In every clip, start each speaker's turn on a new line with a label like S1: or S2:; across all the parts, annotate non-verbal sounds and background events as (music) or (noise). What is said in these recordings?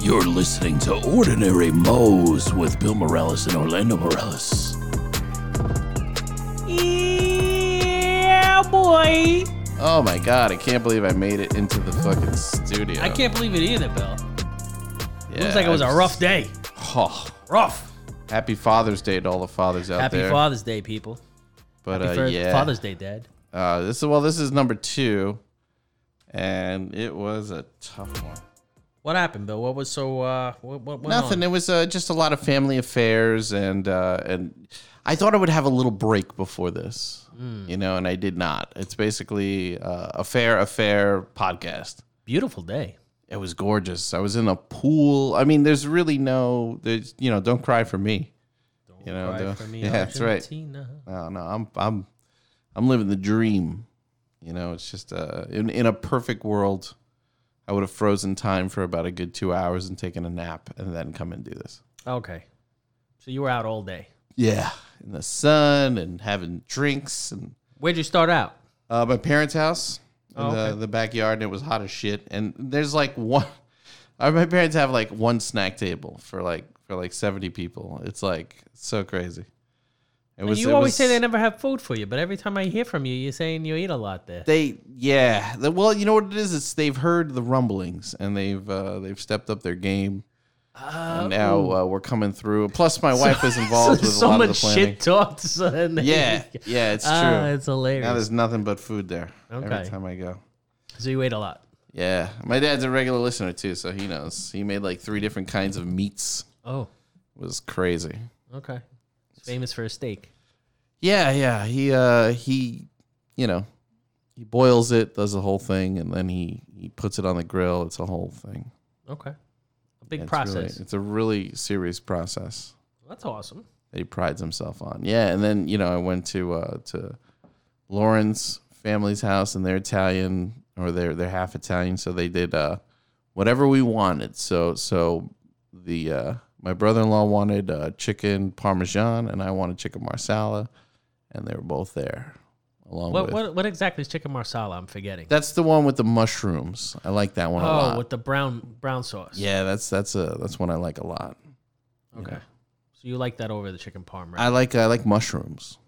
S1: You're listening to Ordinary Moe's with Bill Morales and Orlando Morales.
S2: Yeah, boy.
S3: Oh my god, I can't believe I made it into the fucking studio.
S2: I can't believe it either, Bill.
S3: Yeah,
S2: Looks like it was
S3: I
S2: a
S3: just-
S2: rough day.
S3: Oh,
S2: Rough.
S3: happy Father's Day to all the fathers out
S2: Happy
S3: there.
S2: Father's Day, people.
S3: but
S2: Happy
S3: uh,
S2: fir-
S3: yeah,
S2: Father's Day, Dad.
S3: Uh, this is well, this is number two, and it was a tough one.
S2: What happened, Bill? What was so? Uh, what, what went
S3: Nothing.
S2: On?
S3: It was uh, just a lot of family affairs, and uh, and I thought I would have a little break before this,
S2: Hmm.
S3: you know, and I did not. It's basically uh, a fair affair podcast.
S2: Beautiful day.
S3: It was gorgeous. I was in a pool. I mean, there's really no, there's you know, don't cry for me. you know,
S2: Cry
S3: the-
S2: for me,
S3: (laughs) yeah, that's right.
S2: Argentina.
S3: No, no, I'm I'm I'm living the dream. You know, it's just uh, in in a perfect world, I would have frozen time for about a good two hours and taken a nap, and then come and do this.
S2: Okay. So you were out all day.
S3: Yeah, in the sun and having drinks and
S2: Where'd you start out?
S3: uh, my parents' house, in
S2: Oh,
S3: the
S2: okay.
S3: the backyard, and it was hot as shit. And there's like one. (laughs) uh, My parents have like one snack table for like for like seventy people. It's like so crazy. It was.
S2: you
S3: it
S2: always
S3: was-
S2: say they never have food for you, but every time I hear from you, you're saying you eat a lot there.
S3: They yeah. The- well, you know what it is. It's they've heard the rumblings and they've uh, they've stepped up their game. and now uh, we're coming through. Plus, my (laughs) wife was involved with
S2: Oh. (laughs) so
S3: a lot
S2: much
S3: of the planning.
S2: shit talked. So then they- (laughs)
S3: Yeah, yeah, it's true.
S2: Ah, it's hilarious.
S3: now there's nothing but food there
S2: Okay.
S3: every time I go.
S2: so you ate a lot.
S3: Yeah, my dad's a regular listener too, so he knows. He made like three different kinds of meats.
S2: Oh,
S3: It was crazy.
S2: okay. Famous for a steak.
S3: Yeah, yeah. He uh he you know, he boils it, does the whole thing, and then he he puts it on the grill. It's a whole thing.
S2: Okay. A big
S3: It's
S2: process.
S3: really- it's a really serious process
S2: That's awesome.
S3: that he prides himself on. Yeah, and then, you know, I went to uh to Lauren's family's house and they're Italian or they're they're half Italian, so they did uh whatever we wanted. So so the uh my brother-in-law wanted uh, chicken parmesan and I wanted chicken marsala and they were both there along
S2: What,
S3: with
S2: what what exactly is chicken marsala? I'm forgetting.
S3: That's the one with the mushrooms. I like that one a
S2: oh,
S3: lot.
S2: with the brown brown sauce.
S3: yeah, that's that's a that's one I like a lot.
S2: Okay.
S3: yeah.
S2: So you like that over the chicken parm, right?
S3: I like I like mushrooms.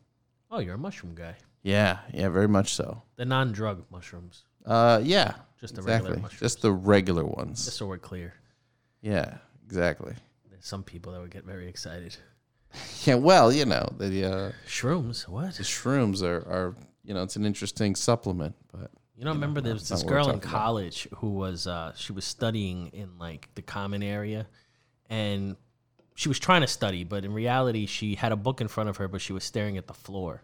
S2: oh, you're a mushroom guy.
S3: Yeah, yeah, very much so.
S2: The non-drug mushrooms.
S3: Uh, yeah,
S2: Just the regular mushrooms.
S3: just the regular ones.
S2: Just so we're clear,
S3: yeah, exactly.
S2: there's some people that would get very excited.
S3: Yeah, well, you know the uh,
S2: Shrooms? What?
S3: the shrooms are are you know it's an interesting supplement, but
S2: You know, remember there was
S3: not
S2: this
S3: what we're
S2: girl in
S3: talking about.
S2: college who was uh, she was studying in like the common area, and she was trying to study, but in reality, she had a book in front of her, but she was staring at the floor.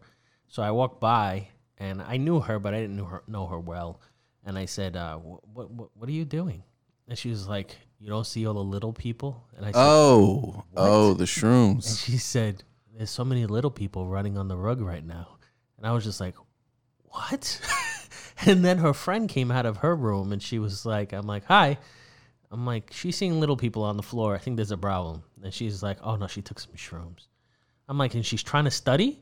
S2: So I walked by, and I knew her, but I didn't know her, know her well. And I said, uh, "What what what are you doing?" And she was like, "You don't see all the little people." And I said,
S3: oh oh the
S2: and
S3: shrooms.
S2: she said, "There's so many little people running on the rug right now," and I was just like, "What?" (laughs) and then her friend came out of her room, and she was like, "I'm like, hi." I'm like, she's seeing little people on the floor. I think there's a problem. And she's like, oh no, she took some shrooms. I'm like, and she's trying to study?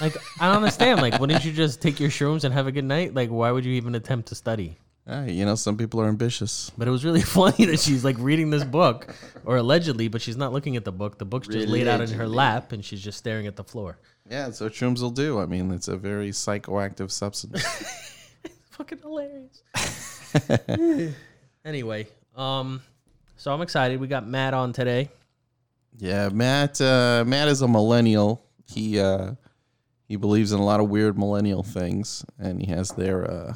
S2: like, I don't understand. Like, wouldn't you just take your shrooms and have a good night? Like, why would you even attempt to study?
S3: Hey, you know some people are ambitious.
S2: But it was really (laughs) funny that she's like reading this book, or allegedly, but she's not looking at the book. The book's just laid out in her lap, and she's just staring at the floor. (laughs)
S3: Yeah, so shrooms will do. I mean, it's a very psychoactive substance.
S2: Fucking (laughs) hilarious. anyway, um, so I'm excited. We got Matt on today.
S3: Yeah, Matt. Uh, Matt is a millennial. He uh, he believes in a lot of weird millennial things, and he has their uh,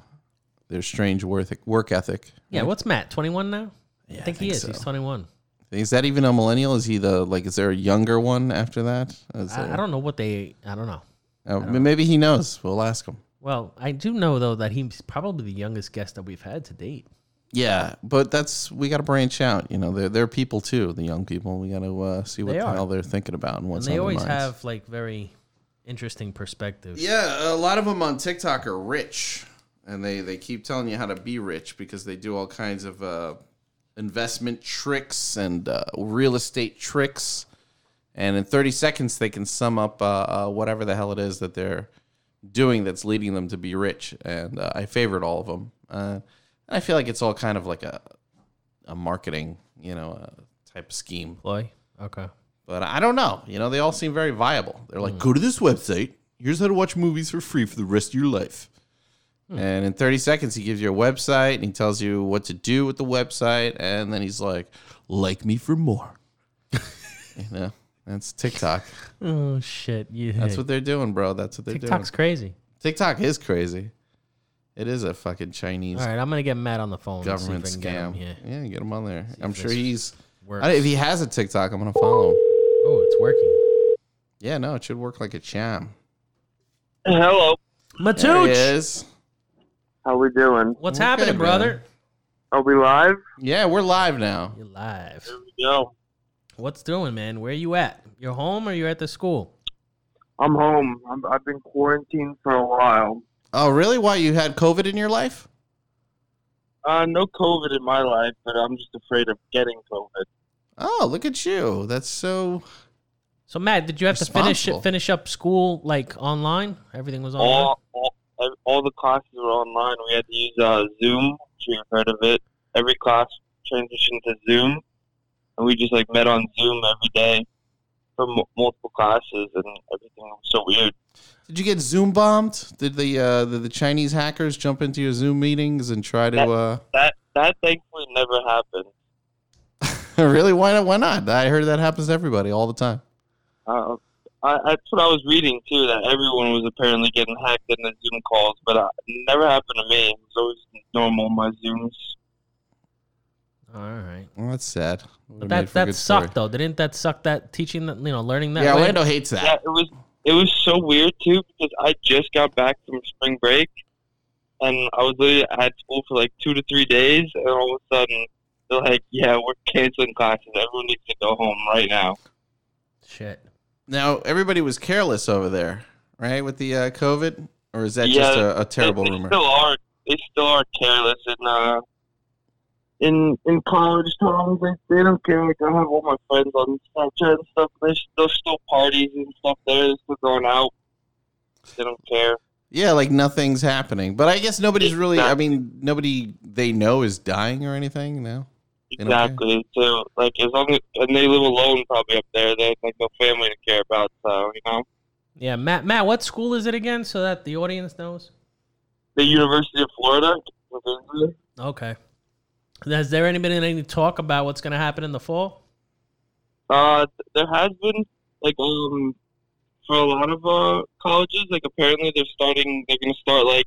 S3: their strange work work ethic.
S2: Yeah, what's Matt? 21 now?
S3: Yeah,
S2: I think, he is. He's 21.
S3: Is that even a millennial? Is he the like? Is there a younger one after that? Is
S2: I, I
S3: there-
S2: don't know what they. I don't know.
S3: uh, maybe he knows. We'll ask him.
S2: Well, I do know though that he's probably the youngest guest that we've had to date.
S3: Yeah, but that's we got to branch out. You know, they're they're people too. The young people. We got to uh, see what
S2: They
S3: the
S2: are.
S3: hell they're thinking about and
S2: And
S3: what's
S2: they
S3: on
S2: always
S3: their minds.
S2: have like very interesting perspectives.
S3: Yeah, a lot of them on TikTok are rich, and they they keep telling you how to be rich because they do all kinds of uh, investment tricks and uh, real estate tricks, and in thirty seconds they can sum up uh, uh, whatever the hell it is that they're doing that's leading them to be rich. And uh, I favored all of them, uh, and I feel like it's all kind of like a a marketing you know, uh, type of scheme.
S2: Ploy. Okay.
S3: But I don't know. You know, they all seem very viable. They're
S2: Mm.
S3: like, go to this website. Here's how to watch movies for free for the rest of your life.
S2: Hmm.
S3: And in 30 seconds, he gives you a website and he tells you what to do with the website. And then he's like, like me for more. you know,
S2: (laughs)
S3: that's TikTok.
S2: Oh shit! Yeah.
S3: That's what they're doing, bro. That's what they're
S2: TikTok's
S3: doing.
S2: crazy.
S3: TikTok is crazy. It is a fucking Chinese
S2: All right, I'm gonna get Matt on the phone. and see if
S3: government
S2: I can get him.
S3: scam.
S2: Yeah.
S3: yeah, get him on there. I'm
S2: if
S3: sure
S2: this
S3: he's. I
S2: Works.
S3: don't- if he has a TikTok, I'm gonna follow him.
S2: oh, it's working.
S3: Yeah, no, it should work like a charm.
S4: Hello.
S3: There he
S2: Matooch,
S3: is.
S4: How we doing?
S2: what's
S3: We're
S2: happening,
S3: good,
S2: brother?
S3: man.
S4: Are we live?
S3: Yeah, we're live now.
S2: You're live.
S4: No.
S2: What's doing, man? Where you at? You're home or you're at the school?
S4: I'm home. I'm, I've been quarantined for a while.
S3: Oh, really? Why you had COVID in your life?
S4: Uh, no COVID in my life, but I'm just afraid of getting COVID.
S3: Oh, look at you. That's so.
S2: So Matt, did you have to finish
S3: Responsible.
S2: finish up school like online? Everything was online.
S4: All, all all the classes were online. We had to use uh, Zoom. I'm sure you've heard of it. Every class transitioned to Zoom, and we just like met on Zoom every day for m- multiple classes, and everything was so weird.
S3: Did you get Zoom bombed? Did the uh, the, the Chinese hackers jump into your Zoom meetings and try to? Uh...
S4: That that thankfully never happened.
S3: uh, (laughs) really? Why not? Why not? I heard that happens to everybody all the time.
S4: Uh, I, that's what I was reading too. That everyone was apparently getting hacked in the Zoom calls, but uh, it never happened to me. It was always normal in my Zooms.
S2: All right.
S3: Well, that's sad.
S2: But that that sucked though. Didn't that suck? That teaching that you know learning that.
S3: Yeah,
S2: way?
S3: Orlando hates
S4: Yeah,
S3: that.
S4: it was. It was so weird too because I just got back from spring break, and I was literally at school for like two to three days, and all of a sudden they're like, "Yeah, we're canceling classes. Everyone needs to go home right now."
S2: Shit.
S3: Now everybody was careless over there, right? With the uh, COVID, or is that
S4: Yeah,
S3: just a, a terrible
S4: they, they
S3: rumor?
S4: Still are they still are careless in uh in in college towns they, they don't care. Like I have all my friends on Snapchat and stuff. There's there's still parties and stuff there. They're still going out. They don't care.
S3: Yeah, like nothing's happening. But I guess nobody's really. I
S4: Exactly.
S3: mean, nobody they know is dying or anything. No. They don't care.
S4: Exactly. So like as long as and they live alone probably up there. They have like no family to care about. So you know
S2: Yeah, Matt. Matt, what school is it again? So that the audience knows.
S4: the University of Florida. Virginia,
S2: Okay. Has there any been any talk about what's going to happen in the fall?
S4: Uh, there has been like um for a lot of uh colleges, like apparently they're starting. They're gonna start like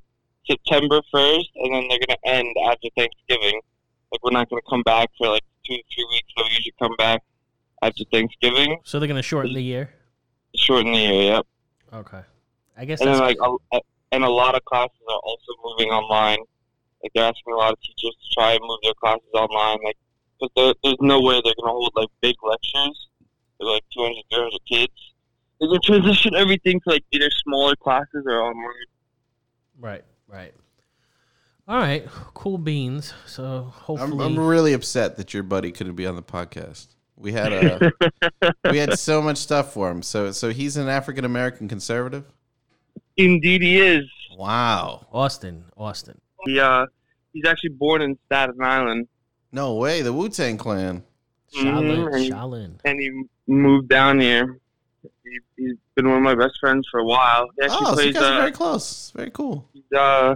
S4: September first, and then they're gonna end after Thanksgiving. Like we're not gonna come back for like two three weeks. So we usually come back after Thanksgiving,
S2: So they're going to shorten the year.
S4: shorten the year. Yep.
S2: Okay. I guess
S4: And
S2: that's
S4: then like a, and a lot of classes are also moving online. Like they're asking a lot of teachers to try and move their classes online. Like, because there, there's no way they're gonna hold like big lectures with like 200, 300 kids. They're gonna transition everything to like either smaller classes or online.
S2: right. Right. All right. Cool beans. So hopefully.
S3: I'm, I'm really upset that your buddy couldn't be on the podcast. We had a, (laughs) we had so much stuff for him. So so he's an African American conservative.
S4: Indeed, he is.
S3: Wow.
S2: Austin. Austin.
S4: He uh, he's actually born in Staten Island,
S3: No way. The Wu Tang Clan.
S2: Shaolin.
S4: Mhm.
S2: Shaolin.
S4: and he moved down here. He, he's been one of my best friends for a while. He actually
S3: Oh, so you
S4: plays
S3: guys are
S4: uh,
S3: very close. Very cool.
S4: he's, uh,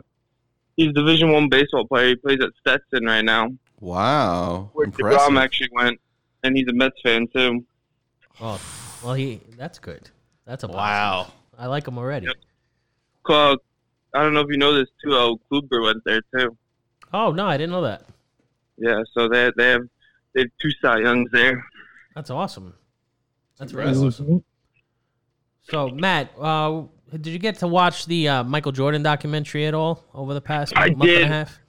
S4: he's a Division One baseball player. He plays at Stetson right now.
S3: Wow.
S4: Where DeGrom
S3: Impressive.
S4: actually went, and he's a Mets fan too.
S2: Oh, well, he. That's good. That's a positive.
S3: Wow.
S2: I like him already.
S4: Yep. Uh, I don't know if you know this too. Oh, Kluber went there too.
S2: Oh no, I didn't know that.
S4: Yeah, so they they have they have two Cy Youngs there.
S2: That's awesome. That's really
S3: Impressive.
S2: awesome. So Matt, uh, did you get to watch the uh, Michael Jordan documentary at all over the past
S4: I
S2: month
S4: did.
S2: and a half?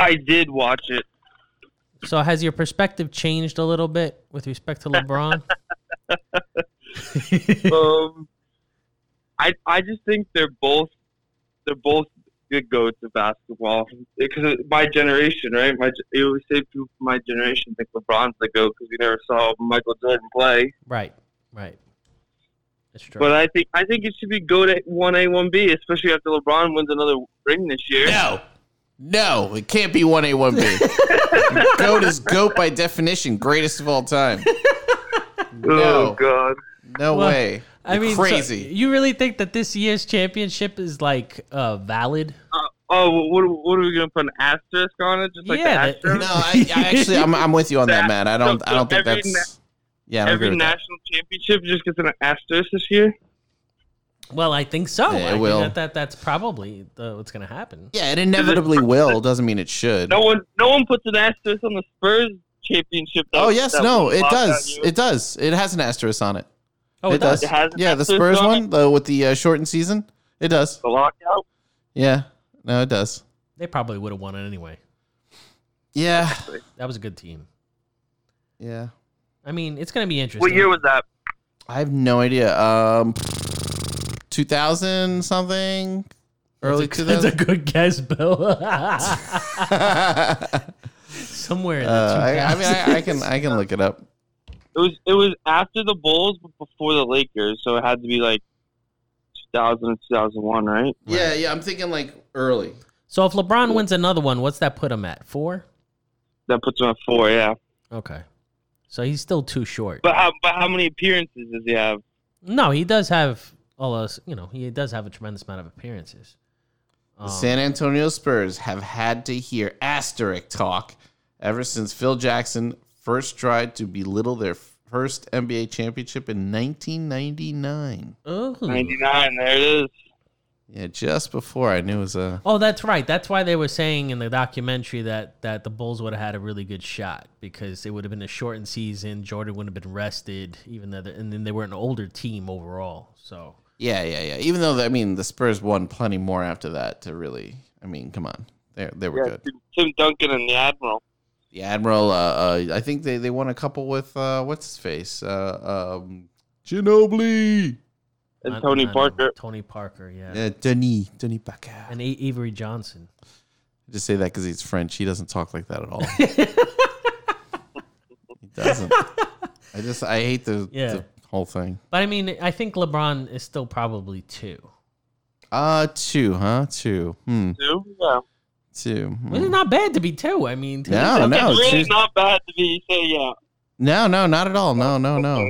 S4: I did watch it.
S2: So has your perspective changed a little bit with respect
S4: (laughs)
S2: to LeBron?
S4: um, I I just think they're both they're both good goats of basketball because my generation, right? My ge- you always say people from my generation think LeBron's the goat because we never saw Michael Jordan play.
S2: right, right. That's true.
S3: uh,
S4: But I think I think it should be goat at one A one B, especially after LeBron wins another ring this year.
S3: No. No, it can't be 1A1B. (laughs) goat is goat by definition, greatest of all time.
S4: (laughs) Oh
S3: No,
S4: god.
S3: no
S2: Well,
S3: way.
S2: I mean, so
S3: crazy.
S2: you really think that this year's championship is like uh, valid?
S4: Oh, what, what are we gonna put an asterisk on it? Just like
S2: Yeah,
S4: the
S2: that-
S3: (laughs)
S4: asterisk?
S3: no, I, I actually, I'm, I'm with you on that,
S4: That-
S3: Matt. I don't,
S4: so-
S3: I don't
S4: so
S3: think
S4: every
S3: that's. Yeah, I don't
S4: Every
S3: agree with that.
S4: national championship just gets an asterisk this year.
S2: Well, I think so.
S3: Yeah, it
S2: I think
S3: will.
S2: That, that that's probably the, what's going to happen.
S3: Yeah, it inevitably will. Doesn't mean it should.
S4: No one, no one puts an asterisk on the Spurs championship. that-
S3: Oh yes,
S4: that
S3: no,
S4: was
S3: it
S4: lost on
S3: does.
S4: you.
S3: It does. It has an asterisk on it.
S2: Oh, it, does.
S4: It has an
S3: Yeah, the
S4: asterisk
S3: Spurs
S4: on
S3: one
S4: it?
S3: though with the uh, shortened season. It does.
S4: The lockout.
S3: Yeah, no, it does.
S2: They probably would have won it anyway.
S3: Yeah,
S2: That was a good team.
S3: yeah.
S2: I mean, it's going to be interesting.
S4: What year was that?
S3: I have no idea. Um, two thousand something, early
S2: That's a-
S3: two
S2: That's a (laughs)
S3: thousand.
S2: good guess, Bill. (laughs)
S3: uh,
S2: Somewhere
S3: (laughs)
S2: in the
S3: I, I
S2: 2000s.
S3: mean, I, I can I can look it up.
S4: It was, it was after the Bulls, but before the Lakers, so it had to be like 2000, 2001, right?
S3: Yeah, yeah. I'm thinking like early.
S2: so if LeBron wins another one, what's that put him at? Four?
S4: That puts him at four, yeah.
S2: Okay. So he's still too short.
S4: But how, but how many appearances does he have?
S2: no, he does have all those, you know, he does have a tremendous amount of appearances.
S3: The
S2: Um,
S3: San Antonio Spurs have had to hear asterisk talk ever since Phil Jackson first tried to belittle their first NBA championship in 1999.
S2: ooh.
S4: 99, there it is.
S3: Yeah, just before I knew it was a.
S2: Oh, that's right. That's why they were saying in the documentary that that the Bulls would have had a really good shot because it would have been a shortened season. Jordan would have been rested, even though, and then they were an older team overall. So
S3: Yeah, yeah, yeah. Even though I mean the Spurs won plenty more after that to really. I mean, come on, they they were
S4: Yeah,
S3: good.
S4: Tim- Tim Duncan and the Admiral.
S3: The Admiral, uh, uh, I think they they won a couple with uh, what's his face, uh, um, Ginobili.
S4: And
S2: I-
S4: Tony
S2: I know.
S4: Parker.
S2: Tony Parker, yeah,
S3: Yeah, Denis Denis Parker.
S2: and a- Avery
S3: (laughs)
S2: Johnson.
S3: Just say that because he's French. He doesn't talk like that at (laughs) all. he
S2: (laughs)
S3: doesn't. I just I hate the,
S2: Yeah.
S3: the whole thing.
S2: But I mean, I think LeBron is still probably two.
S3: Uh two, huh? Two. Hmm.
S4: Too? Yeah.
S3: Two. hmm.
S2: Well, it's not bad to be two. I mean, two
S3: No,
S2: is-
S3: no.
S4: It's really
S3: two-
S4: not bad to be, say, yeah.
S3: No, no, not at all. No, no, no.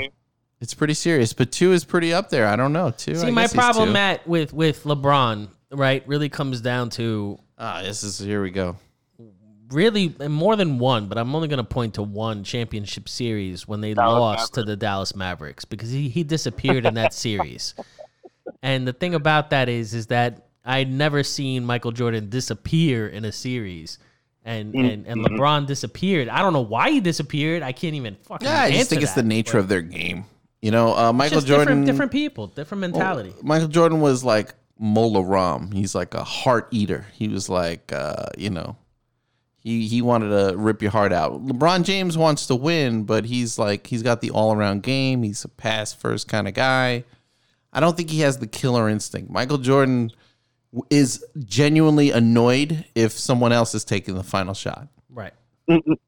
S3: It's pretty serious. But two is pretty up there. I don't know. Two. I
S2: See, my
S3: guess he's
S2: problem,
S3: two.
S2: Matt, with with LeBron, right, really comes down to
S3: Ah, this is here we go.
S2: really and more than one, but I'm only going to point to one championship series when they
S4: Dallas
S2: lost to the Dallas Mavericks because he, he disappeared in that series. And the thing about that is is that I'd never seen Michael Jordan disappear in a series. And, and and LeBron disappeared. I don't know why he disappeared. I can't even fucking.
S3: Yeah, I just
S2: answer
S3: think it's
S2: that.
S3: the nature of their game. You know, uh,
S2: It's
S3: Michael
S2: just
S3: Jordan.
S2: Different, different people, different mentality.
S3: Oh, Michael Jordan was like Mola Ram. He's like a heart eater. He was like, uh, you know, he he wanted to rip your heart out. LeBron James wants to win, but he's like he's got the all around game. He's a pass first kind of guy. I don't think he has the killer instinct. Michael Jordan w- is genuinely annoyed if someone else is taking the final shot.
S2: Right.
S4: Mm-mm.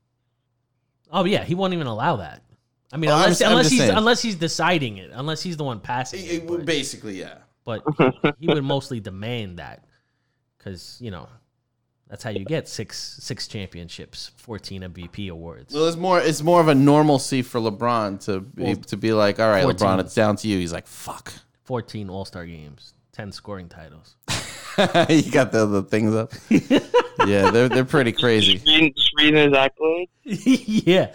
S2: Oh yeah, he won't even allow that. I mean,
S3: Oh, I'm
S2: unless
S3: just- I'm
S2: unless
S3: just
S2: he's
S3: saying.
S2: unless he's deciding it, unless he's the one passing it. but-
S3: Basically, yeah.
S2: but he would mostly demand that because you know that's how you get six six championships, fourteen MVP awards.
S3: Well, it's more it's more of a normalcy for LeBron to be, to be like, all right,
S2: 14.
S3: LeBron, it's down to you. He's like, fuck.
S2: 14 All Star games, 10 scoring titles. (laughs)
S3: (laughs) you got the, the things up. yeah, they're they're pretty crazy.
S4: Reading, just reading his accolades.
S2: yeah.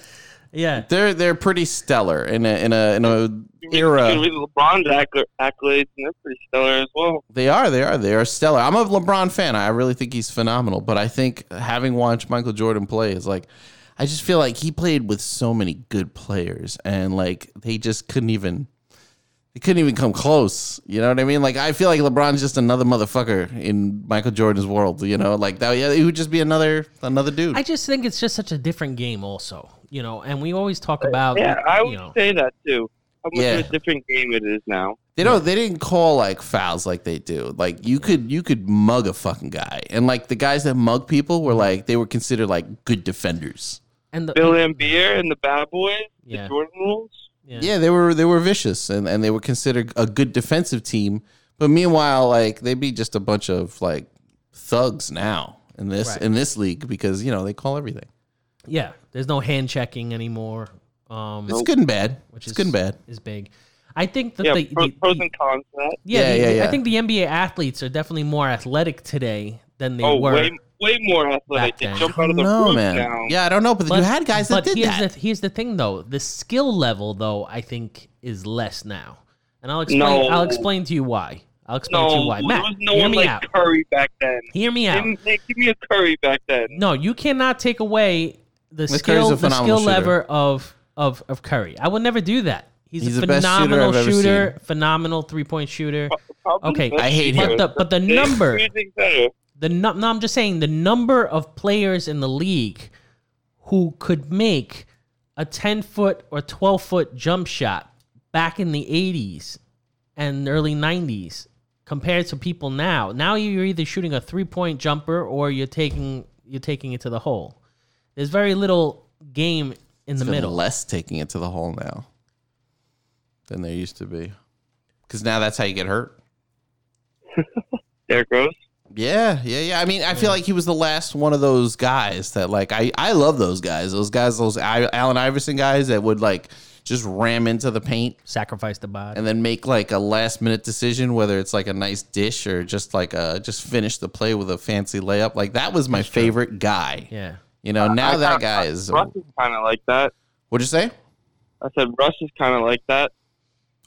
S2: Yeah.
S3: They're they're pretty stellar in a in a in a
S4: You can
S3: era.
S4: read LeBron's acc- accolades, and they're pretty stellar as well.
S3: They are, they are, they are stellar. I'm a LeBron fan. I really think he's phenomenal. But I think having watched Michael Jordan play is like, I just feel like he played with so many good players, and like they just couldn't even, they couldn't even come close. You know what I mean? Like I feel like LeBron's just another motherfucker in Michael Jordan's world. You know, like that. Yeah, he would just be another another dude.
S2: I just think it's just such a different game, also, you know, and we always talk about,
S4: Yeah, I would
S2: you know,
S4: say that too. How much
S3: Yeah.
S4: of a different game it is now.
S3: They don't. They didn't call like fouls like they do. Like you could you could mug a fucking guy, and like the guys that mug people were like they were considered like good defenders.
S2: and the,
S4: Bill Ambier and the Bad Boys,
S2: Yeah.
S4: the Jordan rules.
S2: yeah.
S3: Yeah, they were they were vicious, and and they were considered a good defensive team. But meanwhile, like they'd be just a bunch of like thugs now. in this
S2: Right.
S3: in this league because you know they call everything.
S2: Yeah, there's no hand checking anymore. Um,
S3: It's good and bad.
S2: Which
S3: it's
S2: is-
S3: good and bad.
S2: is big. I think that
S4: Yeah,
S2: the,
S4: pros,
S2: the-
S4: pros and cons to that.
S2: yeah,
S3: Yeah,
S2: the-
S3: yeah,
S2: the- I
S3: yeah.
S2: think the NBA athletes are definitely more athletic today than they
S4: oh,
S2: were.
S4: way way more athletic.
S2: Back
S4: They
S2: then.
S3: I
S4: jump out
S3: don't
S4: of the
S3: know,
S4: roof
S3: man.
S4: now.
S3: Yeah, I don't know, but, you had guys that
S2: but
S3: did
S2: here's
S3: that.
S2: The, here's the thing, though: the skill level, though, I think is less now, and I'll explain.
S4: No.
S2: I'll explain to you why. I'll explain to you
S4: No,
S2: why.
S4: there
S2: Matt,
S4: was no
S2: hear
S4: one
S2: me
S4: like
S2: out.
S4: Curry back then.
S2: Hear me
S4: Give
S2: out.
S4: me- hey, give me a Curry back then.
S2: No, you cannot take away the
S3: Curry's
S2: skill,
S3: a
S2: the
S3: phenomenal
S2: skill
S3: shooter.
S2: lever of of of Curry. I would never do that. He's,
S3: He's
S2: a
S3: the best shooter
S2: phenomenal
S3: I've ever
S2: shooter, phenomenal three point shooter.
S4: Probably
S2: Okay,
S4: the
S3: I hate
S4: best
S3: him.
S2: But the but the
S4: shooter.
S2: number
S4: He's the center.
S2: the num- no, I'm just saying the number of players in the league who could make a 10 foot or 12 foot jump shot back in the 80s and early 90s compared to people now. Now you're either shooting a three point jumper or you're taking you're taking it to the hole. There's very little game in the
S3: It's been
S2: middle.
S3: less taking it to the hole now than there used to be, because now that's how you get hurt.
S4: There it goes.
S3: Yeah, yeah, yeah. I mean, I feel like he was the last one of those guys that like I I love those guys. Those guys, those I, Allen Iverson guys that would like just ram into the paint
S2: Sacrifice the body.
S3: and then make like a last minute decision whether it's like a nice dish or just like a just finish the play with a fancy layup. Like that was my favorite guy.
S2: yeah.
S3: You know, now
S4: I-
S3: that
S4: I-
S3: guy is
S4: Russ is kind of like that.
S3: what'd you say?
S4: I said Russ is kind of like that.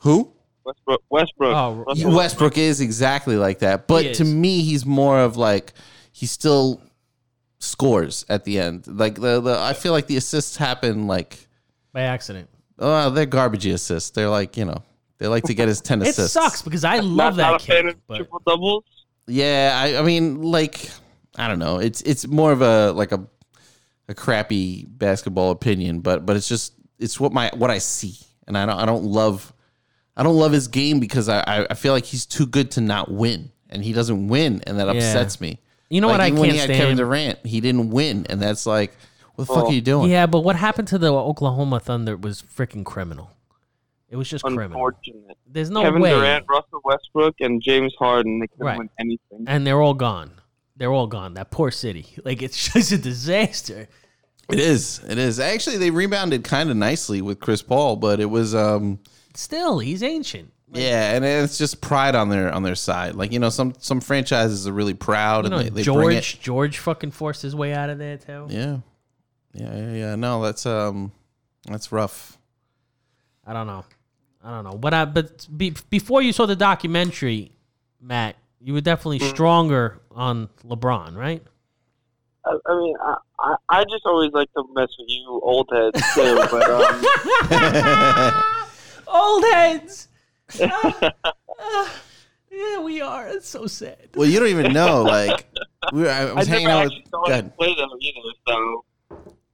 S3: Who?
S4: Westbrook. Westbrook.
S2: Oh,
S4: Russell
S3: Westbrook is exactly like that, but to
S2: is.
S3: me, he's more of like he still scores at the end. Like the, the I feel like the assists happen like
S2: By accident.
S3: oh they're garbagey assists. They're like you know they like to get his ten
S2: It
S3: assists.
S2: sucks because I love
S4: not,
S2: that
S4: not a fan
S2: kid.
S4: of
S2: but-
S4: triple doubles.
S3: Yeah, I, I mean like I don't know. It's it's more of a like a a crappy basketball opinion, but but it's just it's what my what I see, and I don't I don't love I don't love his game because I I, I feel like he's too good to not win, and he doesn't win, and that
S2: Yeah.
S3: upsets me.
S2: You know
S3: Like,
S2: what I
S3: even
S2: can't
S3: when he had
S2: stand?
S3: Kevin Durant, he didn't win, and that's like what the fuck
S4: Well,
S3: are you doing?
S2: Yeah, but what happened to the Oklahoma Thunder was freaking criminal. It was just criminal.
S4: Unfortunate.
S2: There's no
S4: Kevin
S2: way.
S4: Durant, Russell Westbrook, and James Harden. They couldn't
S2: Right.
S4: win anything.
S2: And they're all gone. They're all gone. That poor city. (laughs) Like it's just a disaster.
S3: It is, it is. Actually, they rebounded kind of nicely with Chris Paul, but it was um.
S2: Still, he's ancient.
S3: Yeah, and it's just pride on their on their side. Like you know, some some franchises are really proud
S2: You
S3: and
S2: know,
S3: they, they bring it.
S2: George George fucking forced his way out of there too.
S3: Yeah, yeah, yeah, yeah. No, that's um, that's rough. (laughs)
S2: I don't know. I don't know. But I but be, before you saw the documentary, Matt, you were definitely
S3: Mm.
S2: stronger on LeBron,
S3: (laughs)
S2: right?
S4: I, I mean, I, I, I just always like to mess with you old heads too. but um,
S2: (laughs) Old
S4: (laughs)
S2: heads. Ah, ah. yeah, we are. It's so sad.
S3: Well, you don't even know. Like we, were, I
S4: I
S3: was hanging
S4: never
S3: out with.
S4: actually
S3: go
S4: saw him
S3: ahead.
S4: play though either. So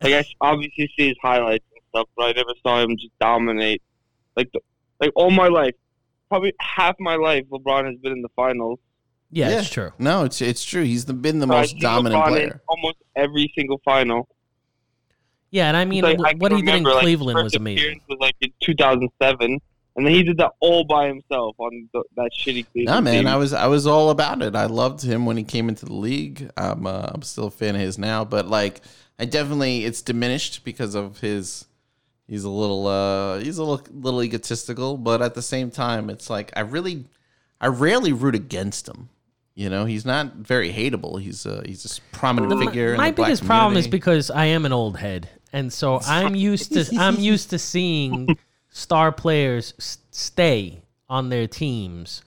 S4: I guess obviously see his highlights and stuff, but I never saw him just dominate. Like the, like all my life, probably half my life, LeBron has been in the finals.
S2: Yeah,
S3: Yeah.
S2: it's true.
S3: No, it's it's true. He's the, been the
S4: So I
S3: most
S4: see
S3: dominant
S4: LeBron In
S3: player.
S4: almost every single final.
S2: Yeah, and I mean,
S4: Like, I
S2: what
S4: can
S2: he did in
S4: remember, like,
S2: Cleveland
S4: first
S2: was amazing.
S4: appearance was like in 2007, and then he did that all by himself on the, that shitty Cleveland
S3: No, man,
S4: team.
S3: I was I was all about it. I loved him when he came into the league. I'm uh, I'm still a fan of his now, but like I definitely it's diminished because of his. He's a little uh he's a little little egotistical, but at the same time, it's like I really, I rarely root against him. You know, he's not very hateable. He's a he's a s- prominent
S2: The- my-
S3: figure. in
S2: my
S3: the black
S2: biggest problem is
S3: community.
S2: because I am an old head, and so I'm used
S3: (laughs)
S2: to I'm used to seeing star players s- stay on their teams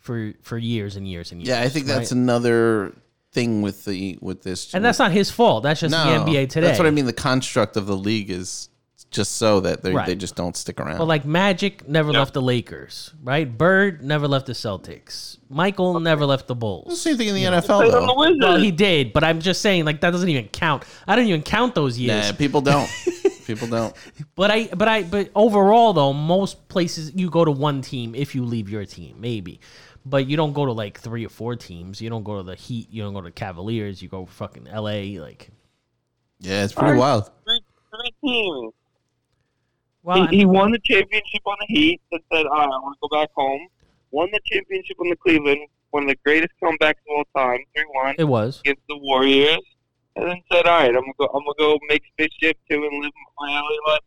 S2: for for years and years and years.
S3: yeah, I think that's another thing with the with this.
S2: and that's not his fault. That's just the NBA today.
S3: That's what I mean. The construct of the league is just so that they
S2: Right.
S3: they just don't stick around.
S2: But like Magic never left the Lakers, right? Bird never left the Celtics. Michael never left the Bulls.
S3: Same thing in the NFL
S4: Played on the
S3: though.
S4: Wizards.
S2: Well, he did, but I'm just saying, like that doesn't even count. I don't even count those years.
S3: Nah,
S2: (laughs)
S3: people don't. people don't.
S2: But I, but I, but overall though, most places you go to one team if you leave your team, maybe. But you don't go to like three or four teams. You don't go to the Heat. You don't go to the Cavaliers. You go fucking L.A. Like,
S3: Yeah, it's pretty wild.
S4: three, three teams.
S2: well,
S4: he, he won the championship on the Heat and said, "All right, I want to go back home." Won the championship on the Cleveland. one of the greatest comebacks of all time, three one
S2: It was.
S4: against the Warriors, and then said, "All right, I'm gonna go, I'm gonna go make spaceship two and live my alley life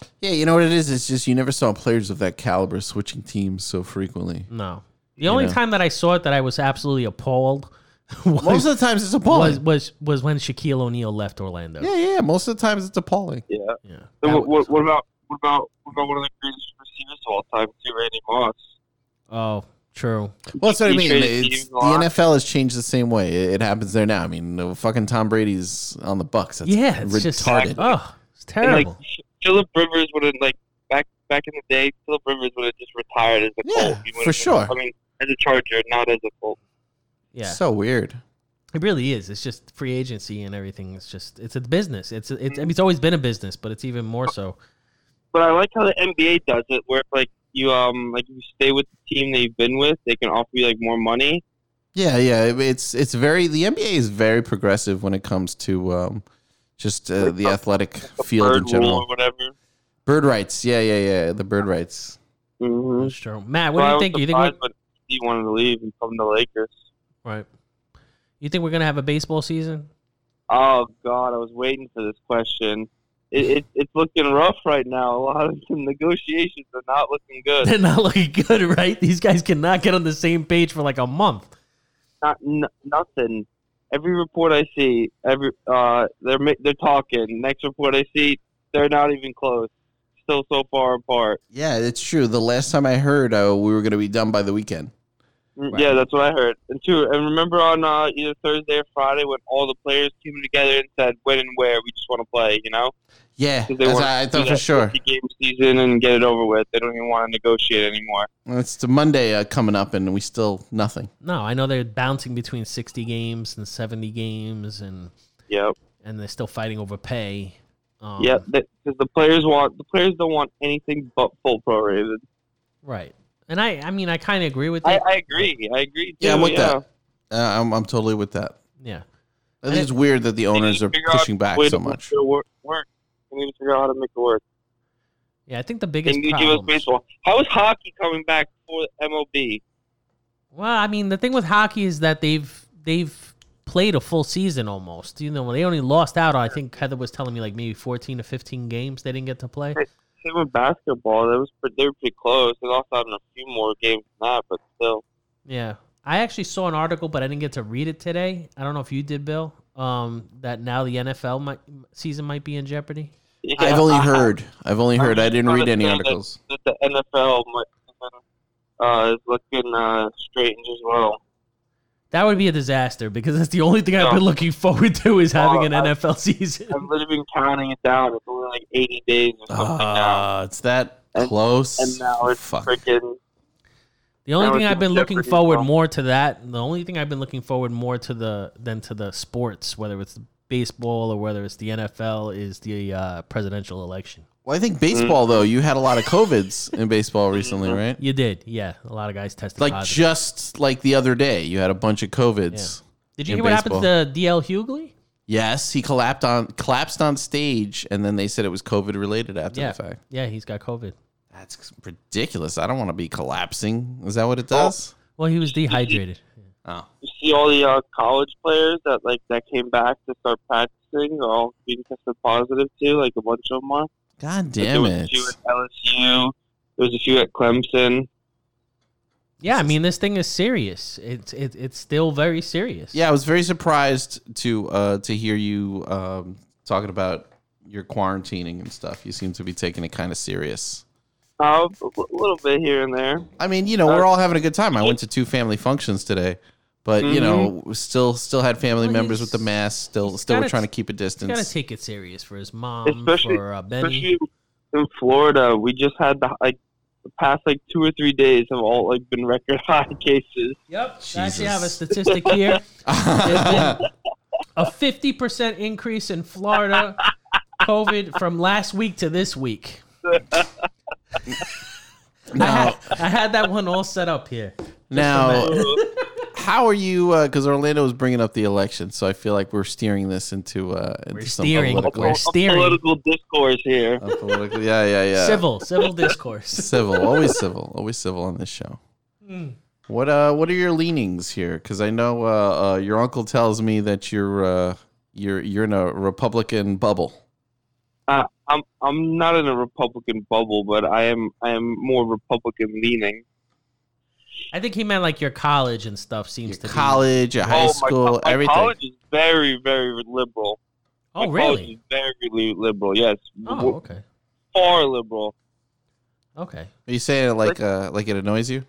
S4: now."
S3: Yeah, you know what it is? It's just you never saw players of that caliber switching teams so frequently.
S2: No. The only
S3: know.
S2: time that I saw it that I was absolutely appalled (laughs)
S3: Most
S2: was
S3: of the times it's
S2: was,
S3: appalling.
S2: was was when Shaquille O'Neal left Orlando.
S3: Yeah, yeah. Most of the times it's appalling.
S4: Yeah.
S2: Yeah.
S4: So
S2: That
S4: what,
S2: was-
S4: what, what about what about what about one of the greatest receivers of all time, too, Randy Moss?
S2: Oh, true.
S3: Well, that's what I
S4: He
S3: mean.
S4: traded
S3: It's,
S4: teams a
S3: the
S4: lot.
S3: NFL has changed the same way. It, it happens there now. I mean, no, fucking Tom Brady's on the Bucks. That's
S2: yeah, it's just
S3: retarded.
S2: oh, it's
S4: And like
S2: terrible.
S4: Philip Rivers would have like back back in the day, Philip Rivers would have just retired as a
S3: Yeah,
S4: Colt. He would've
S3: for
S4: been-
S3: sure.
S4: I mean, as a Charger, not as a Colt.
S2: yeah,
S3: So weird.
S2: it really is. It's just free agency and everything. It's just it's a business. It's it's I mean, it's always been a business, but it's even more so.
S4: But I like how the NBA does it, where like you um like you stay with the team that you've been with, they can offer you like more money.
S3: Yeah, yeah. it- It's it's very the NBA is very progressive when it comes to um, just uh, the athletic
S4: the
S3: field in
S4: bird rule or
S3: general.
S4: whatever.
S3: Bird rights. Yeah, yeah, yeah. The bird rights.
S4: Mm-hmm.
S2: That's true. Matt, what do you think? You think we're,
S4: but he wanted to leave and come to Lakers.
S2: right? You think we're gonna have a baseball season? (laughs)
S4: Oh God, I was waiting for this question. It, it, it's looking rough right now. A lot of the negotiations are not looking
S2: (laughs)
S4: good.
S2: They're not looking good, right? These guys cannot get on the same page for like a month.
S4: not n- nothing. Every report I see, every uh, they're ma- they're talking. Next report I see, they're not even close. Still so far apart.
S3: Yeah, it's true. The last time I heard, uh, we were going to be done by the weekend.
S4: Mm,
S2: Right.
S4: Yeah, that's what I heard. And two, and remember on uh, either Thursday or Friday when all the players came together and said when and where we just want to play. You know,
S3: Yeah,
S4: 'Cause
S3: that's
S4: wanna
S3: I, I
S4: do
S3: thought for
S4: that
S3: sure.
S4: 50 game season and get it over with. They don't even want to negotiate anymore.
S3: It's the Monday uh, coming up, and we still nothing.
S2: No, I know they're bouncing between sixty games and seventy games, and
S4: Yep.
S2: and they're still fighting over pay. Um,
S3: Oh.
S4: Yeah, because the players want the players don't want anything but full prorated.
S2: Right. And I, I mean, I kind of agree with
S4: I,
S2: it.
S4: I agree. I agree. Too,
S3: Yeah, I'm with that. Uh, I'm, I'm totally with that.
S2: yeah.
S3: I think it's weird that the
S4: They need
S3: owners
S4: to
S3: are
S4: figure out
S3: pushing back
S4: way
S3: so
S4: to make
S3: much.
S4: it Work, work. We need to figure out how to make it work.
S2: Yeah. I think the
S4: They
S2: biggest
S4: need to give us
S2: problem.
S4: baseball. How is hockey coming back for MLB?
S2: Well, I mean, the thing with hockey is that they've they've played a full season almost. You know, they only lost out. on- I think Heather was telling me like maybe fourteen to fifteen games they didn't get to play.
S4: Same with basketball. That was pre- they were pretty close. They lost out in a few more games than that, but still.
S2: Yeah. I actually saw an article, but I didn't get to read it today. I don't know if you did, Bill. Um, that now the NFL might, season might be in jeopardy.
S3: I've
S4: Yeah,
S3: only
S4: I-
S3: heard. I've only heard. I didn't read any
S4: Yeah,
S3: articles.
S4: that the NFL might, uh, is looking uh, straightened as well.
S2: That would be a disaster because that's the only thing I've
S4: No.
S2: been looking forward to is having an
S4: Oh, I-
S2: NFL (laughs) season.
S4: I've literally been counting it down. It's only like 80 days or something now.
S3: Ah, it's that
S4: And-
S3: close.
S4: And now it's
S3: Fuck.
S4: freaking.
S2: The only
S4: Now
S2: thing
S4: it's
S2: I've been
S4: in
S2: looking
S4: jeopardy,
S2: forward
S4: bro.
S2: more to that, the only thing I've been looking forward more to the than to the sports, whether it's baseball or whether it's the NFL, is the uh, presidential election.
S3: Well, I think baseball though. You had a lot of covids
S2: (laughs)
S3: in baseball recently,
S4: Mhm.
S3: right?
S2: You did, yeah. A lot of guys tested
S3: Like
S2: positive.
S3: just like the other day, you had a bunch of covids.
S2: did you
S3: in
S2: hear what happened to DL Hughley?
S3: Yes, he collapsed on collapsed on stage, and then they said it was COVID related after
S2: Yeah,
S3: the fact.
S2: yeah, he's got COVID.
S3: That's ridiculous. I don't want to be collapsing. Is that what it does?
S2: Well, he was dehydrated.
S3: Oh,
S4: You see all the uh, college players that like that came back to start practicing, are all being tested positive too. Like a bunch of them are.
S3: god
S4: Like,
S3: damn
S4: There was a
S3: it!
S4: few at LSU. There was a few at Clemson.
S2: Yeah, I mean this thing is serious. It's it, it's still very serious.
S3: Yeah, I was very surprised to uh, to hear you um, talking about your quarantining and stuff. You seem to be taking it kind of serious.
S4: Uh, a l- little bit here and there.
S3: I mean, you know,
S2: Uh,
S3: we're all having a good time. I went to two family functions today, but you know,
S2: Mm-hmm.
S3: still still had family
S2: Well,
S3: members with
S2: he's-
S3: the mask. Still,
S2: he's
S3: still were
S2: gotta
S3: trying to
S2: t-
S3: keep a
S2: you gotta
S3: distance.
S2: take it serious for his mom,
S4: Especially-
S2: for uh, Benny.
S4: Especially in Florida, we just had the like the past like two or three days have all like been record (laughs) high cases.
S2: Yep, I actually
S3: Jesus.
S2: have a statistic here. a 50% increase in Florida COVID from last week to this week. I,
S3: now,
S2: had, I had that one all set up here.
S3: now,
S4: Uh,
S3: how are you? Because Orlando was bringing up the election, so I feel like we're steering this into uh, into
S2: We're
S3: some
S2: steering.
S3: political.
S2: We're
S4: a
S2: steering.
S4: political discourse here.
S3: a political- yeah, yeah, yeah.
S2: Civil, civil discourse.
S3: civil, always civil, always civil on this show. What uh what are your leanings here? Because I know uh, uh your uncle tells me that you're uh you're you're in a Republican bubble.
S4: Uh, I'm I'm not in a Republican bubble, but I am I am more Republican leaning.
S2: I think he meant like your college and stuff seems to
S3: Your college, your high
S4: oh my,
S3: school,
S4: co- my
S3: everything.
S4: college is very very liberal.
S2: be. Oh,
S4: my College
S2: really?
S4: is very li- liberal. Yes,
S2: Oh,
S4: W-
S2: okay.
S4: far liberal.
S2: Okay.
S3: Are you saying it like uh like it annoys you?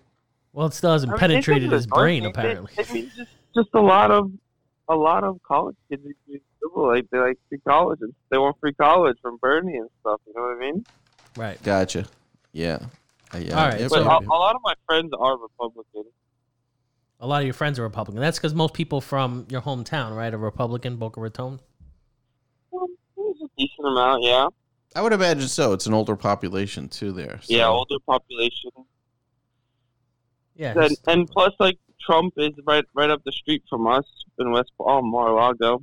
S2: Well, it still hasn't
S4: I mean,
S2: penetrated
S4: it's just
S2: his brain,
S4: annoying. It-
S2: apparently.
S4: it means just, just a lot of a lot of college kids are just liberal. Like they like free college and they want free college from Bernie and stuff. You know what I mean?
S2: Right.
S3: Gotcha. Yeah. Uh, yeah.
S2: All right,
S3: It-
S2: so-
S4: But
S2: That's
S4: a,
S2: right.
S4: a lot of my friends are Republican.
S2: A lot of your friends are Republican. That's because most people from your hometown, right, are Republican, Boca Raton.
S4: Well, there's a decent amount, yeah.
S3: I would imagine so. It's an older population too there. so-
S4: Yeah, older population.
S2: Yeah.
S4: And,
S2: he's-
S4: and plus, like Trump is right right up the street from us in West Palm, Mar-a-Lago.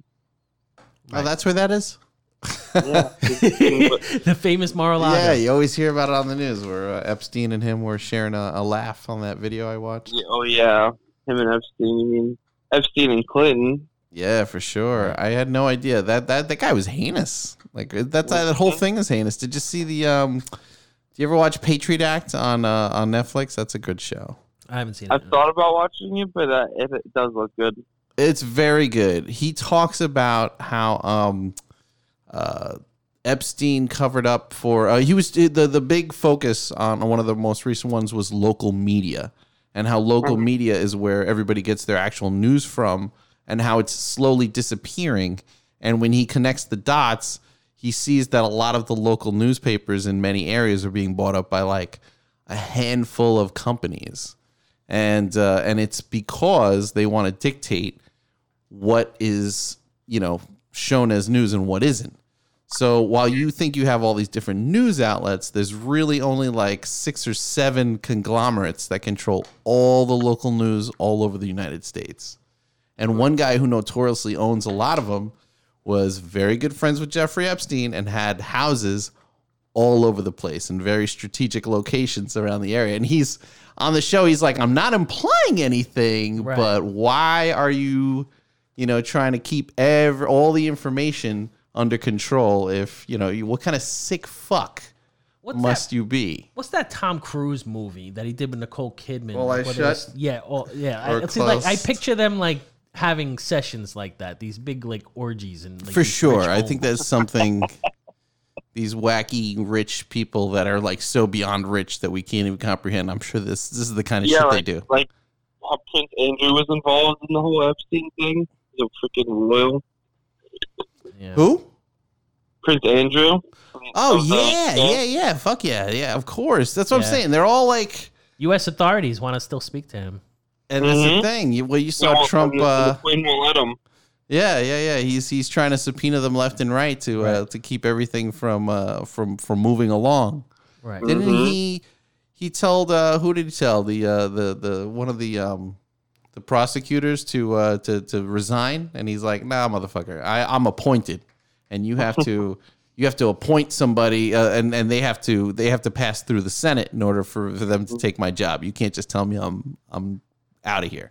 S3: Oh, that's where that is? (laughs)
S4: Yeah,
S2: (laughs) the famous Mar-a-Lago.
S3: Yeah, you always hear about it on the news where uh, Epstein and him were sharing a, a laugh on that video I watched.
S4: Yeah, (laughs) oh yeah, him and Epstein. I mean, Epstein and Clinton.
S3: Yeah, for sure. I had no idea that that that guy was heinous. Like uh, that that whole thing is heinous. Did you see the um? Do you ever watch Patriot Act on uh, on Netflix? That's a good show.
S2: I haven't seen it.
S4: I've thought about watching it, but uh, it, it does look good.
S3: It's very good. He talks about how um, uh, Epstein covered up for uh, he was the the big focus on one of the most recent ones was local media and how local media is where everybody gets their actual news from and how it's slowly disappearing and when he connects the dots he sees that a lot of the local newspapers in many areas are being bought up by like a handful of companies and uh, and it's because they want to dictate what is you know shown as news and what isn't so while you think you have all these different news outlets, there's really only like six or seven conglomerates that control all the local news all over the United States. And one guy who notoriously owns a lot of them was very good friends with Jeffrey Epstein and had houses all over the place in very strategic locations around the area. And he's on the show, he's like, I'm not implying anything,
S2: Right.
S3: but why are you, you know, trying to keep every, all the information under control if, you know, you, what kind of sick fuck
S2: What's
S3: must
S2: that?
S3: you be?
S2: What's that Tom Cruise movie that he did with Nicole Kidman?
S3: All Eyes
S2: Whether
S3: Shut?
S2: it's- Yeah, all, yeah. I,
S3: Or
S2: it's like I
S3: Close?
S2: picture them like having sessions like that, these big like orgies and like,
S3: For
S2: these rich
S3: sure. I
S2: homes.
S3: think that's
S2: (laughs)
S3: something these wacky rich people that are like so beyond rich that we can't even comprehend. I'm sure this this is the kind of
S4: yeah,
S3: shit
S4: like,
S3: they do.
S4: like how Prince Andrew was involved in the whole Epstein thing. The freaking royal
S2: Yeah.
S3: Who?
S4: Prince Andrew. Uh,
S3: Oh
S4: Of the-
S3: yeah, yeah, yeah. Fuck yeah, yeah. Of course. That's what
S2: Yeah.
S3: I'm saying. They're all like,
S2: U.S. authorities want to still speak to him.
S3: and that's the
S4: Mhm.
S3: thing. You, Mm-hmm. well, you
S4: They
S3: saw
S4: won't-
S3: Trump.
S4: the-
S3: Uh,
S4: the Queen will let him.
S3: yeah, yeah, yeah. He's he's trying to subpoena them left and right to uh,
S2: Right.
S3: to keep everything from uh, from from moving along.
S2: Right.
S4: Mm.
S3: Didn't
S4: Mhm.
S3: he? He told uh, who did he tell the uh, the the one of the um, the prosecutors to uh, to to resign, and he's like, "Nah, motherfucker, I, I'm appointed, and you have to you have to appoint somebody, uh, and and they have to they have to pass through the Senate in order for, for them to take my job. You can't just tell me I'm I'm out of here."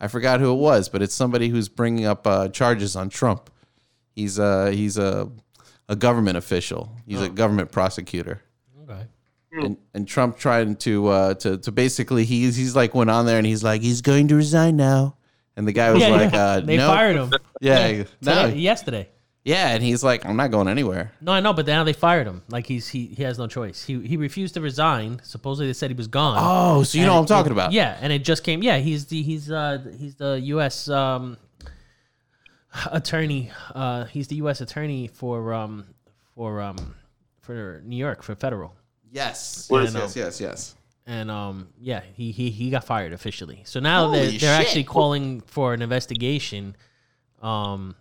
S3: I forgot who it was, but it's somebody who's bringing up uh, charges on Trump. He's uh he's a a government official. He's a government prosecutor
S2: Okay.
S3: and, and Trump trying to uh, to to basically he's he's like went on there and he's like he's going to resign now, and the guy was
S2: yeah,
S3: like
S2: yeah.
S3: uh,
S2: they
S3: no,
S2: fired
S3: (laughs)
S2: him
S3: yeah, no,
S2: today- yesterday.
S3: yeah, and he's like I'm not going anywhere.
S2: No, I know, but now they fired him. Like he's he, he has no choice. He he refused to resign. Supposedly they said he was gone.
S3: Oh, so you know
S2: And
S3: what I'm
S2: it-
S3: talking
S2: it-
S3: about?
S2: Yeah, and it just came. Yeah, he's the he's uh he's the U.S. um attorney. Uh, he's the U.S. attorney for um for um for New York for federal.
S3: Yes,
S2: Yeah,
S3: yes,
S2: no.
S3: yes, yes, yes.
S2: And um yeah, he he he got fired officially. So now
S3: Holy
S2: they're they're
S3: shit.
S2: actually calling for an investigation, um,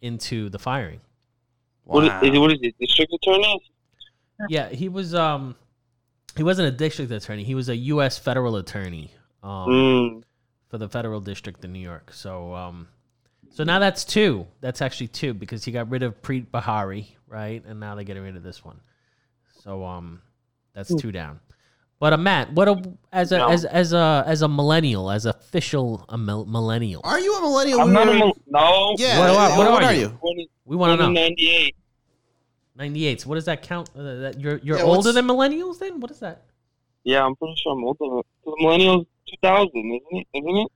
S2: into the firing.
S4: What
S3: Wow.
S4: is, is, what is it? District attorney?
S2: Yeah, he was um he wasn't a district attorney. He was a U.S. federal attorney.
S3: Oh.
S2: Um,
S4: Mm.
S2: for the federal district in New York. So um so now that's two. That's actually two because he got rid of Preet Bahari, right? And now they're getting rid of this one. So um that's two down. But uh, Matt, what a as a
S4: No.
S2: as as a as a millennial, as official a mil- millennial,
S3: Are you a millennial?
S4: I'm
S3: We
S4: not a
S3: were-
S4: mil- no.
S3: Yeah.
S2: What- what- what are you? we want to
S4: I'm
S2: know.
S4: 98.
S2: Ninety eight. So what does that count? Uh, that you're you're
S3: Yeah,
S2: older
S3: what's-
S2: than millennials? Then what is that?
S4: Yeah, I'm pretty sure I'm older. than- 'cause millennials 2000, isn't it? Isn't it?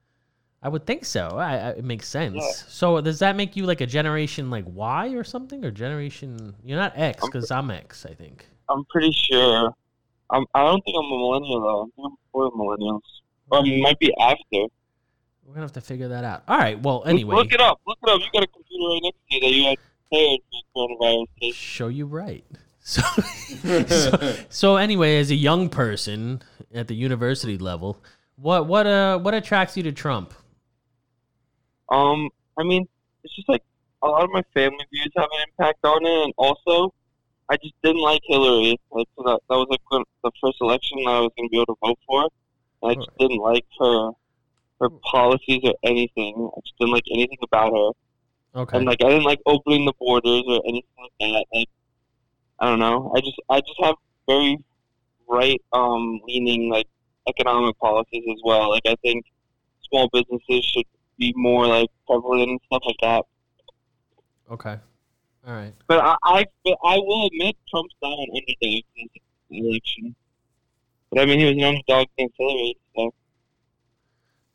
S2: I would think so. I, I, it makes sense.
S4: Yeah.
S2: So does that make you like a generation like Y or something or generation? You're not X
S4: I'm-
S2: because I'm X. I think.
S4: I'm pretty sure. I'm, I don't think I'm a millennial though. I think I'm before the millennials, or I might be after.
S2: We're gonna have to figure that out. All right. Well, anyway,
S4: look it up. Look it up. You got a computer right next to you that you had prepared for coronavirus. case.
S2: show you right. (laughs) So, so, (laughs) so anyway, as a young person at the university level, what what uh what attracts you to Trump?
S4: Um, I mean, it's just like a lot of my family views have an impact on it, and also, I just didn't like Hillary. Like so that, that was like one- the first election that I was gonna be able to vote for. And I just
S2: Alright.
S4: didn't like her, her policies or anything. I just didn't like anything about her.
S2: Okay.
S4: And like I didn't like opening the borders or anything like that. Like I don't know. I just I just have very right um leaning like economic policies as well. Like I think small businesses should be more like prevalent and stuff like that.
S2: okay. All right.
S4: But I I, but I will admit Trump's not an underdog in the election. But I mean he was an underdog against Hillary, so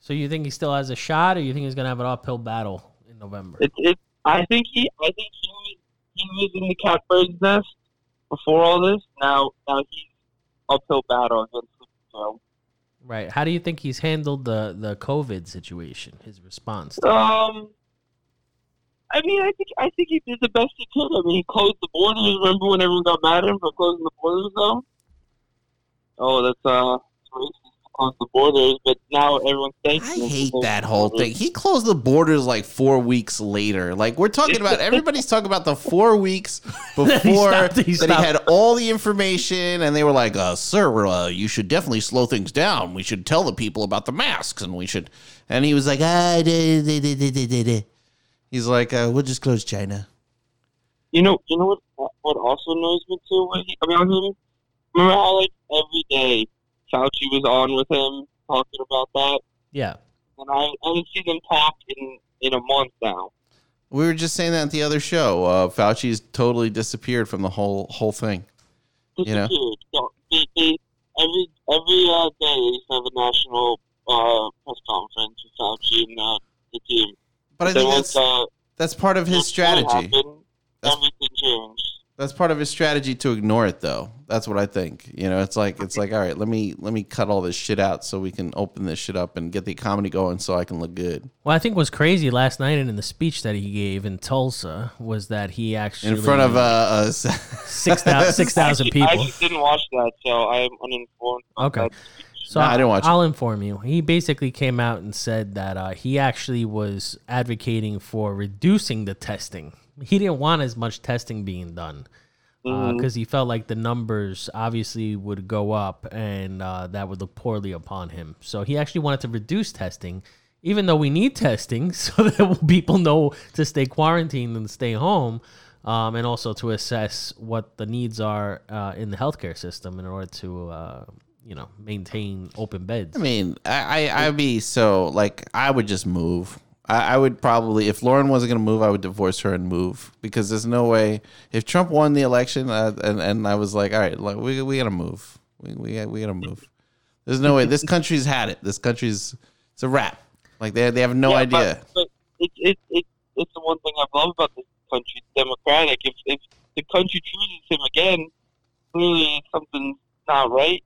S2: So you think he still has a shot, or you think he's gonna have an uphill battle in November?
S4: It, it, I think he, I think he was, he was in the catbird's nest before all this. Now, now he's uphill battle against him. So,
S2: right. How do you think he's handled the the COVID situation? His response. to-
S4: um, I mean, I think, I think he did the best he could. I mean, he closed the borders. Remember when everyone got mad at him for closing the borders, though? Oh, that's uh, it's racist to close the borders, but now everyone's thanking
S3: I
S4: him for
S3: hate
S4: closing
S3: that
S4: the
S3: whole
S4: borders.
S3: thing. He closed the borders like four weeks later. Like we're talking about, everybody's talking about the four weeks (laughs)
S2: (laughs)
S3: before
S2: That he stopped- he
S3: that he
S2: stopped.
S3: had all the information, and they were like, uh, "Sir, uh, you should definitely slow things down. We should tell the people about the masks, and we should." And he was like, "Ah, da, da, da, da, da, da, da." he's like, uh, "We'll just close China."
S4: You know, you know what? What also annoys me too when he, about him. Remember how like every day Fauci was on with him talking about that,
S2: yeah.
S4: and I, I haven't seen them talk in in a month now.
S3: We were just saying that at the other show. Uh, Fauci's totally disappeared from the whole whole thing. You know?
S4: Disappeared. So they, they, every every uh, day they used to have a national uh, press conference with Fauci and uh, the team.
S3: But I
S4: Then
S3: think
S4: once
S3: that's
S4: uh,
S3: that's part of his
S4: once that
S3: strategy.
S4: happened,
S3: That's-
S4: everything changed.
S3: That's part of his strategy to ignore it, though. That's what I think. You know, it's like it's like all right, let me let me cut all this shit out so we can open this shit up and get the economy going so I can look good
S2: Well, I think what's crazy last night and in the speech that he gave in Tulsa was that he actually
S3: in front of uh, uh (laughs)
S2: six
S4: (laughs)
S2: thousand six thousand
S4: I
S2: people.
S4: actually didn't watch that, so I'm uninformed. about
S2: Okay.
S4: that.
S2: So
S3: Nah, I
S2: I,
S3: didn't watch it.
S2: will inform you. He basically came out and said that uh, he actually was advocating for reducing the testing. He didn't want as much testing being done because
S4: Mhm.
S2: Uh, he felt like the numbers obviously would go up and uh, that would look poorly upon him. So he actually wanted to reduce testing, even though we need testing (laughs) so that people know to stay quarantined and stay home. Um, and also to assess what the needs are uh, in the healthcare system in order to, uh, you know, maintain open beds.
S3: I mean, I, I I'd be so like I would just move. I, I would probably if Lauren wasn't gonna move, I would divorce her and move because there's no way if Trump won the election uh, and and I was like, all right, like we we gotta move. We we we gotta move. There's no way this country's had it. This country's it's a wrap. Like they they have no
S4: Yeah, but-
S3: idea.
S4: But, it, it, it, it's the one thing I love about this country. It's democratic. If, if the country chooses him again, clearly something's not right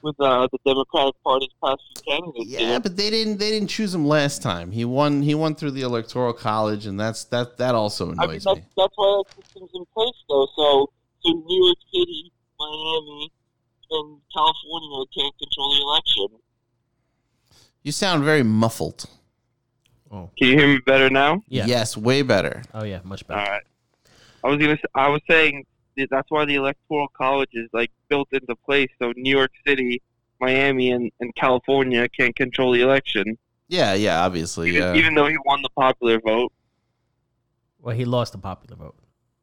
S4: with uh, the Democratic Party's past few candidates. you
S3: Yeah,
S4: know?
S3: but they didn't they didn't choose him last time. He won he won through the electoral college and that's that that also
S4: I mean,
S3: annoys
S4: that's,
S3: me.
S4: that's why that system's in place, though. So, so New York City, Miami, and California can't control the election.
S3: You sound very muffled.
S2: Oh,
S4: Can you hear me better now?
S2: yeah.
S3: Yes, way better.
S2: Oh, yeah. Much better.
S4: All right. I was gonna. s- I was saying that that's why the electoral college is like built into place, so New York City, Miami, and, and California can't control the election,
S3: Yeah, yeah, obviously.
S4: even,
S3: Yeah.
S4: even though he won the popular vote.
S2: Well, he lost the popular vote.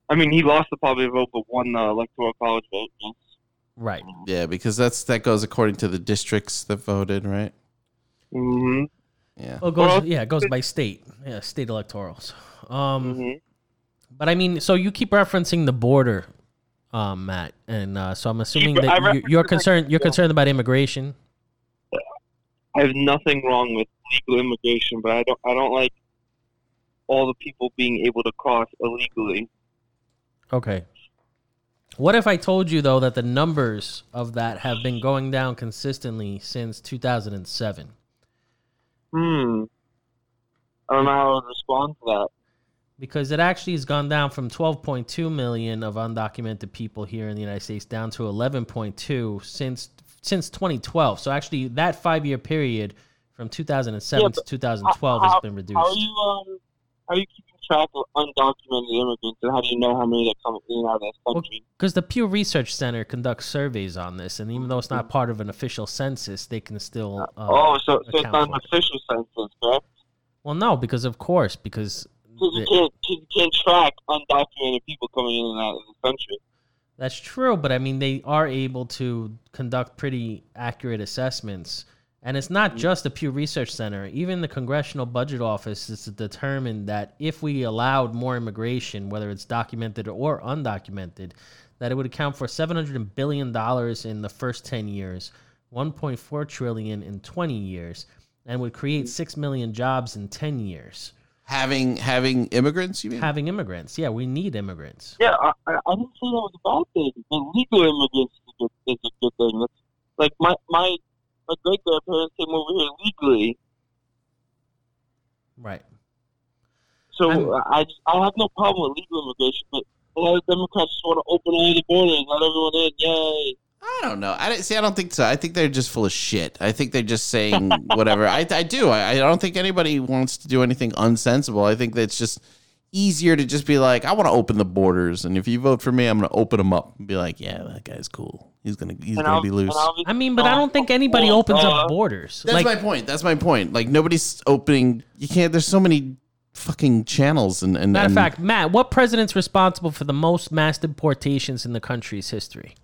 S4: I mean, he lost the popular vote, but won the electoral college vote. yes.
S2: Right.
S3: Yeah, because that's that goes according to the districts that voted, right?
S4: hmm
S3: Yeah.
S2: Well, it goes,
S4: Well-
S2: yeah, it goes by state. Yeah, state electorals. Um,
S4: hmm
S2: But I mean, so you keep referencing the border, um, Matt, and uh, so I'm assuming
S4: I
S2: that you,
S4: referenced
S2: you're
S4: it,
S2: concerned. You're
S4: yeah.
S2: concerned about immigration.
S4: I have nothing wrong with legal immigration, but I don't I don't like all the people being able to cross illegally.
S2: Okay. What if I told you though that the numbers of that have been going down consistently since 2007?
S4: Hmm. I don't know how I would respond to that.
S2: Because it actually has gone down from 12.2 million of undocumented people here in the United States down to 11.2 since since 2012. So actually, that five year period from 2007
S4: Yeah,
S2: to 2012 has been reduced.
S4: How are you um how are you keeping track of undocumented immigrants and how do you know how many that come in and out of this country?
S2: Because the Pew Research Center conducts surveys on this, and even though it's not part of an official census, they can still. Uh,
S4: oh, so, so it's
S2: account
S4: not
S2: for
S4: an
S2: it.
S4: official census, correct?
S2: Well, no, because of course, because
S4: Because you
S2: the-
S4: can't, 'cause you can't track undocumented people coming in and out of the country.
S2: that's true. But I mean, they are able to conduct pretty accurate assessments, and it's not
S4: Mm.
S2: just the Pew Research Center. Even the Congressional Budget Office has determined that if we allowed more immigration, whether it's documented or undocumented, that it would account for 700 billion dollars in the first 10 years, 1.4 trillion in 20 years, and would
S4: Mm.
S2: create 6 million jobs in 10 years.
S3: Having having immigrants, you mean?
S2: Having immigrants, yeah, we need immigrants.
S4: Mm. Yeah, I, I I didn't say that was a bad thing. But legal immigrants is a good, is a good thing. That's, like my my my great grandparents came over here legally,
S2: Right.
S4: so uh,
S2: I'm-
S4: I just- I have no problem with legal immigration. But a lot of Democrats just want to open all the borders, let everyone in. Yay!
S3: I don't know. I don't, see. I don't think so. I think they're just full of shit. I think they're just
S4: (laughs)
S3: saying whatever. I, I do. I, I don't think anybody wants to do anything unsensible. I think that's just easier to just be like, I want to open the borders, and if you vote for me, I'm going to open them up and be like, yeah, that guy's cool. He's gonna he's
S4: And
S3: gonna
S4: I'll-
S3: be loose.
S4: and I'll be-
S2: I mean, but I don't think anybody
S4: Oh,
S2: opens
S4: uh,
S2: up borders.
S3: That's
S2: like,
S3: my point. That's my point. Like nobody's opening. You can't. There's so many fucking channels and and
S2: matter of
S3: and-
S2: fact, Matt, what president's responsible for the most mass deportations in the country's history?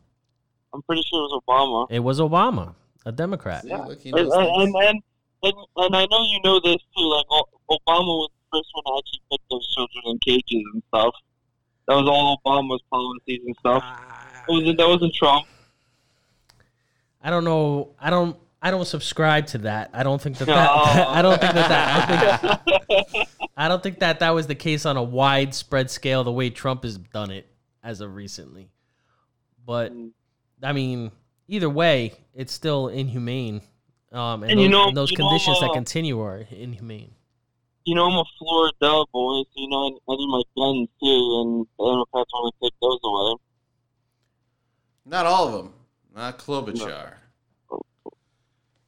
S4: I'm pretty sure it was Obama.
S2: It was Obama, a Democrat.
S3: See, look, he
S4: And
S3: knows things.
S4: and, and and and I know you know this too. Like O- Obama was the first one to actually put those children in cages and stuff. That was all Obama's policies and stuff. It wasn't, that wasn't Trump. (laughs)
S2: I don't know. I don't. I don't subscribe to that. I don't think that.
S4: (laughs) No.
S2: that (laughs) I don't think that. that I, think, I don't think that that was the case on a widespread scale the way Trump has done it as of recently. But I mean, either way, it's still inhumane. Um, and,
S4: And
S2: those,
S4: you know-
S2: and those
S4: you know,
S2: conditions that
S4: uh,
S2: continue are inhumane.
S4: You know, I'm a Florida boy, so you know, I, I need my guns too, and the Democrats want to take those away.
S3: not all of them. Not Klobuchar.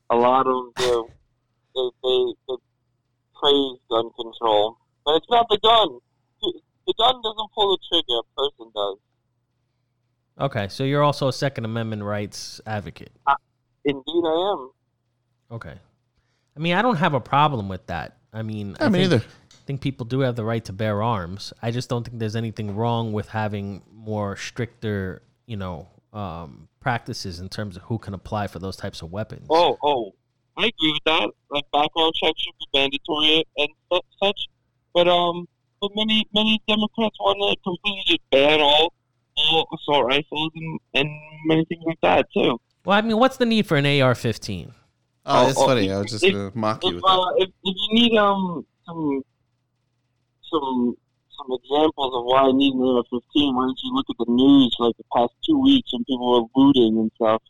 S4: A lot of them do. They, they, they praise gun control. But it's not the gun. The gun doesn't pull the trigger, a person does.
S2: Okay, so you're also a Second Amendment rights advocate.
S4: Indeed, I am.
S2: Okay. I mean, I don't have a problem with that. I mean,
S3: I mean,
S2: think,
S3: either.
S2: think people do have the right to bear arms. I just don't think there's anything wrong with having more stricter, you know, um, practices in terms of who can apply for those types of weapons.
S4: Oh, oh, I agree with that. Like background checks should be mandatory and su- such. But um, but many many Democrats want to completely just ban all all assault rifles and and many things like that too.
S2: Well, I mean, what's the need for an AR-15?
S3: Oh, that's
S4: Oh, oh,
S3: funny. I was just
S4: if-
S3: gonna mock you
S4: If,
S3: with that.
S4: uh, if, if you need um some some some examples of why I need an AR fifteen, why don't you look at the news for, like the past two weeks when people were looting and stuff.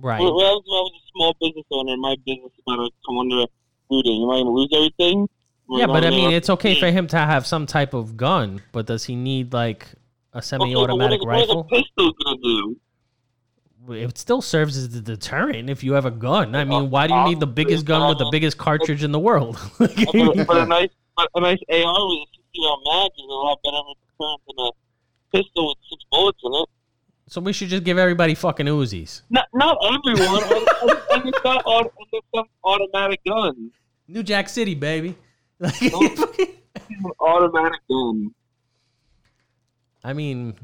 S2: Right.
S4: Well, well, I was- I was a small business owner, and my business is going to come under looting. Am I going to lose everything? Am
S2: yeah, but I
S4: gonna-
S2: mean, it's okay for him to have some type of gun, but does he need like a
S4: Okay, but what
S2: semi-automatic
S4: is-
S2: rifle?
S4: What is a pistol going to
S2: (laughs)
S4: do?
S2: It still serves as a deterrent if you have a gun. I mean, why do you
S4: Uh,
S2: need the biggest gun with the
S4: uh,
S2: biggest cartridge in the world? (laughs)
S4: but, but a nice, but a nice AR with a 60 round mag is a lot better of a deterrent than a pistol with six bullets in it.
S2: So we should just give everybody fucking Uzis.
S4: Not, not everyone, and, and, and it's not auto, and it's not automatic gun.
S2: New Jack City, baby. (laughs) Like,
S4: It's an automatic gun.
S2: I mean,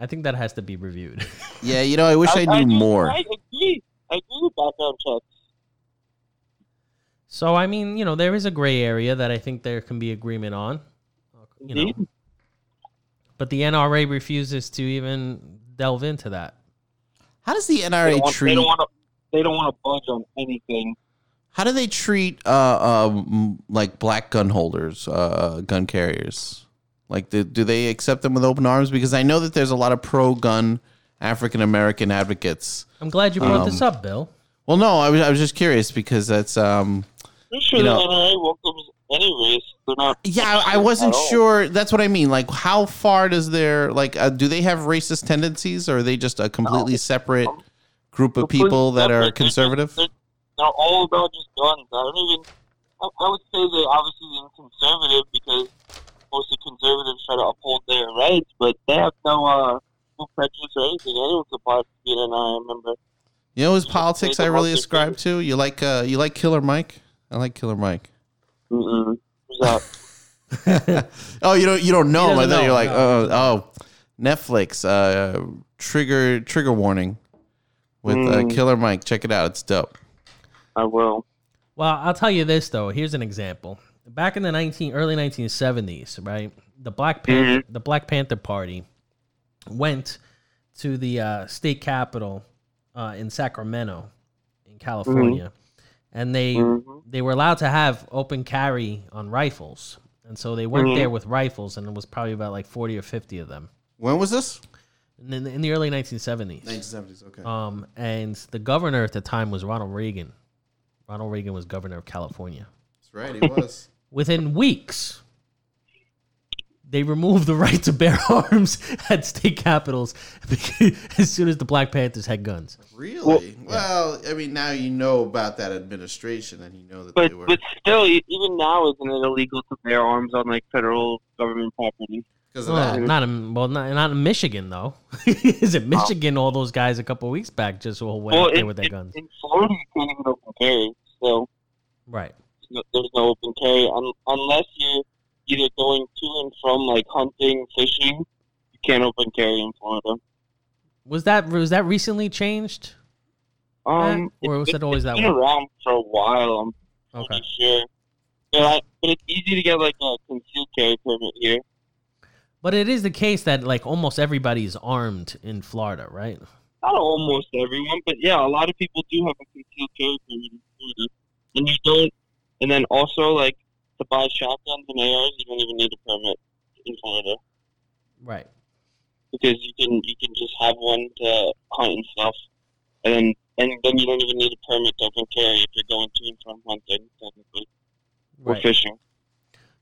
S2: I think that has to be reviewed. (laughs)
S3: Yeah, you know, I wish I, knew
S4: do-
S3: more.
S4: I agree. I agree with background checks.
S2: so I mean, you know, there is a gray area that I think there can be agreement on. You know,
S4: Indeed.
S2: but the NRA refuses to even delve into that.
S3: How does the
S4: They
S3: NRA
S4: don't, want, they
S3: treat?
S4: don't want to. They don't want to budge on anything.
S3: How do they treat uh, um, like black gun holders, uh, gun carriers? Like, do, do they accept them with open arms? Because I know that there's a lot of pro-gun African American advocates.
S2: I'm glad you brought
S3: Um,
S2: this up, Bill.
S3: Well, no, I was, I was just curious because that's um,
S4: Pretty sure
S3: You know-
S4: the NRA welcomes any race. They're not.
S3: yeah, I, I wasn't
S4: At all.
S3: sure. That's what I mean. Like, how far does their like? Uh, do they have racist tendencies, or are they just a completely separate group of
S4: Completely
S3: people that
S4: separate.
S3: are
S4: They're just-
S3: conservative?
S4: they're- They're all about just guns. I don't even. I, I would say they're obviously being conservative because mostly conservatives try to uphold their rights, but they have no uh no prejudice or anything. Anyone's supposed to be an NRA member.
S3: You know, his politics I really
S4: Democracy.
S3: ascribe to. You like uh, you like Killer Mike. I like Killer Mike. (laughs)
S4: Mm-mm. Who's that?
S3: Oh, you don't you don't know
S2: He
S3: him. I
S2: doesn't
S3: thought
S2: know
S3: you're like
S2: him,
S3: oh oh Netflix uh, trigger trigger warning with
S4: Mm.
S3: uh, Killer Mike. Check it out. It's dope.
S4: (laughs) I will.
S2: Well, I'll tell you this though. Here's an example. Back in the nineteen early nineteen seventies, right? The Black Panther, the Black Panther Party, went to the uh, state capitol uh, in Sacramento, in California, and they
S4: Mhm.
S2: they were allowed to have open carry on rifles, and so they went there with rifles, and it was probably about like forty or fifty of them
S3: When was this?
S2: in, in, in the early nineteen seventies.
S3: 1970s. Okay.
S2: Um, and the governor at the time was Ronald Reagan. Ronald Reagan was governor of California
S3: That's right. He was.
S2: within weeks they removed the right to bear (laughs) arms at state capitals (laughs) because- as soon as the black panthers had guns
S3: Really? Well, I mean, now you know about that administration, and you know that
S4: But but still, e- even now, isn't it illegal to bear arms on like federal government property?
S3: because
S2: well, Uh, not in Oh. well not, not in michigan though (laughs) is it michigan all those guys a couple weeks back just all went out there
S4: in,
S2: with their
S4: in-
S2: guns
S4: in Florida, you can't even open carry, so
S2: right
S4: no- there's no open carry un, unless you're either going to and from like hunting, fishing. You can't open carry in Florida.
S2: was that was that recently changed
S4: Um,
S2: Eh, or was it always that
S4: been
S2: way?
S4: around for a while. I'm
S2: okay
S4: pretty sure. But, I, but it's easy to get like a concealed carry permit here.
S2: but it is the case that like almost everybody's armed in florida right
S4: not almost everyone, but yeah, a lot of people do have a concealed carry permit in Florida, and you don't. And then also, like to buy shotguns and ARs, you don't even need a permit in Florida
S2: right
S4: because you can you can just have one to hunt and stuff, and then and then you don't even need a permit to open carry if you're going to and from hunting technically or
S2: right
S4: fishing.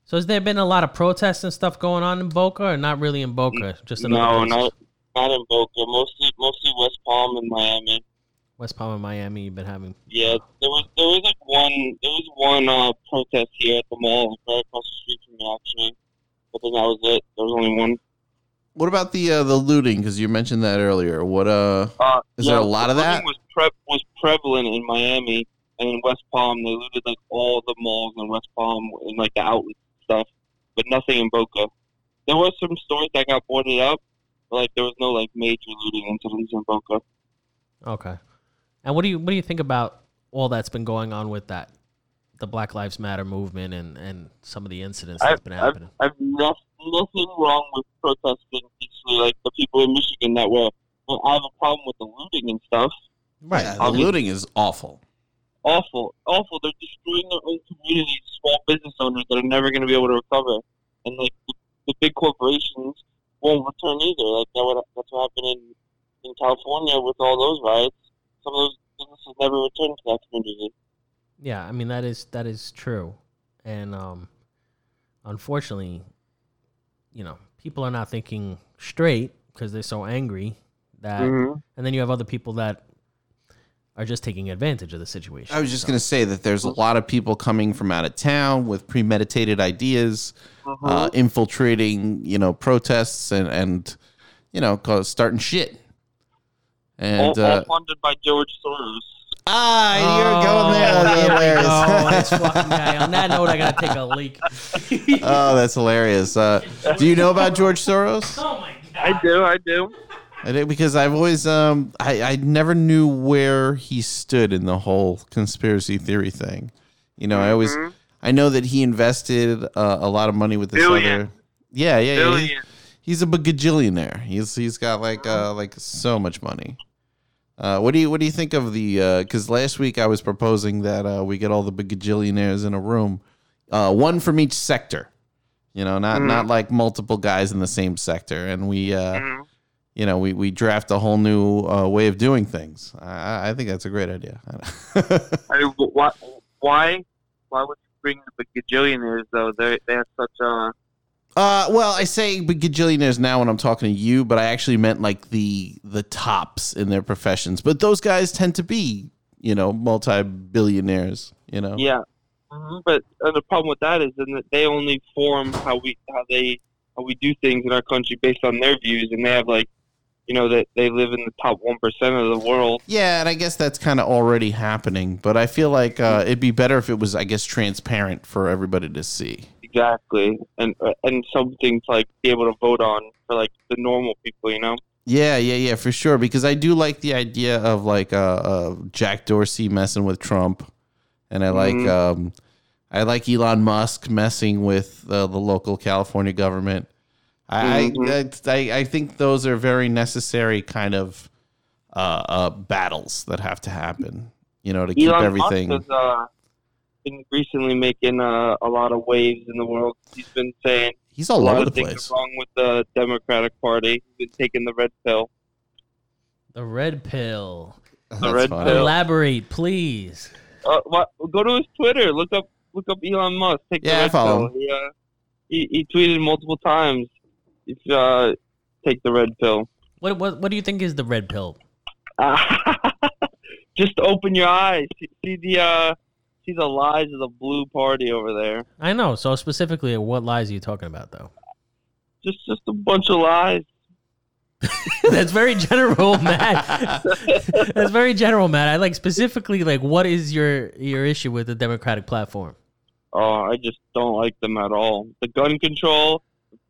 S2: so has there been a lot of protests and stuff going on in boca or not really in boca just in
S4: No,
S2: other places?
S4: not not in Boca. Mostly mostly West Palm and Miami.
S2: West Palm and Miami, you've been having.
S4: Yeah, there was there was like one there was one uh, protest here at the mall right across the street from me actually, but then that was it. There was only one.
S3: What about the uh, the looting? Because you mentioned that earlier. What uh?
S4: Uh,
S3: Is
S4: yeah,
S3: there a lot of
S4: the
S3: that?
S4: looting Was pre- was prevalent in Miami and in West Palm. They looted like all the malls in West Palm and like the outlet stuff, but nothing in Boca. There were some stores that got boarded up, but like there was no like major looting incidents in Boca.
S2: Okay. And what do you what do you think about all that's been going on with that, the Black Lives Matter movement and and some of the incidents that's been happening?
S4: I've no, nothing wrong with protesting peacefully, like the people in Michigan that were. Well, I have a problem with the looting and stuff.
S3: Right. the
S4: I'll be-
S3: looting is awful.
S4: Awful, awful. They're destroying their own communities, small business owners that are never going to be able to recover, and like the, the big corporations won't return either. Like that, what that's what happened in in California with all those riots. Some of those businesses never returned to that community.
S2: yeah, I mean that is that is true, and um, unfortunately, you know, people are not thinking straight because they're so angry that,
S4: Mm-hmm.
S2: and then you have other people that are just taking advantage of the situation.
S3: I was just going to say that there's a lot of people coming from out of town with premeditated ideas,
S4: Mm-hmm.
S3: uh, infiltrating, you know, protests and and you know, cause starting shit. And
S4: all,
S3: uh,
S4: all funded by George Soros.
S3: ah,
S2: Oh,
S3: you're going there.
S2: we go.
S3: (laughs) That's
S2: This
S3: hilarious.
S2: fucking guy. On that note, I gotta take a
S4: (laughs)
S2: leak.
S3: oh, that's hilarious. Uh, do you know about George Soros?
S2: oh my god.
S4: I do, I do.
S3: I did because I've always um I, I never knew where he stood in the whole conspiracy theory thing. You know, I always
S4: Mhm.
S3: I know that he invested uh, a lot of money with this
S4: Billion.
S3: other. Yeah, yeah, yeah. he-
S4: Billion. Mm-hmm.
S3: He's a bagajillionaire. He's he's got like uh like so much money. Uh, what do you what do you think of the? Because last week I was proposing that uh, we get all the bagajillionaires in a room, uh, one from each sector. You know, not
S4: Mhm.
S3: not like multiple guys in the same sector, and we. Uh,
S4: Mhm.
S3: you know, we, we draft a whole new uh, way of doing things. I, I- I think that's a great idea.
S4: I mean, wh- why, why, why would you bring the gajillionaires though? They they have such a
S3: (laughs) uh, well, I say gajillionaires now when I'm talking to you, but I actually meant like the the tops in their professions. But those guys tend to be, you know, multi billionaires. You know,
S4: yeah. Mhm, But uh, the problem with that is then that they only form how we how they how we do things in our country based on their views, and they have like you know that they live in the top one percent of the world.
S3: yeah, and I guess that's kind of already happening. But I feel like uh, it'd be better if it was, I guess, transparent for everybody to see.
S4: Exactly, and uh, and something to like be able to vote on for like the normal people, you know.
S3: Yeah, yeah, yeah, for sure. Because I do like the idea of like uh, uh Jack Dorsey messing with Trump, and I like
S4: Mhm.
S3: um, I like Elon Musk messing with uh, the local California government. I,
S4: Mm-hmm.
S3: I, I I think those are very necessary kind of uh, uh battles that have to happen. You know, to keep
S4: Elon
S3: everything.
S4: Musk has uh, been recently making uh, a lot of waves in the world. He's been saying
S3: He's all over the
S4: things
S3: place.
S4: are wrong with the Democratic Party. He's been taking the red pill.
S2: The red pill.
S3: That's
S4: red
S3: funny.
S4: pill.
S2: Elaborate, please.
S4: Uh, what, go to his Twitter. Look up look up Elon Musk. Take
S3: Yeah, I
S4: the red
S3: follow
S4: pill. He, uh, he, he tweeted multiple times. If uh, take the red pill, (laughs)
S2: What, what what do you think is the red pill?
S4: just open your eyes. See, see the uh, see the lies of the blue party over there.
S2: I know. So specifically, what lies are you talking about, though?
S4: Just just a bunch of lies.
S2: (laughs) That's very general, (laughs) Matt. That's very general, Matt. I like specifically like what is your your issue with the Democratic platform?
S4: Oh, I just don't like them at all. The gun control,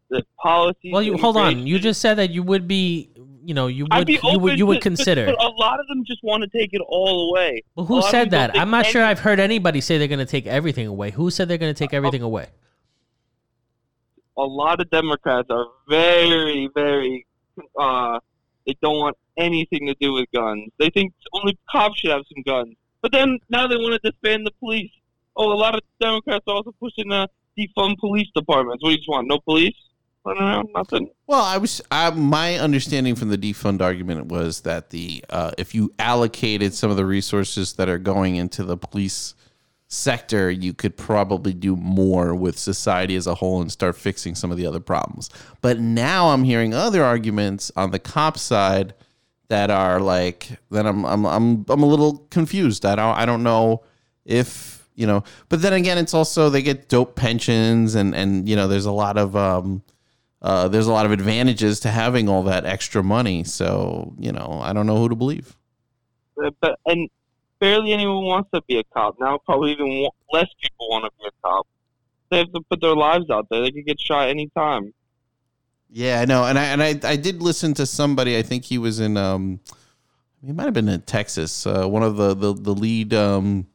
S4: the policies.
S2: Well, you hold on.
S4: immigration-
S2: You just said that you would be, you know, you
S4: I'd
S2: would
S4: be
S2: you would you
S4: open (laughs) to-
S2: would
S4: but-
S2: consider.
S4: But a lot of them just want to take it all away.
S2: Well,
S4: a
S2: who
S4: lot of
S2: said
S4: people
S2: that?
S4: think
S2: I'm not sure
S4: any-
S2: I've heard anybody say they're going to take everything away. Who said they're going to take everything away?
S4: A lot of Democrats are very, very. Uh, they don't want anything to do with guns. They think only cops should have some guns. But then now they want to disband the police. Oh, a lot of Democrats are also pushing uh, defund police departments. What do you just want? No police? Running around? Nothing.
S3: Well, I was I, my understanding from the defund argument was that the uh, if you allocated some of the resources that are going into the police sector, you could probably do more with society as a whole and start fixing some of the other problems. But now I'm hearing other arguments on the cop side that are like that I'm I'm I'm I'm a little confused. I don't I don't know if you know. But then again, it's also they get dope pensions and and you know there's a lot of um uh, there's a lot of advantages to having all that extra money. So you know I don't know who to believe.
S4: Uh, But and barely anyone wants to be a cop now. Probably even wa- less people want to be a cop. They have to put their lives out there. They could get shot any time.
S3: Yeah, I know, and I and I, I did listen to somebody. I think he was in um, he might have been in Texas. Uh, one of the the the lead um,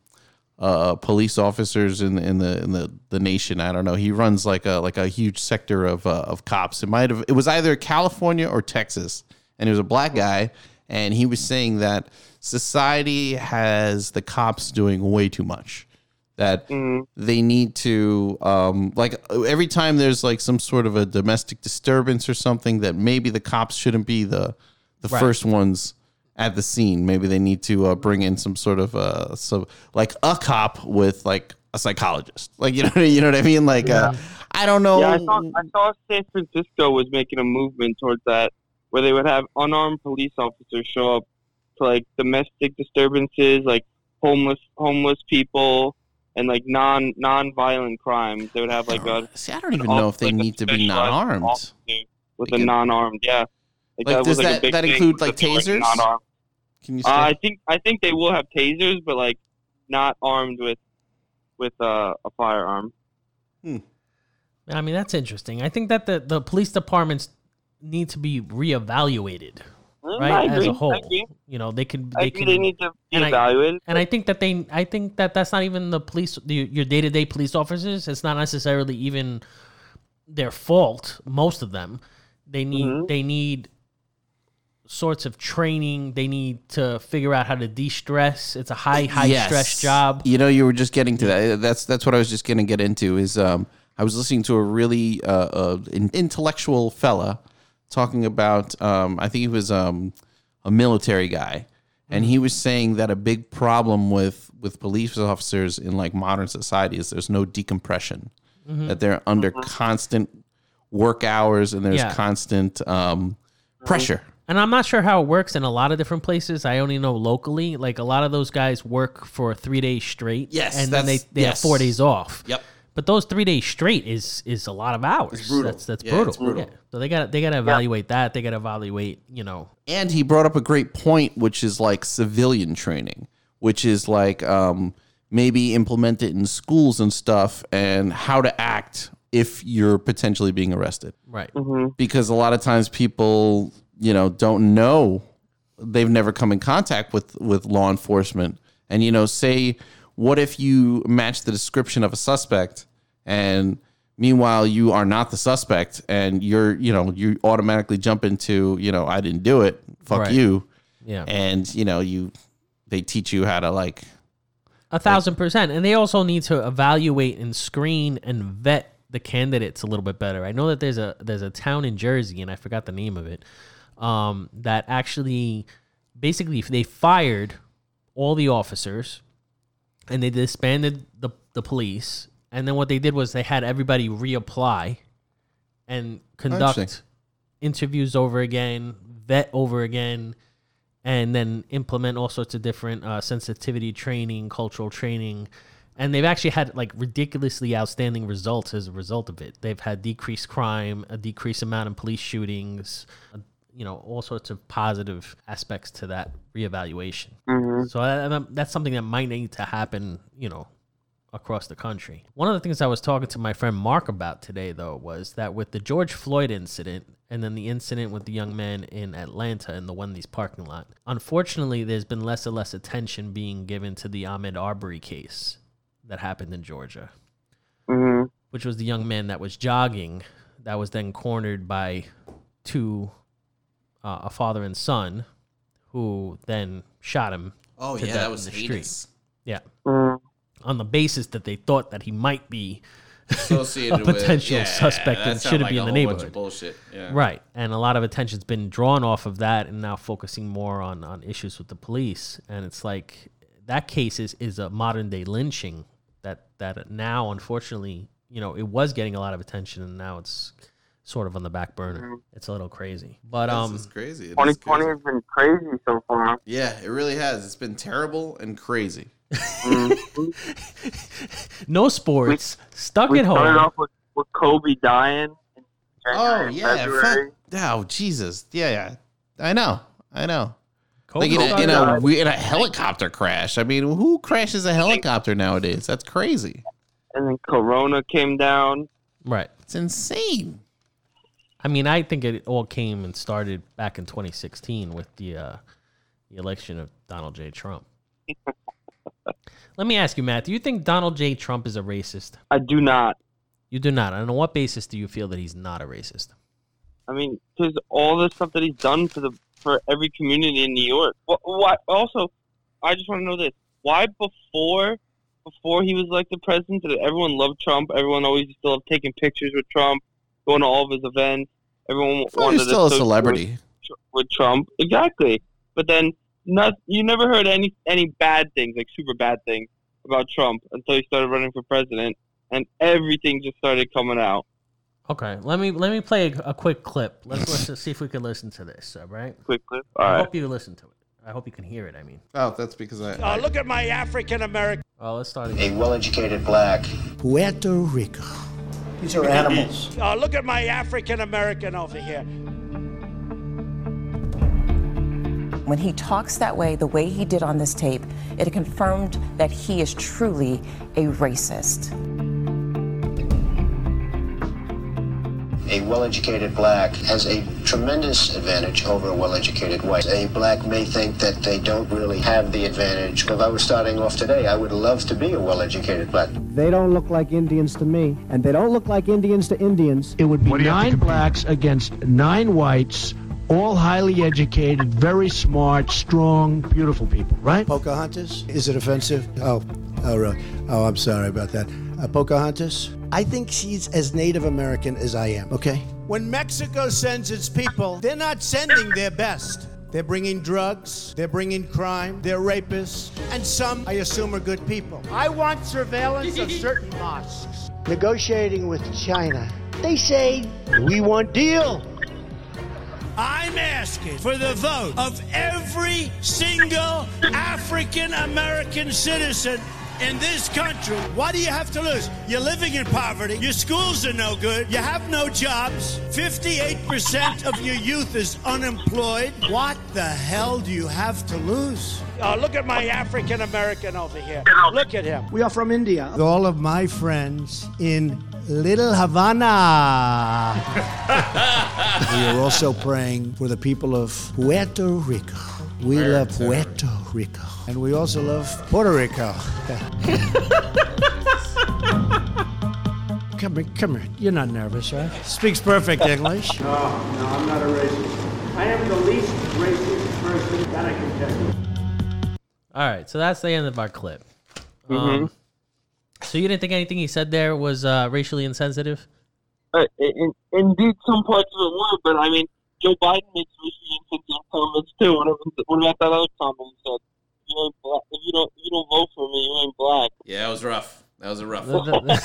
S3: uh, police officers in in the in the the nation. I don't know. He runs like a like a huge sector of uh, of cops. It might have it was either California or Texas, and he was a black guy, and he was saying that society has the cops doing way too much. That
S4: Mm,
S3: they need to um, like every time there's like some sort of a domestic disturbance or something that maybe the cops shouldn't be the the
S2: Right.
S3: first ones at the scene maybe they need to uh, bring in some sort of uh so like a cop with like a psychologist like you (laughs) know you know what i mean like uh, i don't know
S4: Yeah, I saw, I saw San Francisco was making a movement towards that, where they would have unarmed police officers show up to like domestic disturbances, like homeless homeless people, and like non non violent crimes. They would have like a
S3: see i don't even
S4: an
S3: know if they
S4: officer, like a
S3: need to be
S4: Oh specialized
S3: non-armed
S4: officer with
S3: Like
S4: a
S3: a-
S4: non armed, yeah. Like,
S3: Like, does
S4: was, a
S3: that-
S4: big
S3: that
S4: thing,
S3: include,
S4: was
S3: like,
S4: the word
S3: tasers?
S4: non-armed.
S3: can you
S4: Uh,
S3: say
S4: I think I think they will have tasers, but like not armed with with uh, a firearm.
S2: I mean, that's interesting. I think that the the police departments need to be reevaluated. right?
S4: Mm, I
S2: As
S4: agree.
S2: a whole,
S4: I agree.
S2: you know, they can
S4: I
S2: they
S4: think they
S2: can
S4: need to be
S2: and I-
S4: evaluated.
S2: and I think that they, I think that that's not even the police, the, your day to day police officers. It's not necessarily even their fault. Most of them, they need,
S4: Mhm.
S2: they need sorts of training. They need to figure out how to de stress. It's a high, high
S3: Yes.
S2: stress job.
S3: You know, you were just getting to that. That's that's what I was just going to get into. Is um, I was listening to a really uh, uh an intellectual fella talking about um, I think he was um a military guy, and he was saying that a big problem with with police officers in like modern society is there's no decompression,
S2: Mm-hmm.
S3: that they're under constant work hours and there's
S2: Yeah.
S3: constant um pressure.
S2: And I'm not sure how it works in a lot of different places. I only know locally. Like a lot of those guys work for three days straight.
S3: Yes,
S2: and then they,
S3: that's-
S2: they have
S3: yes.
S2: four days off.
S3: Yep.
S2: But those three days straight is is a lot of hours.
S3: brutal.
S2: That's that's
S3: Yeah,
S2: brutal.
S3: it's brutal.
S2: Yeah. So they got they got to evaluate that. They got to evaluate. You know.
S3: and he brought up a great point, which is like civilian training, which is like um, maybe implement it in schools and stuff, and how to act if you're potentially being arrested.
S2: Right.
S3: Because a lot of times people, you know, don't know they've never come in contact with with law enforcement, and you know, say what if you match the description of a suspect and meanwhile you are not the suspect and you're you know you automatically jump into you know i didn't do it fuck
S2: Right.
S3: you
S2: Yeah.
S3: and you know you they teach you how to like
S2: A thousand percent. And they also need to evaluate and screen and vet the candidates a little bit better. I know that there's a there's a town in Jersey and I forgot the name of it. Um, that actually basically they fired all the officers and they disbanded the, the police. And then what they did was they had everybody reapply and conduct
S3: Interesting.
S2: interviews over again, vet over again, and then implement all sorts of different uh, sensitivity training, cultural training. And they've actually had like ridiculously outstanding results as a result of it. They've had decreased crime, a decreased amount of police shootings, uh, you know, all sorts of positive aspects to that reevaluation.
S4: Mm-hmm.
S2: So I, I- that's something that might need to happen, you know, across the country. One of the things I was talking to my friend Mark about today, though, was that with the George Floyd incident and then the incident with the young man in Atlanta in the Wendy's parking lot, unfortunately, there's been less and less attention being given to the Ahmed Arbery case that happened in Georgia,
S4: hmm
S2: which was the young man that was jogging that was then cornered by two, uh, a father and son, who then shot him
S3: oh
S2: To yeah, that death was in the street. heinous. Yeah.
S4: hmm
S2: On the basis that they thought that he might be
S3: associated
S2: A with- potential yeah, suspect that and sound shouldn't like be a in the whole bunch of neighborhood.
S3: bullshit yeah
S2: right. And a lot of attention's been drawn off of that and now focusing more on, on issues with the police. And it's like that case is, is a modern day lynching that, that now unfortunately, you know, it was getting a lot of attention and now it's sort of on the back
S4: Mm-hmm.
S2: burner. It's a little crazy. But um
S3: crazy
S4: 2020 has been crazy so
S2: (laughs)
S4: far.
S3: yeah it really has it's been terrible and crazy
S4: Mm-hmm.
S2: no sports, stuck
S4: We
S2: at
S4: started
S2: home.
S4: off with, with Kobe dying. in
S3: Oh
S4: January,
S3: yeah,
S4: February.
S3: fuck. Oh Jesus, yeah, yeah. I know, I know.
S2: Kobe
S3: Like in a, in a
S4: God.
S3: we- in a helicopter crash. I mean, who crashes a helicopter nowadays? That's crazy.
S4: and then Corona came down.
S2: right.
S3: It's insane.
S2: I mean, I think it all came and started back in 2016 with the, uh, the election of Donald J. Trump. Let me ask you, Matt, do you think Donald J. Trump is a racist?
S4: I do not.
S2: You do not. And on what basis do you feel that he's not a racist?
S4: I mean, because all the stuff that he's done for the for every community in New York. Wh- Why? Also, I just want to know this: Why before before he was elected president, did everyone love Trump? Everyone always used to love taking pictures with Trump, going to all of his events. Everyone
S3: Well,
S4: wanted
S3: you're
S4: to
S3: still a
S4: associate
S3: celebrity.
S4: with, with Trump, exactly. But then, not you never heard any any bad things, like super bad things, about Trump until he started running for president, and everything just started coming out.
S2: Okay, let me let me play a, a quick clip. Let's listen, see if we can listen to this. All right.
S4: Quickly,
S2: I
S4: all right.
S2: hope you listen to it. I hope you can hear it. I mean,
S3: Oh, that's because I.
S5: Uh, look at my African American.
S2: well, let's start
S6: a
S2: again.
S6: well-educated black.
S1: Puerto Rico.
S6: These are animals.
S5: Uh, look at my African American over here.
S7: When he talks that way, the way he did on this tape, it confirmed that he is truly a racist.
S6: A a well-educated black has a tremendous advantage over a well-educated white. A black may think that they don't really have the advantage. If I was starting off today, I would love to be a well-educated black.
S8: They don't look like Indians to me, and they don't look like Indians to Indians. It would be nine blacks against nine whites, all highly educated, very smart, strong, beautiful people, right?
S9: Pocahontas? Is it offensive? Oh, oh, really? Oh, I'm sorry about that. Uh, Pocahontas? I think she's as Native American as I am, okay? When Mexico sends its people, they're not sending their best. They're bringing drugs, they're bringing crime, they're rapists, and some, I assume, are good people. I want surveillance of certain (laughs) mosques.
S8: Negotiating with China, they say we want deal.
S5: I'm asking for the vote of every single African American citizen in this country. Why do you have to lose? You're living in poverty. Your schools are no good. You have no jobs. 58% of your youth is unemployed. What the hell do you have to lose?
S8: Oh, look at my African American over here. Look at him.
S6: We are from India.
S9: All of my friends in Little Havana. we are also praying for the people of Puerto Rico. We love Puerto Rico. And we also love Puerto Rico. (laughs)
S8: Come here, come here. You're not nervous, right?
S9: Speaks perfect English.
S10: No, I'm not a racist. I am the least racist person that I can think of.
S2: All right, so that's the end of our clip. Um, so you didn't think anything he said there was uh, racially insensitive?
S4: Uh, in, indeed, some parts of it were, but I mean, Joe Biden makes racially insensitive comments too. What about, what about that other comment he said? You ain't black. If you don't, if you don't vote for me, you ain't black.
S3: Yeah, that was rough. That was a rough
S2: Th-
S3: one.
S2: th-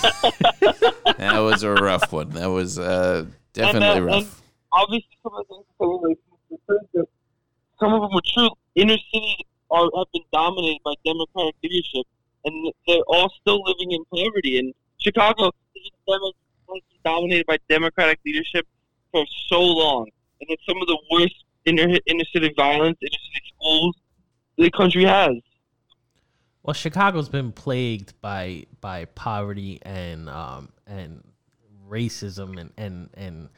S2: th-
S3: That was a rough one. That was uh, definitely
S4: and, uh, And
S3: rough.
S4: obviously, some of the things that are racist are true, but some of them are true. Inner cities are have been dominated by Democratic leadership, and they're all still living in poverty. And Chicago is demo- has been dominated by Democratic leadership for so long, and it's some of the worst inner inner city violence, inner city schools the country has.
S2: well, Chicago's been plagued by by poverty and um and racism and and and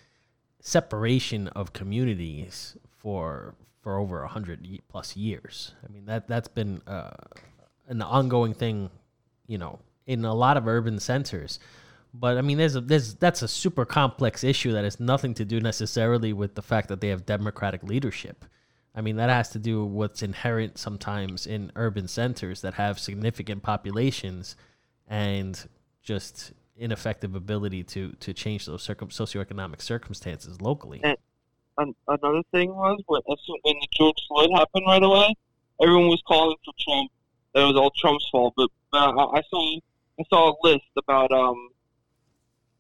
S2: separation of communities for for over a hundred ye- plus years. I mean that that's been uh, an ongoing thing, you know, in a lot of urban centers. But I mean, there's a there's that's a super complex issue that has nothing to do necessarily with the fact that they have democratic leadership. I mean, that has to do with what's inherent sometimes in urban centers that have significant populations and just ineffective ability to to change those circum- socioeconomic circumstances locally.
S4: an, another thing was when, as soon- when the George Floyd happened right away, everyone was calling for Trump. That it was all Trump's fault. But, but I, I saw I saw a list about um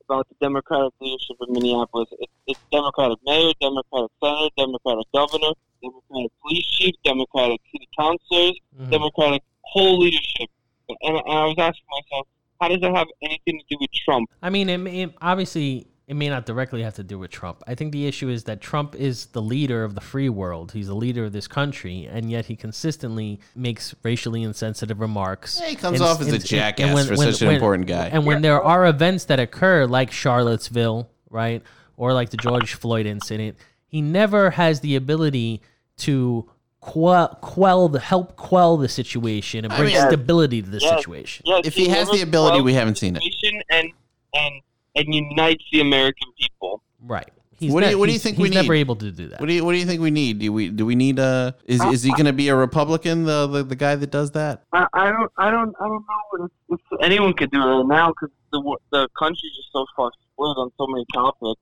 S4: about the Democratic leadership in Minneapolis. It, it's Democratic mayor, Democratic senator, Democratic governor, Democratic police chief, Democratic city councilors,
S2: Mhm.
S4: Democratic whole leadership. And, and I was asking myself, how does that have anything to do with Trump?
S2: I mean, it, may- it- obviously it may not directly have to do with Trump. I think the issue is that Trump is the leader of the free world. He's the leader of this country, and yet he consistently makes racially insensitive remarks.
S3: Yeah, he comes
S2: And-
S3: off as a
S2: and- and
S3: jackass for such an important guy.
S2: And when there are events that occur, like Charlottesville, right, or like the George Floyd incident, he never has the ability to quell, quell the help quell the situation and
S3: I
S2: bring
S3: mean-
S2: stability to the
S4: Yes,
S2: situation.
S4: Yes,
S3: If he has
S4: never
S3: the ability, we
S4: loved
S3: haven't seen it.
S4: nation and and and unites the American people.
S2: Right. He's
S3: What do
S2: ne-
S3: you- what do you
S2: he's-
S3: think
S2: he's
S3: we
S2: never
S3: need?
S2: able to do that?
S3: What do you What do you think we need? Do we Do we need a Is Is he going to be a Republican? The, the the guy that does that?
S4: I, I don't I don't I don't know if, if anyone could do it now because the wo- the country's just so far split on so many topics.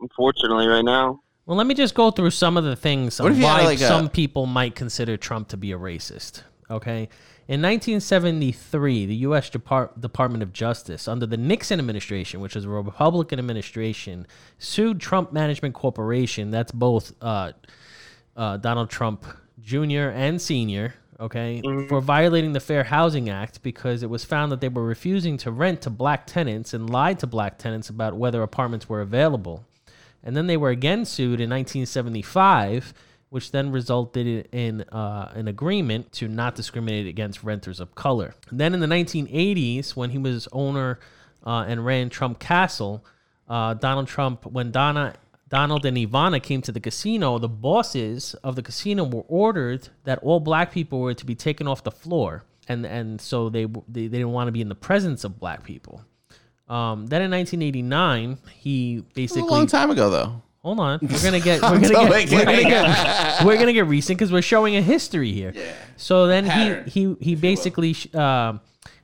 S4: Unfortunately, right now.
S2: Well, let me just go through some of the things
S3: What
S2: on
S3: if you had,
S2: why
S3: like, a-
S2: some people might consider Trump to be a racist. Okay. In 1973, the U.S. Depart- Department of Justice, under the Nixon administration, which was a Republican administration, sued Trump Management Corporation. That's both uh, uh, Donald Trump Jr. and Sr., okay,
S3: Mm-hmm.
S2: for violating the Fair Housing Act because it was found that they were refusing to rent to black tenants and lied to black tenants about whether apartments were available. And then they were again sued in 1975, which then resulted in uh, an agreement to not discriminate against renters of color. Then in the 1980s, when he was owner uh, and ran Trump Castle, uh, Donald Trump when Donna, Donald and Ivana came to the casino. The bosses of the casino were ordered that all black people were to be taken off the floor, and and so they w- they, they didn't want to be in the presence of black people. Um, then in 1989, he
S3: It was
S2: basically
S3: a long time ago though.
S2: Hold on. We're gonna
S3: (laughs)
S2: get we're gonna
S3: Don't
S2: get,
S3: make
S2: we're
S3: it.
S2: gonna get we're gonna get recent because we're showing a history here. So then
S3: Pattern,
S2: he he he basically sh- um,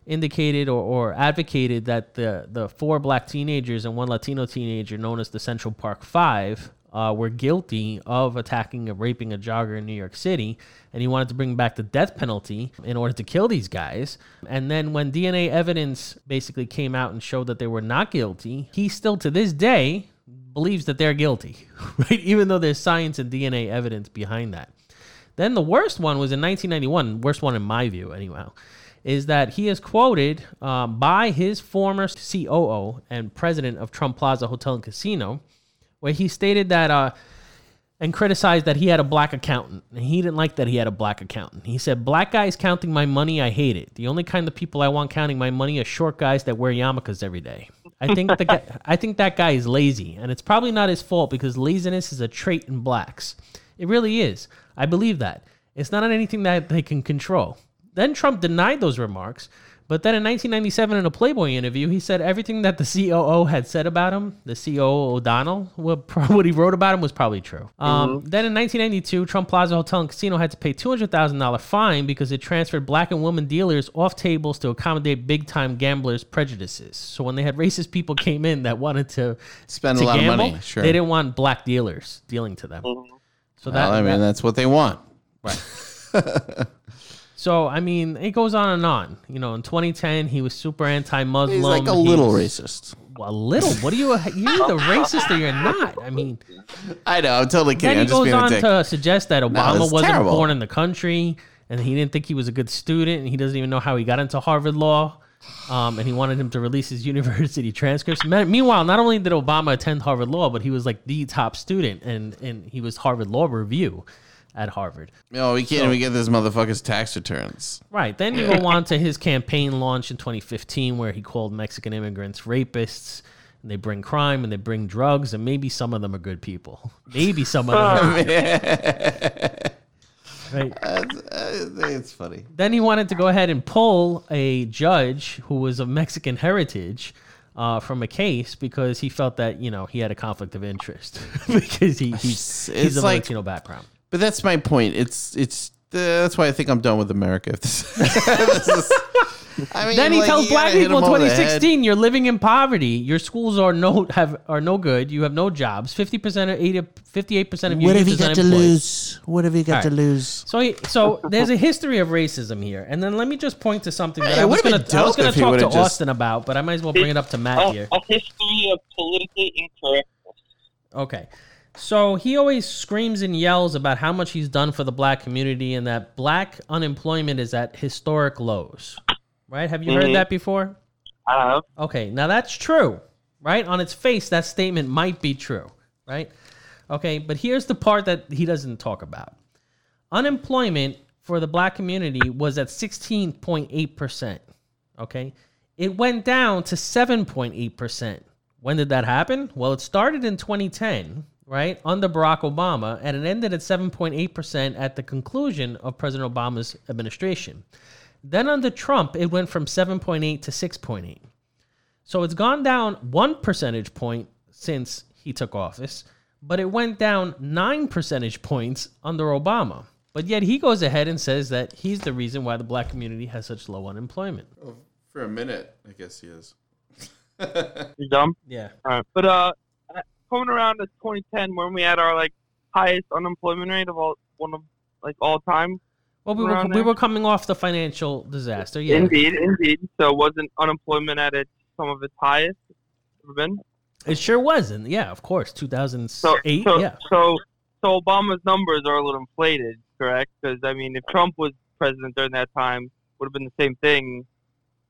S2: indicated or, or advocated that the the four black teenagers and one Latino teenager known as the Central Park Five uh, were guilty of attacking and raping a jogger in New York City, and he wanted to bring back the death penalty in order to kill these guys. And then when DNA evidence basically came out and showed that they were not guilty, he still to this day believes that they're guilty, (laughs) right? Even though there's science and DNA evidence behind that. Then the worst one was in 1991, worst one in my view, anyhow, is that he is quoted um, by his former COO and president of Trump Plaza Hotel and Casino, where he stated that uh, and criticized that he had a black accountant. And he didn't like that he had a black accountant. He said, Black guys counting my money, I hate it. The only kind of people I want counting my money are short guys that wear yarmulkes every day. I think the guy, I think that guy is lazy, and it's probably not his fault because laziness is a trait in blacks. It really is. I believe that. It's not anything that they can control. Then Trump denied those remarks, but then in 1997, in a Playboy interview, he said everything that the COO had said about him, the COO O'Donnell, what, (laughs) pro- what he wrote about him was probably true.
S3: Mm-hmm.
S2: Um, Then in 1992, Trump Plaza Hotel and Casino had to pay $200,000 fine because it transferred black and women dealers off tables to accommodate big time gamblers' prejudices. So when they had racist people came in that wanted to
S3: Spend
S2: to
S3: a lot
S2: gamble,
S3: of money. Sure. Mm-hmm.
S2: They didn't want black dealers dealing to them. So that,
S3: well, I mean,
S2: that-
S3: that's what they want.
S2: so I mean, it goes on and on. You know, in 2010, he was super anti-Muslim.
S3: He's like a
S2: He
S3: little
S2: was-
S3: racist.
S2: A little? What are you? You're either racist or you're not. I
S3: (laughs)
S2: mean,
S3: I know. I'm totally
S2: then
S3: kidding.
S2: he
S3: I'm just
S2: goes
S3: being a
S2: on
S3: dick.
S2: to suggest that Obama
S3: that's
S2: wasn't
S3: terrible.
S2: born in the country, and he didn't think he was a good student, and he doesn't even know how he got into Harvard Law. Um, and he wanted him to release his (laughs) university transcripts. Me- Meanwhile, not only did Obama attend Harvard Law, but he was like the top student, and and he was Harvard Law Review at Harvard.
S3: No, Oh, we can't even get this motherfucker's tax returns.
S2: Right. Then you
S3: (laughs)
S2: go on to his campaign launch in 2015, where he called Mexican immigrants rapists. And they bring crime and they bring drugs, and maybe some of them are good people. (laughs) Maybe some of them. Are, right.
S3: (laughs) It's funny.
S2: Then he wanted to go ahead and pull a judge who was of Mexican heritage uh, from a case because he felt that you know he had a conflict of interest (laughs) because he, he's, he's
S3: It's
S2: of
S3: like-
S2: a Latino background.
S3: But that's my point. It's it's uh, that's why I think I'm done with America. (laughs) If this, this is, I mean,
S2: Then he
S3: like,
S2: tells
S3: you gotta
S2: black
S3: hit
S2: people in
S3: them over the head.
S2: 2016, you're living in poverty. Your schools are no have are no good. You have no jobs. 50% of 80, 58% of you youth is unemployed.
S3: What have you got
S2: All right.
S3: lose?
S2: So he, so there's a history of racism here. And then let me just point to something that
S3: Hey,
S2: I
S3: it
S2: was
S3: would've
S2: going
S3: been
S2: to I was
S3: dope
S2: going
S3: if
S2: to
S3: he
S2: talk to
S3: would've just- Oh,
S2: Austin about, but I might as well bring it up to Matt
S4: Oh, a,
S2: here.
S4: a history of politically incorrectness.
S3: oh.
S2: Okay. So he always screams and yells about how much he's done for the black community and that black unemployment is at historic lows. Right? Have you
S3: Mm-hmm.
S2: heard
S4: Mhm.
S2: that before?
S4: I have.
S2: Okay, now that's true, right? On its face, that statement might be true, right? Okay, but here's the part that he doesn't talk about. Unemployment for the black community was at 16.8%. Okay, it went down to 7.8%. When did that happen? Well, it started in 2010, right, under Barack Obama, and it ended at 7.8% at the conclusion of President Obama's administration. Then under Trump, it went from 7.8 to 6.8. So it's gone down one percentage point since he took office, but it went down nine percentage points under Obama. But yet he goes ahead and says that he's the reason why the black community has such low unemployment.
S3: For a minute, I guess he is.
S4: You dumb.
S2: Yeah.
S4: Alright. But uh, coming around to 2010, when we had our like highest unemployment rate of all one of like all time.
S2: Well, we were,
S4: Around
S2: we
S4: there.
S2: were coming off the financial disaster. Yeah.
S4: Indeed, indeed. So wasn't unemployment at its some of its highest it's ever been?
S2: It sure wasn't. Yeah, of course. 2008.
S4: So so,
S2: yeah.
S4: so so Obama's numbers are a little inflated, correct? Because I mean, if Trump was president during that time, would have been the same thing.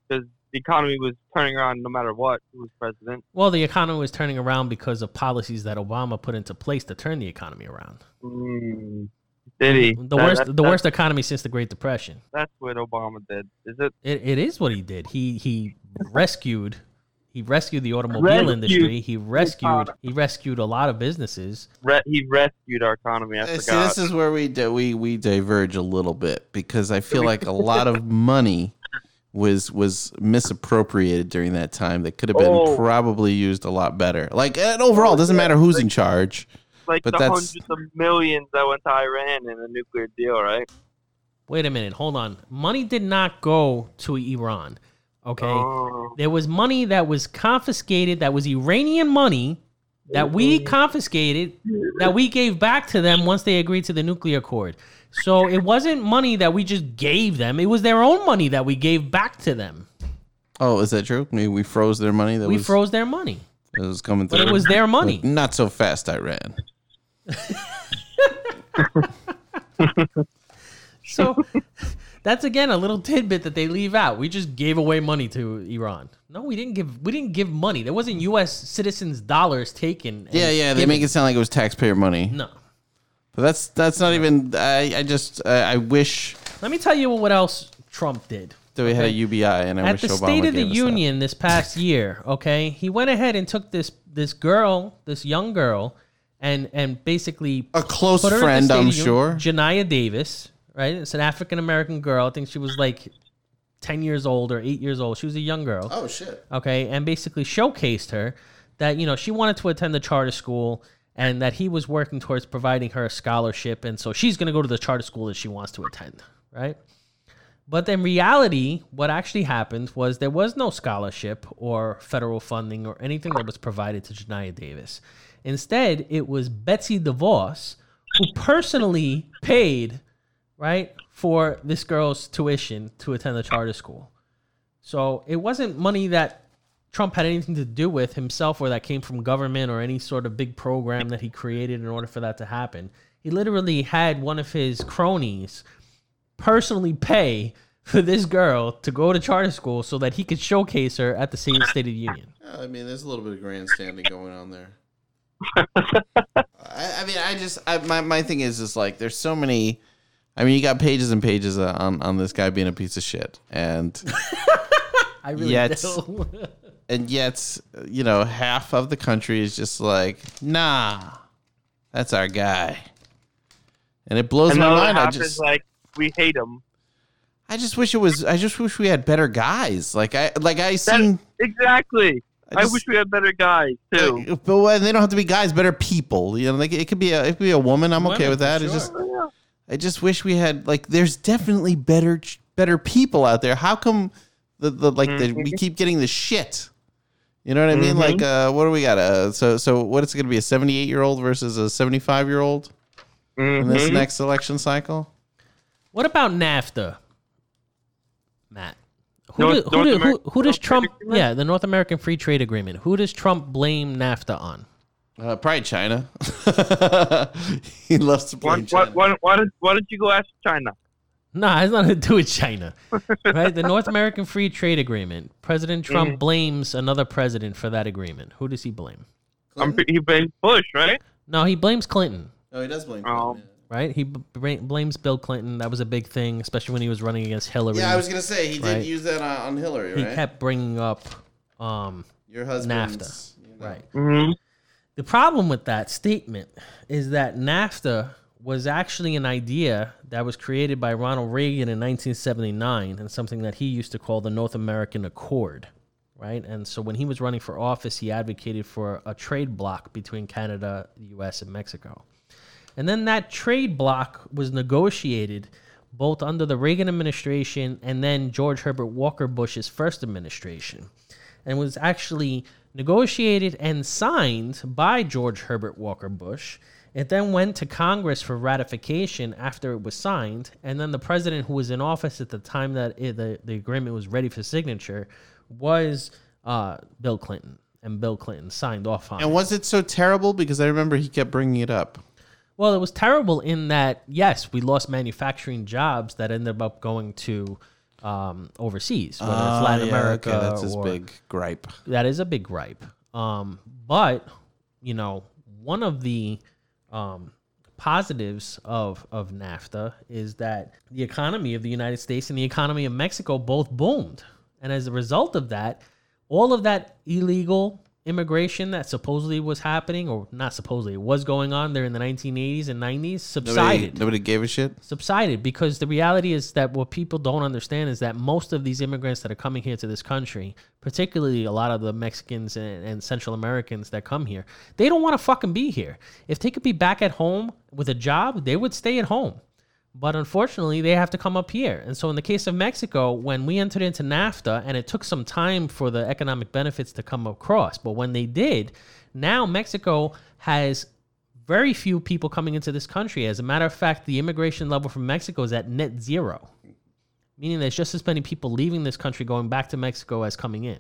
S4: Because the economy was turning around no matter what who was president.
S2: Well, the economy was turning around because of policies that Obama put into place to turn the economy around.
S3: Hmm.
S4: Mm. Did he?
S2: The
S4: That-
S2: worst,
S4: that-
S2: the
S4: that-
S2: worst economy since the Great Depression.
S4: That's what Obama did. Is it?
S2: It, it is what he did. He he rescued He rescued the automobile
S4: Rescued
S2: industry. He rescued
S4: economy.
S2: he rescued a lot of businesses.
S4: Re- he rescued our economy. I
S3: Uh, See,
S4: forgot.
S3: this is where we di- we we diverge a little bit because I feel like a lot of money was was misappropriated during that time that could have been
S4: Oh.
S3: probably used a lot better. Like and overall, it doesn't matter who's in charge.
S4: like
S3: but
S4: the
S3: that's-
S4: hundreds of millions that went to Iran in a nuclear deal, right?
S2: Wait a minute, hold on. Money did not go to Iran. Okay.
S4: Oh.
S2: There was money that was confiscated that was Iranian money that we confiscated that we gave back to them once they agreed to the nuclear accord. So it wasn't money that we just gave them. It was their own money that we gave back to them.
S3: Oh, is that true? Maybe we froze their money that
S2: we
S3: was
S2: froze their money.
S3: that was coming
S2: But
S3: through.
S2: it was their money.
S3: Like, not so fast, Iran. (laughs)
S2: So that's again a little tidbit that they leave out. We just gave away money to Iran. No, we didn't give we didn't give money. There wasn't US citizens dollars taken. and
S3: Yeah, yeah. They
S2: given.
S3: make it sound like it was taxpayer money,
S2: No.
S3: but that's that's not even. I I just I, I wish
S2: Let me tell you what else Trump did.
S3: that we had a UBI, and I
S2: At
S3: wish
S2: the
S3: Obama
S2: State of the
S3: gave us that.
S2: Union this past year, okay? He went ahead and took this this girl, this young girl, and and basically
S3: a close
S2: put her at the
S3: friend,
S2: State of
S3: I'm
S2: the Union,
S3: sure.
S2: Janiah Davis, right? It's an African American girl. I think she was like 10 years old or 8 years old. She was a young girl.
S3: Oh shit.
S2: okay, and basically showcased her that you know she wanted to attend the charter school and that he was working towards providing her a scholarship, and so she's going to go to the charter school that she wants to attend, right? But in reality, what actually happened was there was no scholarship or federal funding or anything that was provided to Janiah Davis. Instead, it was Betsy DeVos who personally paid, right, for this girl's tuition to attend the charter school. So it wasn't money that Trump had anything to do with himself or that came from government or any sort of big program that he created in order for that to happen. He literally had one of his cronies personally pay for this girl to go to charter school so that he could showcase her at the same State of the Union.
S3: I mean, there's a little bit of grandstanding going on there. (laughs) I, I mean, I just I, my my thing is is like there's so many. I mean, you got pages and pages uh, on on this guy being a piece of shit, and
S2: I really
S3: Yeah, it's-
S2: do.
S3: and yet you know half of the country is just like nah, that's our guy, and it blows
S4: And
S3: my
S4: then what
S3: mind. I
S4: happens,
S3: just
S4: like, we hate him.
S3: I just wish it was. I just wish we had better guys. Like I like I seen.
S4: Exactly.
S3: I
S4: I,
S3: just-
S4: wish we had better guys, too.
S3: Like, but when they don't have to be guys, better people. You know, like it could be a it could be a woman. I'm
S2: (laughs)
S3: okay
S2: Women,
S3: with
S2: for
S3: that. It's
S2: sure.
S3: just I just wish we had like there's definitely better ch- better people out there. How come the, the like the, we keep getting the shit? You know what I mean? Like uh, what do we got? Uh, so so what is it going to be? A 78 year old versus a 75 year old in this
S4: Mhm.
S3: next election cycle?
S2: What about NAFTA, Matt? Who, do-
S4: North-
S2: who,
S4: North
S2: do-
S4: Ameri-
S2: who, who does
S4: North Trade
S2: Trump?
S4: Agreement?
S2: Yeah, the North American Free Trade Agreement. Who does Trump blame NAFTA on?
S3: Uh, probably China. (laughs) he loves to
S4: Why,
S3: blame
S4: why,
S3: China.
S4: why, why, don't, why don't you go after China?
S2: Nah, it's nothing to do with
S4: (laughs)
S2: China. Right? The North American Free Trade Agreement. President
S4: Mm-hmm.
S2: Trump blames another president for that agreement. Who does he blame?
S4: I'm, pre- Um, he blames Bush, right?
S2: No, he blames Clinton,
S3: Oh, he does blame.
S4: Oh.
S3: China.
S2: right? He b- bra- blames Bill Clinton. That was a big thing, especially when he was running against Hillary.
S3: Yeah, I was gonna say he did
S2: Right.
S3: use that on, on Hillary,
S2: he
S3: right?
S2: kept bringing up um,
S3: Your husband's
S2: NAFTA.
S3: you know.
S2: right.
S4: Mm-hmm.
S2: The problem with that statement is that NAFTA was actually an idea that was created by Ronald Reagan in 1979 and something that he used to call the North American Accord, right? And so when he was running for office, he advocated for a trade bloc between Canada, the US, and Mexico. And then that trade bloc was negotiated both under the Reagan administration and then George Herbert Walker Bush's first administration and was actually negotiated and signed by George Herbert Walker Bush. It then went to Congress for ratification after it was signed, and then the president who was in office at the time that it, the, the agreement was ready for signature was uh, Bill Clinton, and Bill Clinton signed off on it.
S3: And was it so terrible? Because I remember he kept bringing it up.
S2: Well, it was terrible in that yes, we lost manufacturing jobs that ended up going to um, overseas, whether it's Latin America.
S3: Uh, Ah, that's his
S2: or-
S3: big gripe.
S2: That is a big gripe. Um, but you know, one of the um, positives of of NAFTA is that the economy of the United States and the economy of Mexico both boomed, and as a result of that, all of that illegal immigration that supposedly was happening, or not supposedly, was going on there in the 1980s and 90s, subsided.
S3: Nobody, nobody gave a shit.
S2: subsided because the reality is that what people don't understand is that most of these immigrants that are coming here to this country, particularly a lot of the Mexicans and, and Central Americans that come here, they don't want to fucking be here. If they could be back at home with a job, they would stay at home. But unfortunately, they have to come up here. And so, in the case of Mexico, when we entered into NAFTA, and it took some time for the economic benefits to come across, but when they did, now Mexico has very few people coming into this country. As a matter of fact, the immigration level from Mexico is at net zero, meaning there's just as many people leaving this country going back to Mexico as coming in.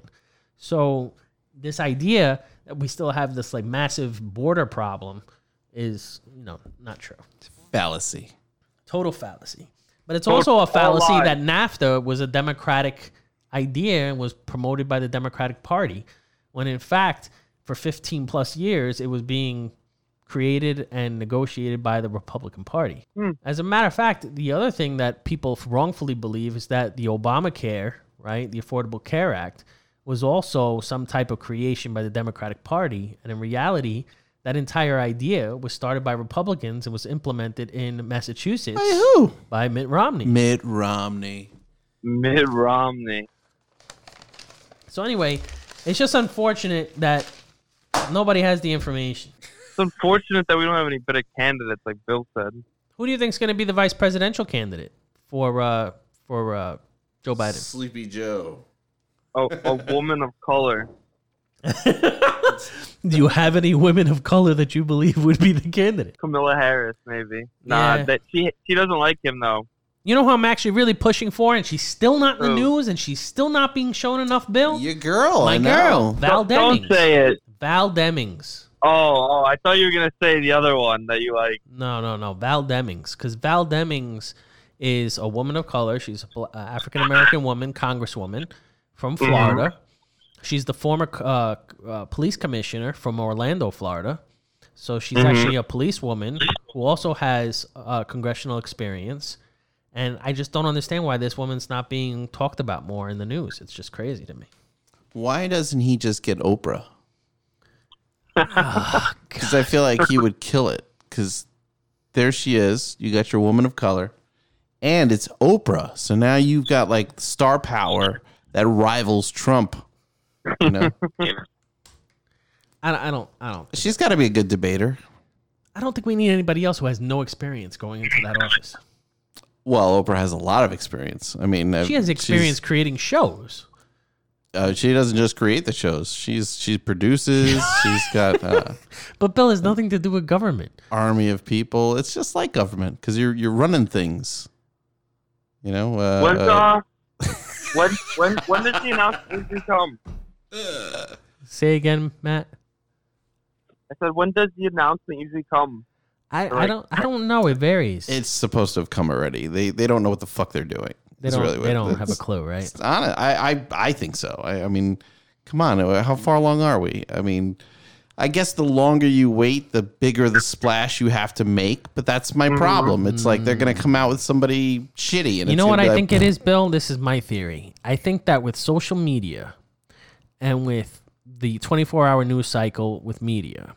S2: So, this idea that we still have this like massive border problem is, you know, not true.
S3: Fallacy.
S2: Total fallacy. But it's
S4: Total
S2: also a fallacy
S4: lie.
S2: that NAFTA was a democratic idea and was promoted by the Democratic Party, when in fact, for 15 plus years, it was being created and negotiated by the Republican Party. As a matter of fact, the other thing that people wrongfully believe is that the Obamacare, right, the Affordable Care Act, was also some type of creation by the Democratic Party. And in reality, that entire idea was started by Republicans and was implemented in Massachusetts by,
S3: who?
S2: Mitt Romney.
S3: Mitt Romney.
S4: Mitt Romney.
S2: So anyway, it's just unfortunate that nobody has the information.
S4: It's unfortunate that we don't have any better candidates, like Bill said.
S2: Who do you think's going to be the vice presidential candidate for uh, for uh, Joe Biden?
S3: Sleepy Joe.
S4: A,
S3: (laughs)
S4: a woman of color.
S2: Do you have any women of color that you believe would be the candidate?
S4: Camilla Harris, maybe. Nah,
S2: Yeah.
S4: that she she doesn't like him though.
S2: You know who I'm actually really pushing for, and she's still not in the
S4: Who?
S2: news, and she's still not being shown enough. Bill,
S3: Your girl.
S2: my
S3: Oh, I
S2: girl,
S3: know.
S2: Val
S4: Don't
S2: Demings.
S4: say it.
S2: Val Demings.
S4: Oh, oh, I thought you were gonna say the other one that
S3: (laughs)
S4: you like.
S2: No, no, no. Val Demings, because Val Demings is a woman of color. She's an African American woman, congresswoman from Florida. She's the former uh, uh, police commissioner from Orlando, Florida. So she's actually a policewoman who also has uh, congressional experience. And I just don't understand why this woman's not being talked about more in the news. It's just crazy to me.
S3: Why doesn't he just
S2: (laughs)
S3: get Oprah?
S2: Ah,
S3: Because I feel like he would kill it. Because there she is. You got your woman of color, and it's Oprah. So now you've got like star power that rivals Trump.
S2: (laughs)
S3: You know,
S2: I don't, I don't, I don't,
S3: she's got to be a good debater.
S2: I don't think we need anybody else who has no experience going into that office.
S3: Well, Oprah has a lot of experience. I mean, uh,
S2: She has
S3: she's-
S2: experience creating shows.
S3: Uh, she doesn't just create the shows. She's
S2: (laughs)
S3: she produces. she's got uh,
S2: But Bill has nothing to do with government.
S3: army of people. It's just like government because you're you're running things. You know, uh,
S4: When's uh, when when when did she announce when she come?
S2: Say again, Matt.
S4: I said, when does the announcement usually come?
S2: I, I
S4: Right.
S2: don't I don't know. It varies.
S3: it's supposed to have come already. They they don't know what the fuck they're doing.
S2: they
S3: It's
S2: don't
S3: really what-
S2: they don't have a
S3: it's-
S2: clue, right?
S3: it's honest. I, I I think so. I, I mean, come on. uh, How far along are we? I mean, I guess the longer you wait, the bigger the splash you have to make. But that's my problem. It's like they're gonna come out with somebody shitty. And
S2: Mm. You
S3: it's
S2: know
S3: gonna
S2: what
S3: be
S2: I
S3: like,
S2: think it is, Bill? This is my theory. I think that with social media and with the 24 hour news cycle with media,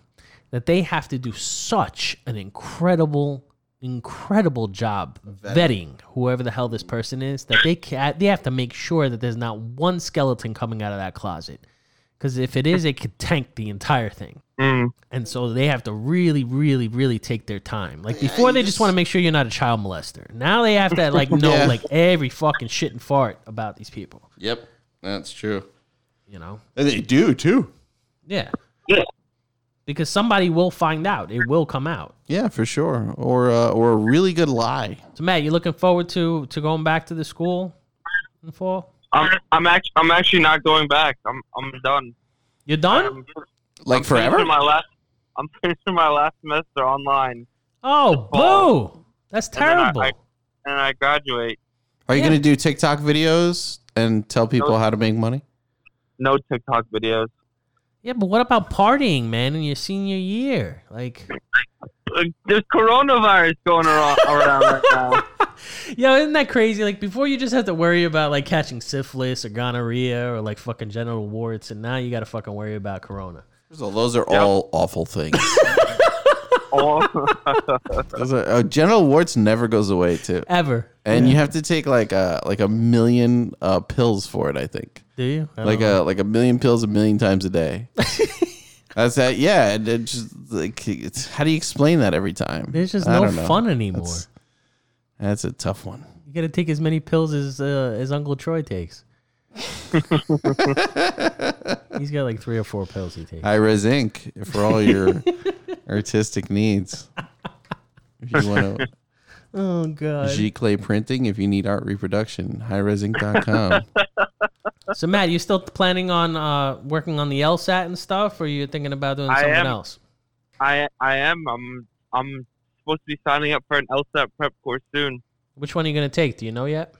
S2: that they have to do such an incredible, incredible job vetting whoever the hell this person is that they can, they have to make sure that there's not one skeleton coming out of that closet. Because if it is, it could tank the entire thing. And so they have to really, really, really take their time. Like before, they just want to make sure you're not a child molester. Now they have to like know
S3: Yeah.
S2: like every fucking shit and fart about these people.
S3: Yep, that's true.
S2: You know?
S3: And Uh, they do too.
S2: Yeah.
S4: Yeah.
S2: Because somebody will find out. It will come out.
S3: Yeah, for sure. Or uh, or a really good lie.
S2: So Matt, you looking forward to to going back to the school in the fall?
S4: I'm I'm actually I'm actually not going back. I'm I'm done.
S2: You're done?
S4: I'm,
S3: Like
S4: I'm
S3: forever?
S4: Finishing my last, I'm (laughs) finishing my last semester online,
S2: Oh, boo! That's
S4: And then I-
S2: terrible.
S4: I- and I graduate.
S3: Are you
S2: Yeah.
S3: going to do TikTok videos and tell people
S4: Nope.
S3: how to make money?
S4: No TikTok videos.
S2: Yeah, but what about partying, man, in your senior year? Like
S4: Like, There's coronavirus going (laughs) around, around right now.
S2: Yo, isn't that crazy? Like before, you just had to worry about like catching syphilis or gonorrhea or like fucking genital warts, and now you got to fucking worry about corona.
S3: So those are all awful things. (laughs)
S4: Oh,
S3: Those are- uh, genital warts never goes away too,
S2: Ever
S3: and you have to take like a like a million uh, pills for it. I think
S2: do you? I don't
S3: like uh,
S2: know.
S3: a like a million pills a million times a
S2: (laughs)
S3: day. That's that. Yeah, and it just like it's, how do you explain that every time?
S2: There's just
S3: I
S2: no
S3: don't know.
S2: fun anymore.
S3: That's, that's a tough one.
S2: You got to take as many pills as uh, as Uncle Troy
S4: (laughs)
S2: takes. He's got like three or four pills he takes.
S3: Iris Inc. for all your
S2: (laughs)
S3: artistic needs. If you
S2: (laughs)
S3: want to
S2: Oh god.
S3: G Clay printing, if you need art reproduction,
S2: (laughs)
S3: highresinc.com.
S2: So Matt, you still planning on uh, working on the LSAT and stuff, or you thinking about doing
S4: I
S2: something
S4: am.
S2: else?
S4: (laughs) I I am. I'm I'm supposed to be signing up for an LSAT prep course soon.
S2: Which one are you gonna take? Do you know yet?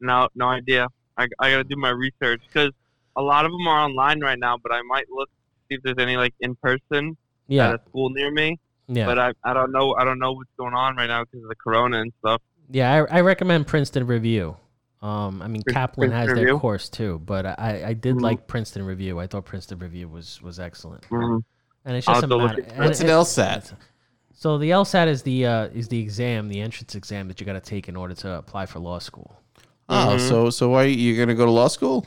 S4: No, no idea. I, I gotta do my research because a lot of them are online right now. But I might look see if there's any like in person
S2: Yeah,
S4: at a school near me.
S2: yeah,
S4: But uh, I I don't know I don't know what's going on right now because of the corona and stuff.
S2: yeah. I, I recommend Princeton Review. Um, I mean
S4: Prin-
S2: Kaplan has
S4: Princeton
S2: their
S4: Review?
S2: course too, but I, I did
S4: Mhm.
S2: like Princeton Review. I thought Princeton Review was was excellent,
S4: Mhm.
S2: and it's
S4: I'll
S2: just a
S4: have to look
S2: matter.
S4: into
S2: and
S3: What's an
S2: it-
S3: LSAT?
S2: So the LSAT is the uh, is the exam, the entrance exam that you got to take in order to apply for law school. Uh-huh.
S3: Oh,
S4: Mhm.
S3: so so why you gonna go to law school?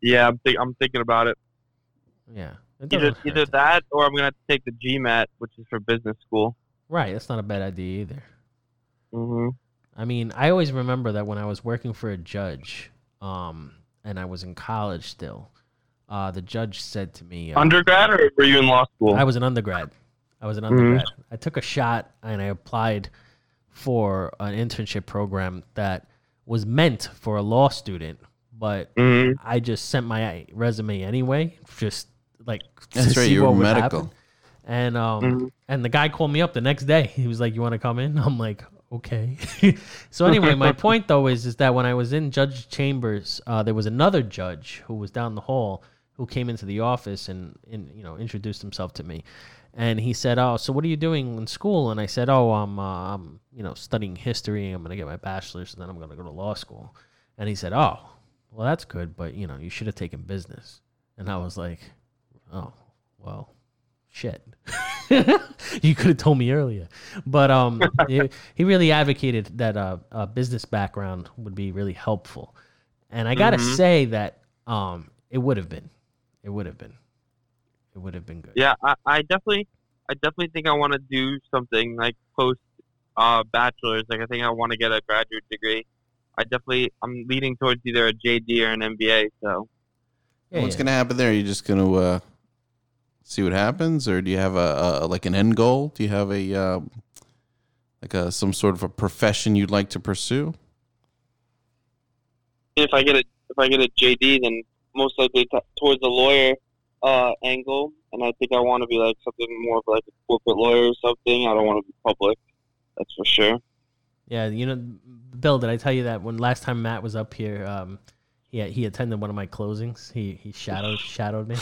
S4: Yeah, I'm think, I'm thinking about it.
S2: Yeah, it
S4: Either
S2: doesn't hurt
S4: either
S2: to-
S4: that or I'm gonna have to take the GMAT, which is for business school.
S2: right. That's not a bad idea either. Mm-hmm.
S4: hmm
S2: I mean, I always remember that when I was working for a judge, um, and I was in college still, uh, the judge said to me, uh,
S4: Undergrad or were you in law school?
S2: I was an undergrad. I was an undergrad. I took a shot and I applied for an internship program that was meant for a law student, but
S4: Mhm.
S2: I just sent my resume anyway, just like to
S3: That's right,
S2: see
S3: you were
S2: what would
S3: medical.
S2: happen. And um, and the guy called me up the next day. (laughs) He was like, "You want to come in?" (laughs) I'm like, "Okay." (laughs) so anyway, my point though is is that when I was in Judge Chambers, uh, there was another judge who was down the hall who came into the office and, and you know introduced himself to me, and he said, "Oh, so what are you doing in school?" And I said, "Oh, I'm uh, I'm you know studying history. I'm gonna get my bachelor's, and then I'm gonna go to law school." And he said, "Oh, well that's good, but you know you should have taken business." And I was like, "Oh, well." shit. (laughs) you could have told me earlier. But um, he, he really advocated that uh, a business background would be really helpful. And I got to say that um, it would have been. It would have been. It would have been good.
S4: Yeah, I, I definitely, I definitely think I want to do something like post uh, bachelor's. Like I think I want to get a graduate degree. I definitely, I'm leaning towards either a JD or an MBA. So
S2: Yeah,
S3: What's
S2: yeah.
S3: gonna happen there? Are you just gonna uh, see what happens, or do you have a, a like an end goal? Do you have a um, like a some sort of a profession you'd like to pursue?
S4: if I get a, if I get a JD, then most likely t- towards the lawyer uh, angle. And I think I want to be like something more of like a corporate lawyer or something. I don't want to be public. That's for sure.
S2: Yeah, you know, Bill, did I tell you that when last time Matt was up here, um, he he attended one of my closings. He he shadowed shadowed me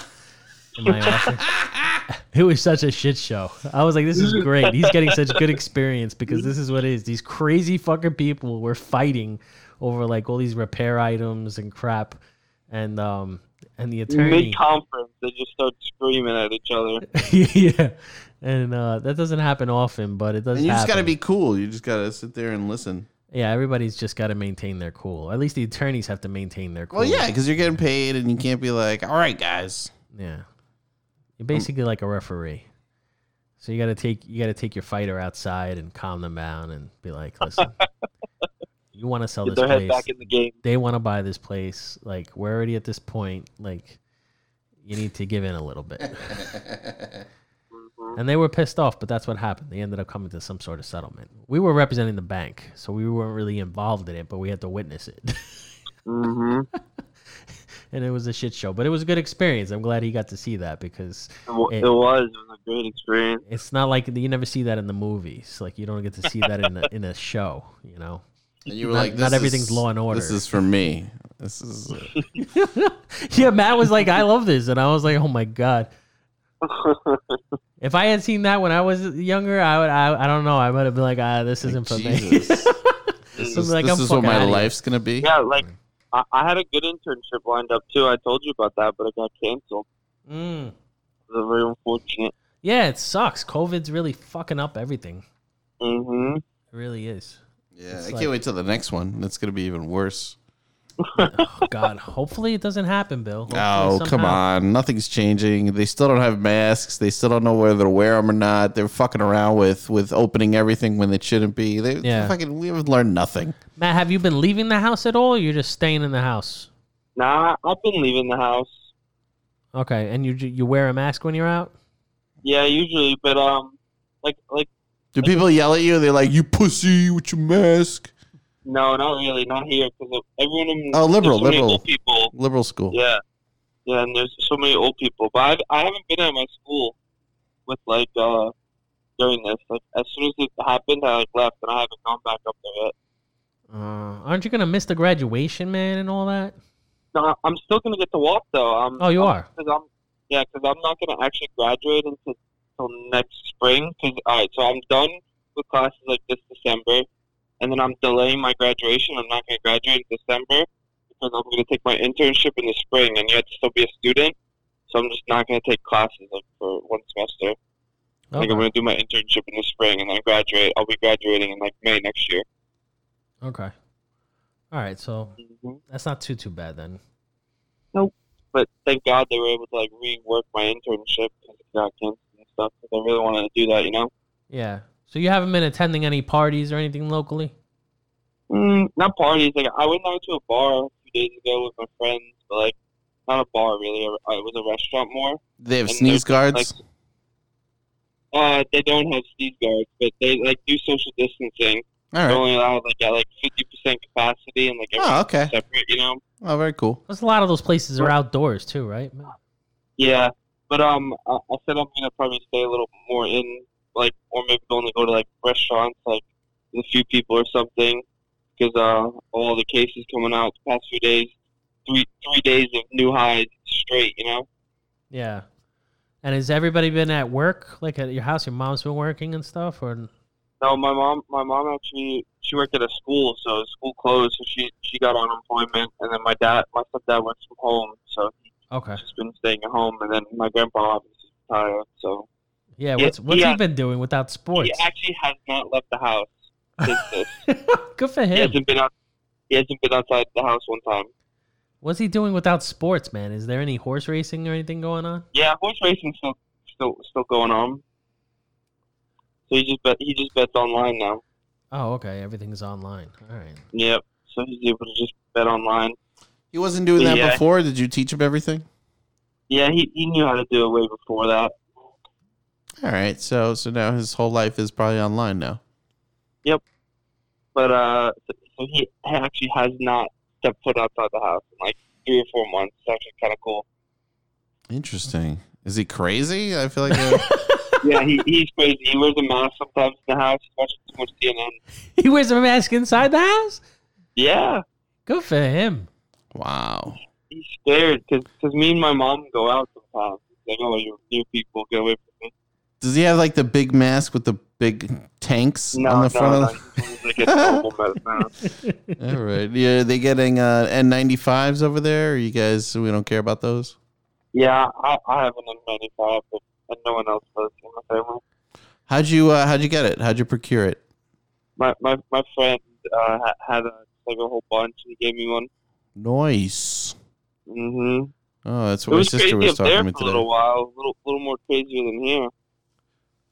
S2: in my office. It was such a shit show. I was like, this is great. He's getting such good experience because this is what it is. These crazy fucking people were fighting over like all these repair items and crap, and um and the attorney. (laughs)
S4: Mid conference, they just start screaming at each other.
S2: yeah, and uh, that doesn't happen often, but it does.
S3: And you just gotta
S2: happen.
S3: be cool. You just gotta sit there and listen.
S2: Yeah, everybody's just got to maintain their cool. At least the attorneys have to maintain their cool.
S3: Well, yeah, because you're getting paid, and you can't be like, all right, guys.
S2: Yeah. You're basically like a referee. So you got to take you got to take your fighter outside and calm them down and be like,
S4: (laughs)
S2: "Listen. you want to sell
S4: Get
S2: this
S4: their head
S2: place.
S4: back in the game.
S2: They want to buy this place. Like we're already at this point. Like you need to give in a little
S4: (laughs)
S2: bit." And they were pissed off, but that's what happened. They ended up coming to some sort of settlement. We were representing the bank, so we weren't really involved in it, but we had to witness it.
S4: hmm
S2: and it was a shit show, but it was a good experience. I'm glad he got to see that because
S4: It, wa-
S2: It-
S4: it was. It was a great experience. (laughs)
S2: it's not like you never see that in the movies. Like you don't get to see that in a, in a show, you know.
S3: And you were
S2: Not-
S3: like,
S2: not
S3: this
S2: everything's
S3: is-
S2: law and order.
S3: This is for me. This is uh,
S2: (laughs) Yeah, Matt was like, "I love this," and I was like, "Oh my god." If I had seen that when I was younger, I would. I, I don't know. I might have been like, "Ah, (laughs) this isn't for me."
S3: Jesus. This
S2: (laughs) I'm
S3: is,
S2: like,
S3: this
S2: I'm
S3: is what
S2: fucking
S3: my
S2: outta here.
S3: life's gonna be.
S4: Yeah, like I, I had a good internship lined up too. I told you about that, but it got canceled.
S2: Mm.
S4: It was very unfortunate.
S2: Yeah, it sucks. COVID's really fucking up everything.
S4: hmm
S2: It really is. (laughs)
S3: Yeah,
S2: It's
S3: I
S2: like-
S3: can't wait till the next one. That's gonna be even worse.
S2: Oh, God, hopefully it doesn't happen, Bill. Hopefully
S3: Oh, come
S2: somehow-
S3: on. Nothing's changing. They still don't have masks. They still don't know whether to wear them or not. They're fucking around with with opening everything when they shouldn't be. They
S2: Yeah.
S3: fucking we haven't learned nothing.
S2: Matt, have you been leaving the house at all? Or you're just staying in the house.
S4: Nah, I've been leaving the house.
S2: Okay, and you you wear a mask when you're out.
S4: Yeah, usually, but um, like like
S3: Do people yell at you? They're like, "You pussy with your mask."
S4: no, not really, not here because everyone in
S3: Oh, liberal,
S4: there's so many
S3: liberal.
S4: old people.
S3: Liberal school.
S4: Yeah, yeah, and there's so many old people. But I've, I haven't been at my school with like uh during this. Like as soon as it happened, I like left and I haven't gone back up there yet.
S2: Uh, aren't you gonna miss the graduation, man, and all that?
S4: No, I'm still gonna get to walk though. Um,
S2: Oh, you are.
S4: Cause I'm, yeah, because I'm not going to actually graduate until, until next spring. Cause, all right, so I'm done with classes like this December, and then I'm delaying my graduation. I'm not going to graduate in December because I'm going to take my internship in the spring, and you have to still be a student. So I'm just not going to take classes like for one semester. Like I'm
S2: Okay.
S4: going to do my internship in the spring, and then graduate. I'll be graduating in like May next year.
S2: Okay. All right, so that's not too too bad then.
S4: But thank God they were able to like rework my internship because it got canceled and stuff. Because I really wanted to do that, you know.
S2: Yeah. So you haven't been attending any parties or anything locally?
S4: Mm, not parties. Like I went out to a bar a few days ago with my friends, but like not a bar really. It was a restaurant more.
S3: They have
S4: And
S3: sneeze
S4: there's,
S3: guards.
S4: Uh, they don't have sneeze guards, but they like do social distancing.
S3: All
S4: They're
S3: right.
S4: only allowed like at like fifty percent capacity and like everything's
S3: Oh, okay.
S4: separate, you know.
S3: Oh, very cool.
S2: 'Cause a lot of those places are outdoors too, right?
S4: Yeah, but um, I, I said I'm gonna probably stay a little more in, like, or maybe only go to like restaurants, like with a few people or something, because uh, all the cases coming out the past few days, three three days of new highs straight, you know.
S2: Yeah. And has everybody been at work, like at your house? Your mom's been working and stuff, or
S4: No, my mom, my mom actually she worked at a school, so school closed, so she she got unemployment, and then my dad, my stepdad works from home, so
S2: okay,
S4: he's just been staying at home, and then my grandpa obviously retired, so
S2: yeah.
S4: Yeah,
S2: What's what's
S4: yeah.
S2: he been doing without sports?
S4: he actually has not left the house. since this.
S2: (laughs) Good for
S4: He
S2: him.
S4: hasn't been out. He hasn't been outside the house one time.
S2: What's he doing without sports, man? Is there any horse racing or anything going on?
S4: Yeah, horse racing's still still still going on. So he just bet he just bets online now.
S2: Oh, okay. Everything's online. All right.
S4: Yep. So he's able to just bet online.
S3: He wasn't doing that
S4: Yeah.
S3: before. Did you teach him everything?
S4: Yeah, he, he knew how to do it way before that.
S3: All right. So so now his whole life is probably online now.
S4: But uh, so, so he actually has not stepped foot outside the house in like three or four months. It's actually kind of cool.
S3: Interesting. Is he crazy? I (laughs) feel like uh,
S4: yeah, he, he's crazy. He wears a mask sometimes in the house. He watches too much CNN.
S2: (laughs) He wears a mask inside the house.
S4: Yeah.
S2: Good for him.
S3: wow.
S4: he's scared because me and my mom go out sometimes. He's like, oh, you're new people, get away from me.
S3: Does he have like the big mask with the big tanks
S4: No,
S3: on the
S4: no,
S3: front
S4: no.
S3: of?
S4: He's like a
S3: (laughs)
S4: normal man now.
S3: All right. Yeah, are they getting uh, N95s over there? Or you guys, we don't care about those.
S4: Yeah, I, I have an M95, but and no one else does in my family.
S3: How'd you uh, How'd you get it? How'd you procure it?
S4: My my my friend uh, ha- had a, like a whole bunch. and He gave me one.
S3: Nice.
S4: hmm
S3: Oh, that's
S4: It
S3: what my
S4: was
S3: sister
S4: crazy
S3: was
S4: up there
S3: talking
S4: for
S3: to me
S4: a little
S3: today.
S4: while. A little little more crazier than here.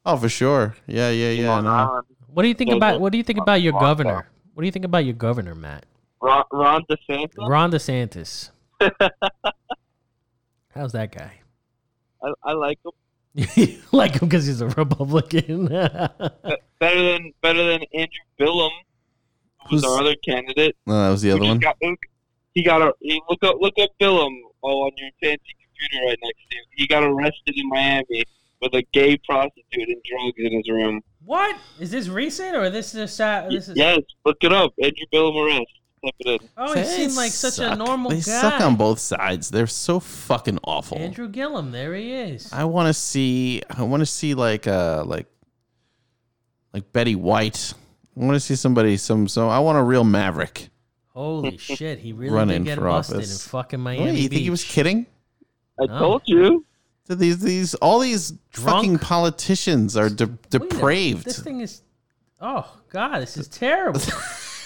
S3: Oh, for sure. Yeah, yeah,
S4: in
S3: yeah.
S4: Long
S3: No.
S4: Island.
S2: What do you think
S4: Yeah,
S2: about
S4: yeah.
S2: what do you think about your
S4: Lockdown.
S2: governor? What do you think about your governor, Matt?
S4: Ron, Ron DeSantis.
S2: Ron DeSantis.
S3: (laughs)
S2: How's that guy? (laughs)
S4: I, I like him
S2: like him because he's a Republican. (laughs)
S4: better than better than Andrew Billum, who's
S3: Who's-
S4: our other candidate.
S3: No, that was the
S4: We
S3: other
S4: just
S3: one.
S4: got- he got a he- look up look up Billum oh, on your fancy computer right next to you. He got arrested in Miami with a gay prostitute and drugs in his room.
S2: what is this recent or this is uh, this is?
S4: yes, look it up. Andrew Billum arrest. Type it in.
S2: Oh, he
S3: They
S2: seemed like such a
S3: suck.
S2: normal
S3: They
S2: guy.
S3: suck on both sides. They're so fucking awful.
S2: Andrew Gillum, there he is.
S3: I want to see. I want to see like uh like like Betty White I want to see somebody. Some. So I want a real maverick. (laughs)
S2: Holy shit, he really
S3: Running
S2: did get
S3: for
S2: busted in
S3: office.
S2: fucking
S3: Wait,
S2: Miami.
S3: you think he was kidding?
S4: I
S2: No.
S4: told you.
S3: So these these all these
S2: Drunk.
S3: fucking politicians are de-
S2: (laughs)
S3: depraved.
S2: This thing is. Oh God, this is terrible.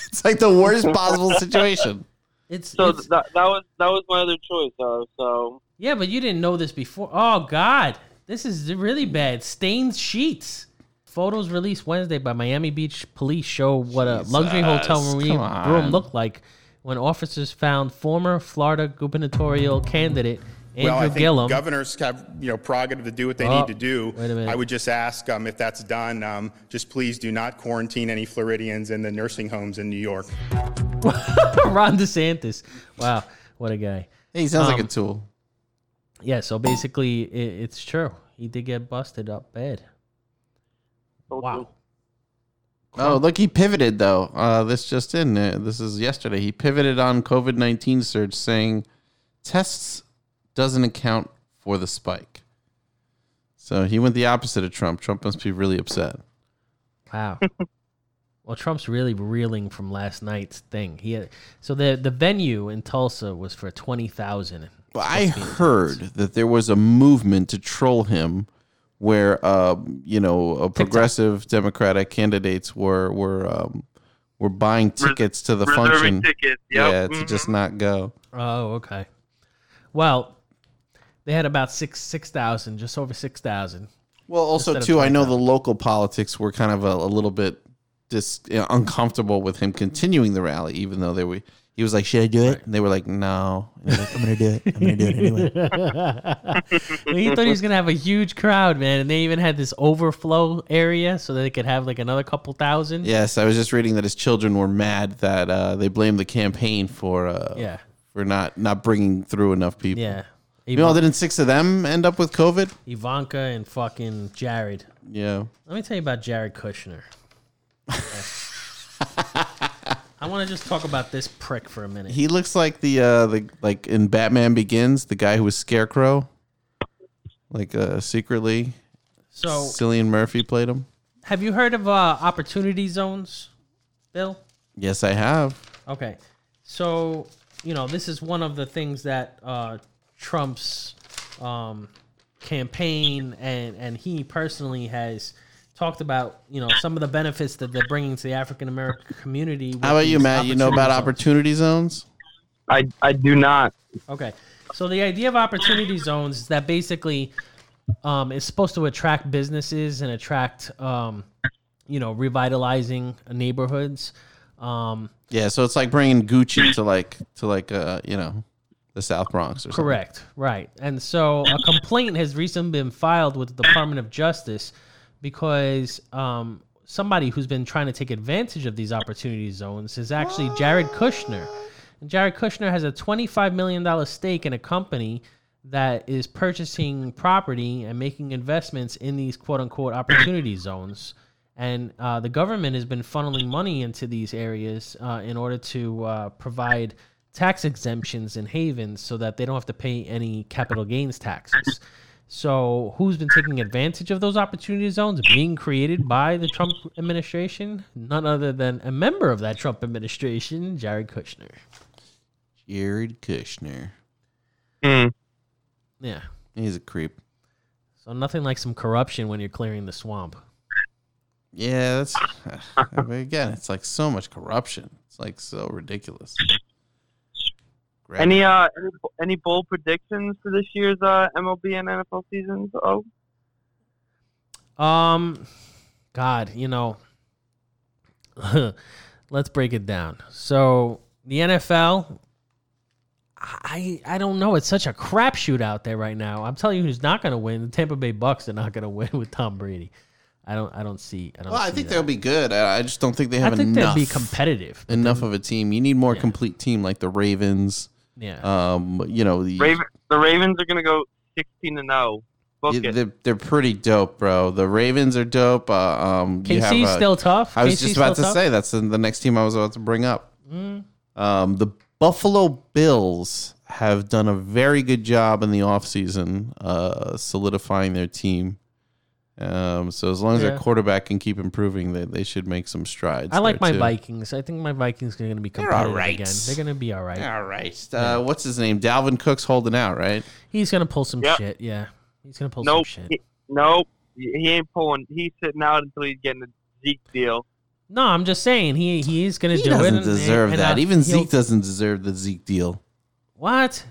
S3: It's like the worst possible situation.
S2: It's,
S4: So
S2: it's
S4: th- that, that was that was my other choice, though. So
S2: yeah, but you didn't know this before. Oh God, this is really bad. Stained sheets. Photos released Wednesday by Miami Beach police show what a luxury hotel
S3: Jesus,
S2: room,
S3: come on.
S2: room looked like when officers found former Florida gubernatorial candidate Andrew
S11: well, I think
S2: Gillum.
S11: governors have you know prerogative to do what they
S2: Oh,
S11: need to do.
S2: wait a minute.
S11: I would just ask um, if that's done. Um, just please do not quarantine any Floridians in the nursing homes in New York.
S2: (laughs) Ron DeSantis. Wow, what a guy.
S3: Hey, he sounds like
S2: Um,
S3: a tool.
S2: Yeah, so basically, it, it's true. He did get busted up bad. Wow.
S3: Oh, look, he pivoted though. Uh, this just in. Uh, this is yesterday. He pivoted on COVID nineteen surge, saying tests doesn't account for the spike. So he went the opposite of Trump. Trump must be really upset.
S2: (laughs) Wow. well, Trump's really reeling from last night's thing. He had, so the the venue in Tulsa was for twenty thousand.
S3: Well, I heard that there was a movement to troll him, where um, you know uh progressive Democratic candidates were were um, were buying tickets to the
S4: reserving
S3: function,
S4: tickets, yep, Mm.
S3: yeah, to just not go.
S2: Oh, okay. Well, they had about six six thousand, just over six thousand.
S3: Well, also
S2: Instead of
S3: too, I know
S2: 25.
S3: the local politics were kind of a, a little bit dis, you know, uncomfortable with him continuing the rally, even though they were. He was like, "Should I do it?" And they were like, "No." And he was like, I'm gonna do it. I'm gonna do it anyway.
S2: he thought he was gonna have a huge crowd, man, and they even had this overflow area so that they could have like another couple thousand.
S3: (laughs) yes, I was just reading that his children were mad that uh, they blamed the campaign for uh,
S2: Yeah.
S3: for not not bringing through enough people.
S2: Yeah.
S3: You know, didn't six of them end up with COVID?
S2: Ivanka and fucking Jared.
S3: Yeah.
S2: Let me tell you about Jared
S3: (laughs)
S2: Kushner. I want to just talk about this prick for a minute.
S3: He looks like the uh the like in Batman Begins, the guy who was Scarecrow. Like uh secretly.
S2: so,
S3: Cillian Murphy played him.
S2: have you heard of uh, opportunity zones, Bill?
S3: Yes, I have.
S2: Okay. So, you know, this is one of the things that uh, Trump's um, campaign and, and he personally has talked about, you know, some of the benefits that they're bringing to the African American community. with
S3: How about you,
S2: these
S3: Matt? You know about
S2: zones.
S3: opportunity zones?
S4: I I do not.
S2: Okay. So the idea of opportunity zones is that basically um, it's supposed to attract businesses and attract, um, you know, revitalizing neighborhoods. Um,
S3: Yeah, so it's like bringing Gucci to like to like uh you know the South Bronx or something.
S2: Correct. Right. And so a complaint has recently been filed with the Department of Justice because um, somebody who's been trying to take advantage of these opportunity zones is actually Jared Kushner. And Jared Kushner has a $25 million stake in a company that is purchasing property and making investments in these quote unquote opportunity zones. And uh, the government has been funneling money into these areas uh, in order to uh, provide tax exemptions and havens so that they don't have to pay any capital gains taxes. So, who's been taking advantage of those opportunity zones being created by the Trump administration? None other than a member of that Trump administration, Jared Kushner.
S3: Jared Kushner.
S4: Hmm.
S2: Yeah.
S3: He's a creep.
S2: So, nothing like some corruption when you're clearing the swamp.
S3: Yeah, that's I mean, again, it's like so much corruption. It's like so ridiculous. Grab-
S4: Any uh any, any bold predictions for this year's uh, MLB and NFL seasons? Oh,
S2: Um, God, you know, (laughs) let's break it down. So the NFL, I I don't know. It's such a crapshoot out there right now. I'm telling you, who's not going to win? The Tampa Bay Bucks are not going to (laughs) win with Tom Brady. I don't. I don't see. I don't.
S3: Well, I
S2: see
S3: think
S2: that.
S3: they'll be good. I I just don't think they have
S2: I think
S3: enough
S2: they'll be competitive.
S3: enough of a team. You need more complete team like the Ravens.
S2: Yeah.
S3: Um, you know, the,
S4: Raven, the Ravens are gonna go sixteen to zero. Book
S3: yeah,
S4: it.
S3: they're, they're pretty dope, bro. The Ravens are dope. Uh, um, you have,
S2: KC's
S3: uh,
S2: still tough.
S3: I was
S2: KC's
S3: just about to
S2: still tough?
S3: say that's the, the next team I was about to bring up. Um, the Buffalo Bills have done a very good job in the offseason uh, solidifying their team Um, so as long as
S2: Yeah.
S3: their quarterback can keep improving, they, they should make some strides.
S2: I like
S3: there,
S2: my
S3: too.
S2: Vikings. I think my Vikings are going to be
S3: They're
S2: competitive
S3: all right.
S2: again. They're going to be all right.
S3: All right. Uh, What's his name? Dalvin Cook's holding out, right?
S2: He's going to pull some
S4: Yeah.
S2: shit. Yeah, he's going to pull
S4: Nope.
S2: some shit.
S4: He, nope. He he ain't pulling. He's sitting out until he's getting the Zeke deal.
S2: No, I'm just saying he he is going to
S3: He
S2: do it.
S3: doesn't
S2: and-
S3: deserve
S2: and, uh,
S3: that. Even
S2: he'll-
S3: Zeke doesn't deserve the Zeke deal.
S2: What?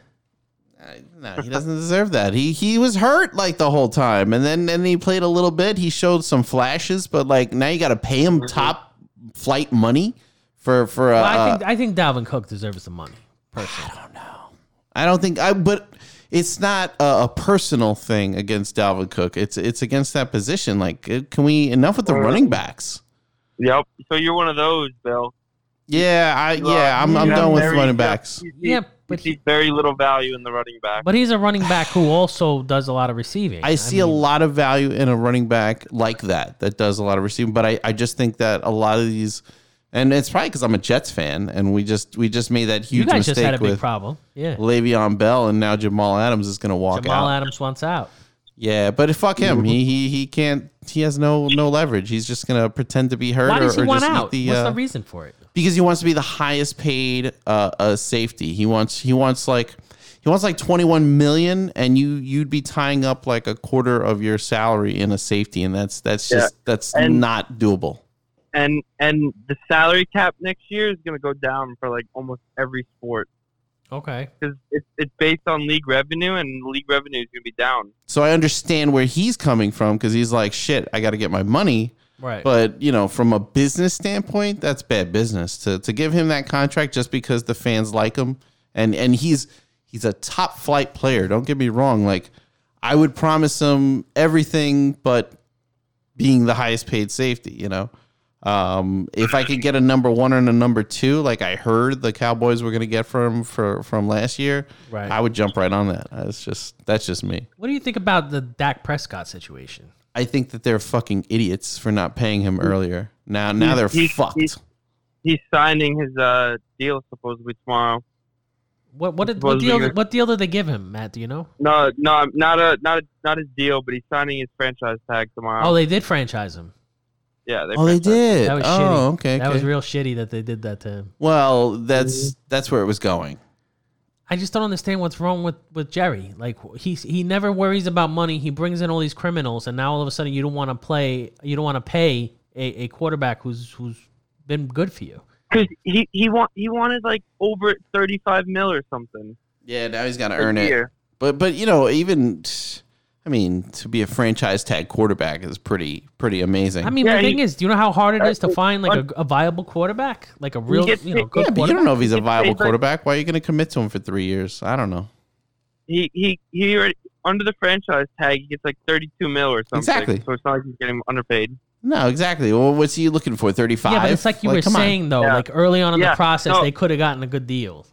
S3: No, he doesn't deserve that. He he was hurt like the whole time, and then and he played a little bit. He showed some flashes, but like now you got to pay him top flight money for for. Uh,
S2: Mm-hmm. Well, I think I think Dalvin Cook deserves the money. Personally,
S3: I don't think I, but it's not a, a personal thing against Dalvin Cook. It's it's against that position. Like, uh, can we enough with the running backs?
S4: Yep. So you're one of those, Bill.
S3: Yeah, I
S4: You are-
S3: yeah, I'm I'm
S4: you
S3: done
S4: have
S3: with
S4: very-
S3: running backs.
S4: You see-
S2: Yeah, but
S4: you see very little value in the running back.
S2: but he's a running back who also does a lot of receiving.
S3: I see a lot of value in a running back like that that does a lot of receiving, but I, I just think that a lot of these, and it's probably because I'm a Jets fan, and we just we just made that huge
S2: You guys
S3: mistake
S2: just had a big
S3: with
S2: problem. Yeah,
S3: Le'Veon Bell, and now Jamal Adams is going to walk
S2: Jamal
S3: out.
S2: Adams wants out.
S3: yeah, but fuck him. He he he can't. He has no no leverage. He's just going to pretend to be hurt.
S2: Why
S3: or,
S2: does he
S3: or
S2: want
S3: just eat
S2: out?
S3: The,
S2: What's
S3: uh,
S2: the reason for it?
S3: because he wants to be the highest paid uh, uh safety. He wants he wants like he wants like 21 million and you you'd be tying up like a quarter of your salary in a safety and that's that's
S4: Yeah.
S3: just that's
S4: And-
S3: not doable.
S4: And and the salary cap next year is going to go down for like almost every sport
S2: Okay,
S4: because it's it's based on league revenue, and league revenue is going to be down.
S3: So I understand where he's coming from cuz he's like shit, I got to get my money.
S2: right.
S3: But, you know, from a business standpoint, that's bad business to to give him that contract just because the fans like him and and he's he's a top flight player. Don't get me wrong, like I would promise him everything but being the highest paid safety, you know. Um, if I could get a number one and a number two, like I heard the Cowboys were going to get from for, from last year,
S2: Right.
S3: I would jump right on that. That's just that's just me.
S2: what do you think about the Dak Prescott situation?
S3: I think that they're fucking idiots for not paying him earlier. Now now they're
S4: He's-
S3: fucked.
S4: he's- He's signing his uh, deal supposedly tomorrow.
S2: What what did
S4: Well,
S2: what deal
S4: because-
S2: what deal did they give him, Matt? Do you know?
S4: No, no, not a not a, not his deal, but he's signing his franchise tag tomorrow.
S2: Oh, they did franchise him.
S4: yeah, they
S3: Oh, they
S4: franchise-
S3: did.
S2: That was
S3: oh,
S2: shitty.
S3: okay.
S2: That was
S3: okay.
S2: real shitty that they did that to him.
S3: well, that's that's where it was going.
S2: I just don't understand what's wrong with, with Jerry. Like he's he never worries about money. He brings in all these criminals, and now all of a sudden you don't want to play. You don't want to pay a, a quarterback who's who's been good for you.
S4: Because he he want he wanted like over thirty five mil or something.
S3: Yeah, now he's got to
S4: a
S3: earn it.
S4: year.
S3: But but you know, even I mean, to be a franchise tag quarterback is pretty pretty amazing.
S2: I mean,
S4: Yeah,
S2: the thing
S4: he-
S2: is, do you know how hard it is to
S4: Uh,
S2: find like a, a viable quarterback, like a real
S4: gets
S2: you know
S4: paid-
S2: good
S3: yeah, but you
S2: quarterback?
S3: don't know if he's a
S4: It's
S3: viable
S4: like-
S3: quarterback. Why are you going to commit to him for three years? I don't know.
S4: He he he already, under the franchise tag he gets like thirty two mil or something.
S3: Exactly.
S4: So it's not like he's getting underpaid.
S3: No, exactly. Well, what's he looking for? Thirty five.
S2: Yeah, but it's like you were
S3: come on.
S2: saying though,
S4: Yeah.
S2: like early on in the
S4: Yeah,
S2: process,
S4: no.
S2: they could have gotten a good deal.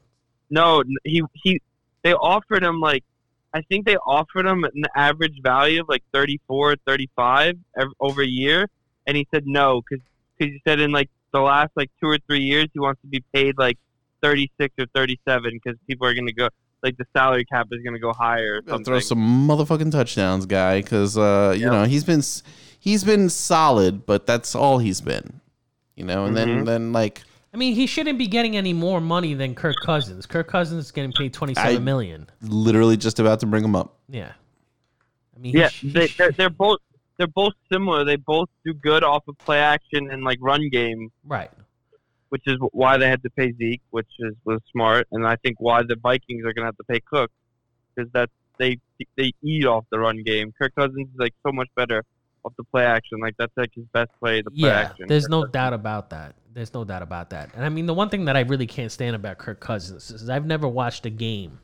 S4: No, n- he he they offered him like I think they offered him an average value of like 34, 35 ev- over a year, and he said no because he said in like the last like two or three years he wants to be paid like thirty six or thirty seven because people are going to go like the salary cap is going to go higher. Or
S3: Gotta
S4: something.
S3: throw some motherfucking touchdowns, guy, because uh, you
S4: Yeah.
S3: know he's been s- he's been solid, but that's all he's been. You know, and then
S4: Mhm.
S3: then like
S2: I mean, he shouldn't be getting any more money than Kirk Cousins. Kirk Cousins is getting paid twenty seven million.
S3: literally just about to bring him up.
S2: Yeah, I mean, he
S4: Yeah,
S2: sh- he
S4: they,
S2: sh-
S4: they're, they're both they're both similar. They both do good off of play action and like run game,
S2: right.
S4: which is why they had to pay Zeke, which is was smart, and I think why the Vikings are going to have to pay Cook because that's they they eat off the run game. Kirk Cousins is like so much better off the play action. Like that's like his best play. The play
S2: yeah,
S4: action.
S2: there's no doubt about that. There's no doubt about that. And I mean, the one thing that I really can't stand about Kirk Cousins is I've never watched a game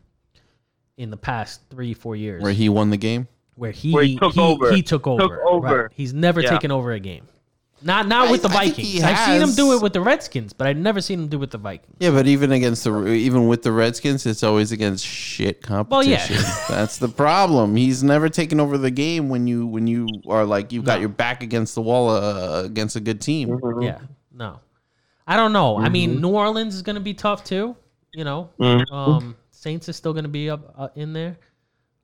S2: in the past three, four years
S3: Where he won the game.
S2: where he,
S4: Where he took over.
S2: he took over. right.
S4: over.
S2: He's never
S4: Yeah.
S2: taken over a game. Not not
S3: I-
S2: with the
S3: I think
S2: Vikings.
S3: he
S2: I've seen him do
S3: has.
S2: it with the Redskins, but I've never seen him do it with the Vikings.
S3: Yeah, but even against the even with the Redskins, it's always against shit
S2: yeah.
S3: competition. That's the problem. He's never taken over the game when you when you are like you've got your back against the wall uh, against a good team.
S4: Mm-hmm.
S2: Yeah, no, I don't know. I mean, New Orleans is going to be tough too. You know,
S4: Mhm.
S2: um, Saints is still going to be up uh, in there.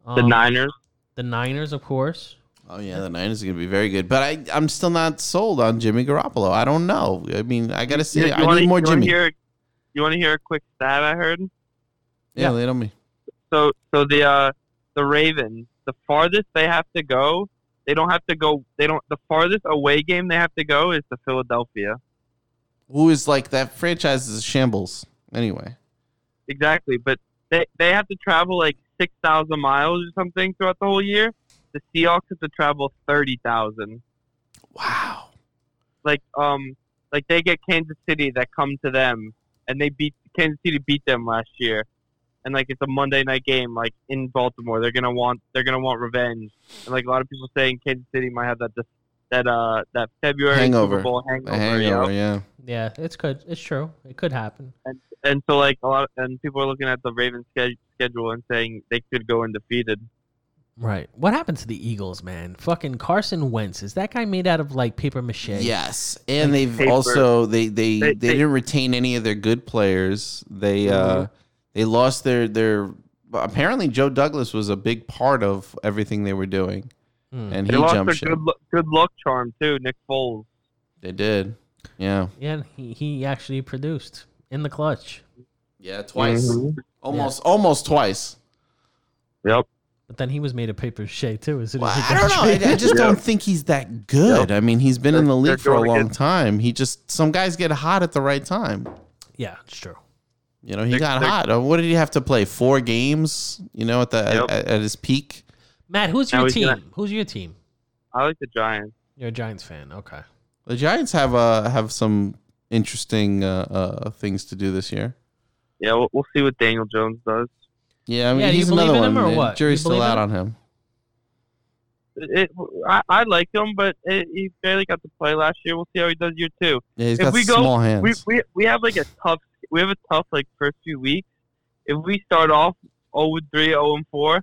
S4: the
S2: Um,
S4: Niners.
S2: the Niners, of course.
S3: Oh yeah, the Niners are going to be very good, but I I'm still not sold on Jimmy Garoppolo. I don't know. I mean, I got to see.
S4: You- you
S3: I
S4: wanna-
S3: need more
S4: you wanna
S3: Jimmy.
S4: Hear, you want to hear a quick stat I heard?
S3: yeah, they don't me.
S4: So so the uh, the Ravens, the farthest they have to go, they don't have to go. They don't. The farthest away game they have to go is to Philadelphia.
S3: Who is like that franchise is a shambles anyway.
S4: Exactly, but they they have to travel like six thousand miles or something throughout the whole year. The Seahawks have to travel thirty thousand.
S3: Wow.
S4: Like um, like they get Kansas City that come to them, and they beat Kansas City beat them last year, and like it's a Monday night game like in Baltimore. They're gonna want they're gonna want revenge, and like a lot of people saying Kansas City might have that dis- that uh that February
S3: Hangover.
S4: Super Bowl
S3: The
S4: hangover.
S3: hangover,
S4: yeah.
S3: yeah.
S2: Yeah, it's good. It's true. It could happen.
S4: And so like a lot, and people are looking at the Ravens sch- schedule and saying they could go undefeated.
S2: Right. What happened to the Eagles, man? Fucking Carson Wentz. Is that guy made out of like paper mache?
S3: Yes, and
S2: Like,
S3: they've
S2: paper.
S3: also they they, they
S2: They- they-
S3: didn't retain any of their good players. They uh they lost their their apparently Joe Douglas was a big part of everything they were doing,
S2: Hmm. Mm-hmm.
S3: and he
S4: they lost
S3: jumped
S4: their
S3: ship.
S4: good, lu- good luck charm too, Nick Foles.
S3: They did, yeah,
S2: Yeah, he, he actually produced in the clutch.
S3: yeah, twice,
S4: Mm-hmm.
S2: Mhm.
S3: almost almost twice.
S4: Yep.
S2: But then he was made of paper mache too. As soon as he
S3: I
S2: got
S3: don't know. I, I
S2: traded.
S3: just don't think he's that good. I mean, he's been in the league for a
S2: going
S3: long time. He just some guys get hot at the right time.
S2: Yeah, it's true.
S3: You know, he got hot. Uh, What did he have to play? Four games. You know, at the at, at his peak.
S2: Matt, who's
S3: Now
S2: your
S3: he's
S2: team?
S3: gonna-
S2: Who's your team?
S4: I like the Giants.
S2: You're a Giants fan. Okay.
S3: The Giants have uh have some interesting uh, uh things to do this year.
S4: Yeah, we'll, we'll see what Daniel Jones does.
S3: Yeah, I mean
S4: Yeah, do you
S3: he's
S4: believe
S3: another
S4: in him
S3: one.
S4: or
S3: The
S4: what?
S3: Jury's
S4: You
S3: still
S4: believe
S3: out on
S4: in
S3: him.
S4: It, I, I like him, but it, he barely got to play last year. We'll see how he does year two.
S3: Yeah, he's got small hands.
S4: We, we we have like a tough we have a tough like first few weeks. If we start off 0 3, 0 4,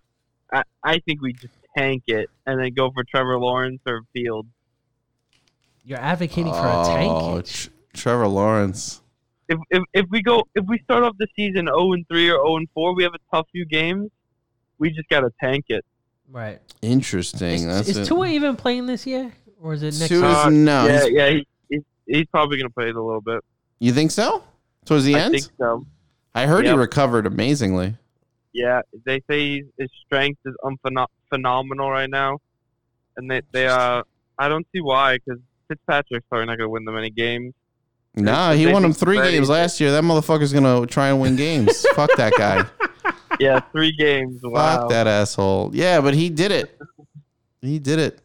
S4: I, I think we just tank it and then go for Trevor Lawrence or Field.
S2: You're advocating for a tank.
S3: Oh, Tr- Trevor Lawrence.
S4: If, if if we go if we start off the season 0 3 or 0 4, we have a tough few games. We just gotta tank it.
S2: Right.
S3: Interesting. That's
S2: Is
S3: it.
S2: Tua even playing this year, or is it next?
S3: Tua's-
S2: year?
S3: no,
S4: Yeah,
S3: he's-
S4: yeah, he, he's, he's probably gonna play it a little bit.
S3: You think so? Towards the
S4: I
S3: end?
S4: think so.
S3: I heard he
S4: Yep.
S3: recovered amazingly.
S4: Yeah, they say his strength is unphenom- phenomenal right now, and they they uh I don't see why because Fitzpatrick's probably not going to win them
S2: (laughs)
S4: any games.
S3: Nah,
S4: They-
S3: he
S4: they
S3: won him
S4: think
S3: three
S4: Brady-
S3: games last year. That motherfucker's gonna try and win
S4: (laughs)
S3: games. Fuck that guy.
S4: Yeah, three games. Wow.
S3: Fuck that asshole. Yeah, but he did it. He did it.